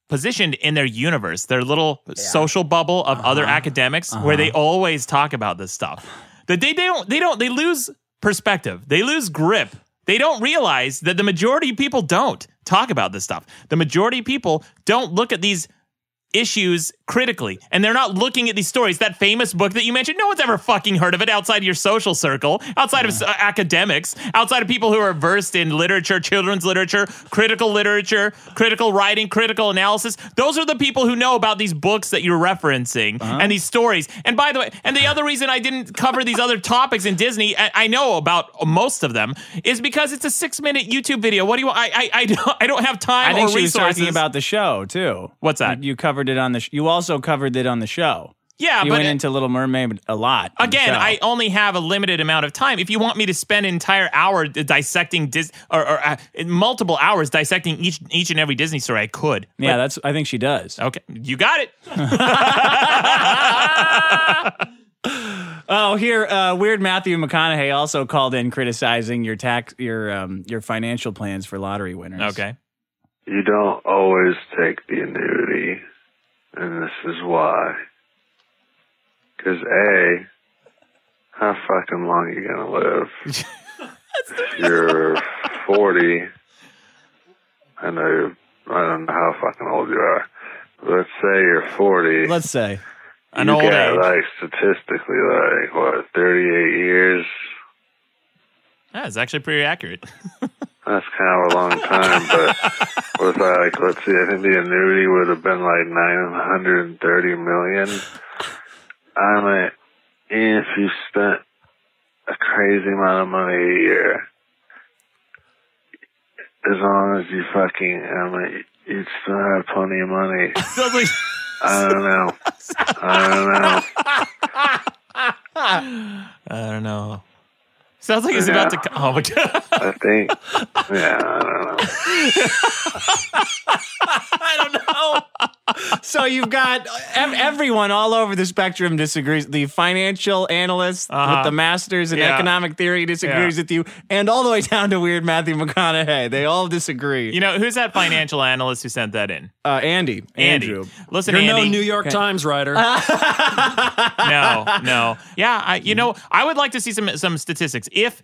Speaker 2: positioned in their universe, their little social bubble of other academics, where they always talk about this stuff. That they, they don't they don't they lose perspective. They lose grip. They don't realize that the majority of people don't talk about this stuff. The majority of people don't look at these issues critically and they're not looking at these stories that famous book that you mentioned no one's ever fucking heard of it outside of your social circle outside of uh, academics outside of people who are versed in literature children's literature critical literature critical writing critical analysis those are the people who know about these books that you're referencing
Speaker 7: Uh-huh.
Speaker 2: and these stories and by the way and the other reason i didn't cover these other topics in disney I, I know about most of them is because it's a six minute youtube video what do you want i i, I, don't, I don't have
Speaker 7: I
Speaker 2: time
Speaker 7: think
Speaker 2: or
Speaker 7: she was
Speaker 2: resources
Speaker 7: talking about the show too.
Speaker 2: What's that?
Speaker 7: You, you covered it on the. Sh- you also covered it on the show.
Speaker 2: Yeah,
Speaker 7: you
Speaker 2: but
Speaker 7: went
Speaker 2: it-
Speaker 7: into Little Mermaid a lot. on the show.
Speaker 2: Again, I only have a limited amount of time. If you want me to spend an entire hour d- dissecting Dis- or, or uh, multiple hours dissecting each each and every Disney story, I could.
Speaker 7: Yeah, that's. I think she does.
Speaker 2: Okay, you got it.
Speaker 7: Oh, here, uh, weird Matthew McConaughey also called in criticizing your tax, your um, your financial plans for lottery winners. Okay.
Speaker 21: You don't always take the annuity, and this is why. Because A, how fucking long are you going to live? if you're 40, I know, I don't know how fucking old you are. Let's say you're 40.
Speaker 7: Let's say.
Speaker 21: you got, like, statistically, like, what, 38 years?
Speaker 2: That's actually pretty accurate.
Speaker 21: That's kind of a long time, but was I like, let's see, I think the annuity would have been like 930 million. I'm like, if you spent a crazy amount of money a year, as long as you fucking, I'm like, you'd still have plenty of money. I don't know. I
Speaker 2: I don't know. Sounds like he's about to. co- Oh my god!
Speaker 21: don't know. I think, yeah, I don't know.
Speaker 7: so you've got ev- everyone all over the spectrum disagrees. The financial analyst
Speaker 6: Uh-huh.
Speaker 7: with the masters in
Speaker 6: Yeah.
Speaker 7: economic theory disagrees
Speaker 6: Yeah.
Speaker 7: with you, and all the way down to weird Matthew McConaughey. They all disagree.
Speaker 2: You know who's that financial analyst who sent that in?
Speaker 7: Uh, Andy.
Speaker 2: Andy.
Speaker 7: Andrew.
Speaker 2: Listen,
Speaker 3: You're
Speaker 2: Andy.
Speaker 3: no New York Times writer.
Speaker 2: no, no. Yeah, I,
Speaker 7: Hmm?
Speaker 2: you know, I would like to see some some statistics. If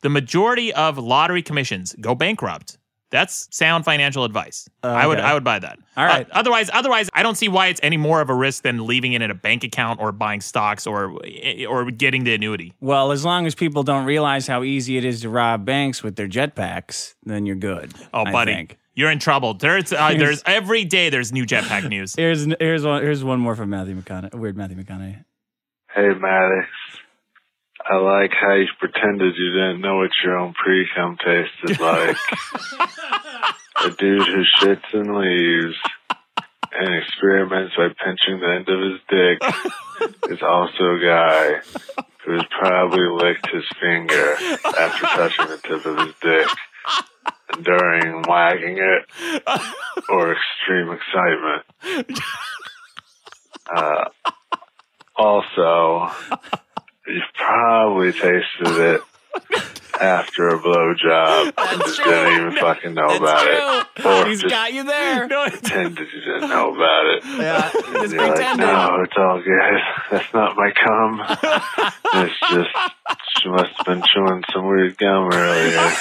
Speaker 2: the majority of lottery commissions go bankrupt, that's sound financial advice. I would
Speaker 6: okay.
Speaker 2: I would buy that.
Speaker 6: All right.
Speaker 2: Uh, otherwise, otherwise, I don't see why it's any more of a risk than leaving it in a bank account or buying stocks or eh, or getting the annuity.
Speaker 7: Well, as long as people don't realize how easy it is to rob banks with their jetpacks, then you're good.
Speaker 2: Oh,
Speaker 7: I
Speaker 2: buddy,
Speaker 7: think.
Speaker 2: you're in trouble. There's uh,
Speaker 7: Here's-
Speaker 2: there's every day there's new jetpack news.
Speaker 7: Here's here's one here's one more from Matthew McConaughey. Weird Matthew McConaughey.
Speaker 21: Hey, Maddox. I like how you pretended you didn't know what your own pre cum tasted like. A dude who shits and leaves and experiments by pinching the end of his dick is also a guy who has probably licked his finger after touching the tip of his dick during wagging it or extreme excitement. Uh, also, you've probably tasted it after a blowjob. and Just didn't even fucking know about it. Or
Speaker 7: He's
Speaker 21: just
Speaker 7: got you there.
Speaker 21: pretended you didn't know about it.
Speaker 7: Yeah,
Speaker 21: And you're like, no, it's all good. That's not my cum. it's just she must have been chewing some weird gum earlier.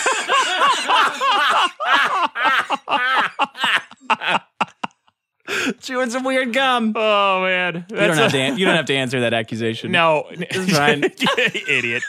Speaker 7: Chewing some weird gum.
Speaker 2: Oh man,
Speaker 7: You don't, have to an- you don't have to answer that accusation.
Speaker 2: No,
Speaker 7: It's fine.
Speaker 2: idiot.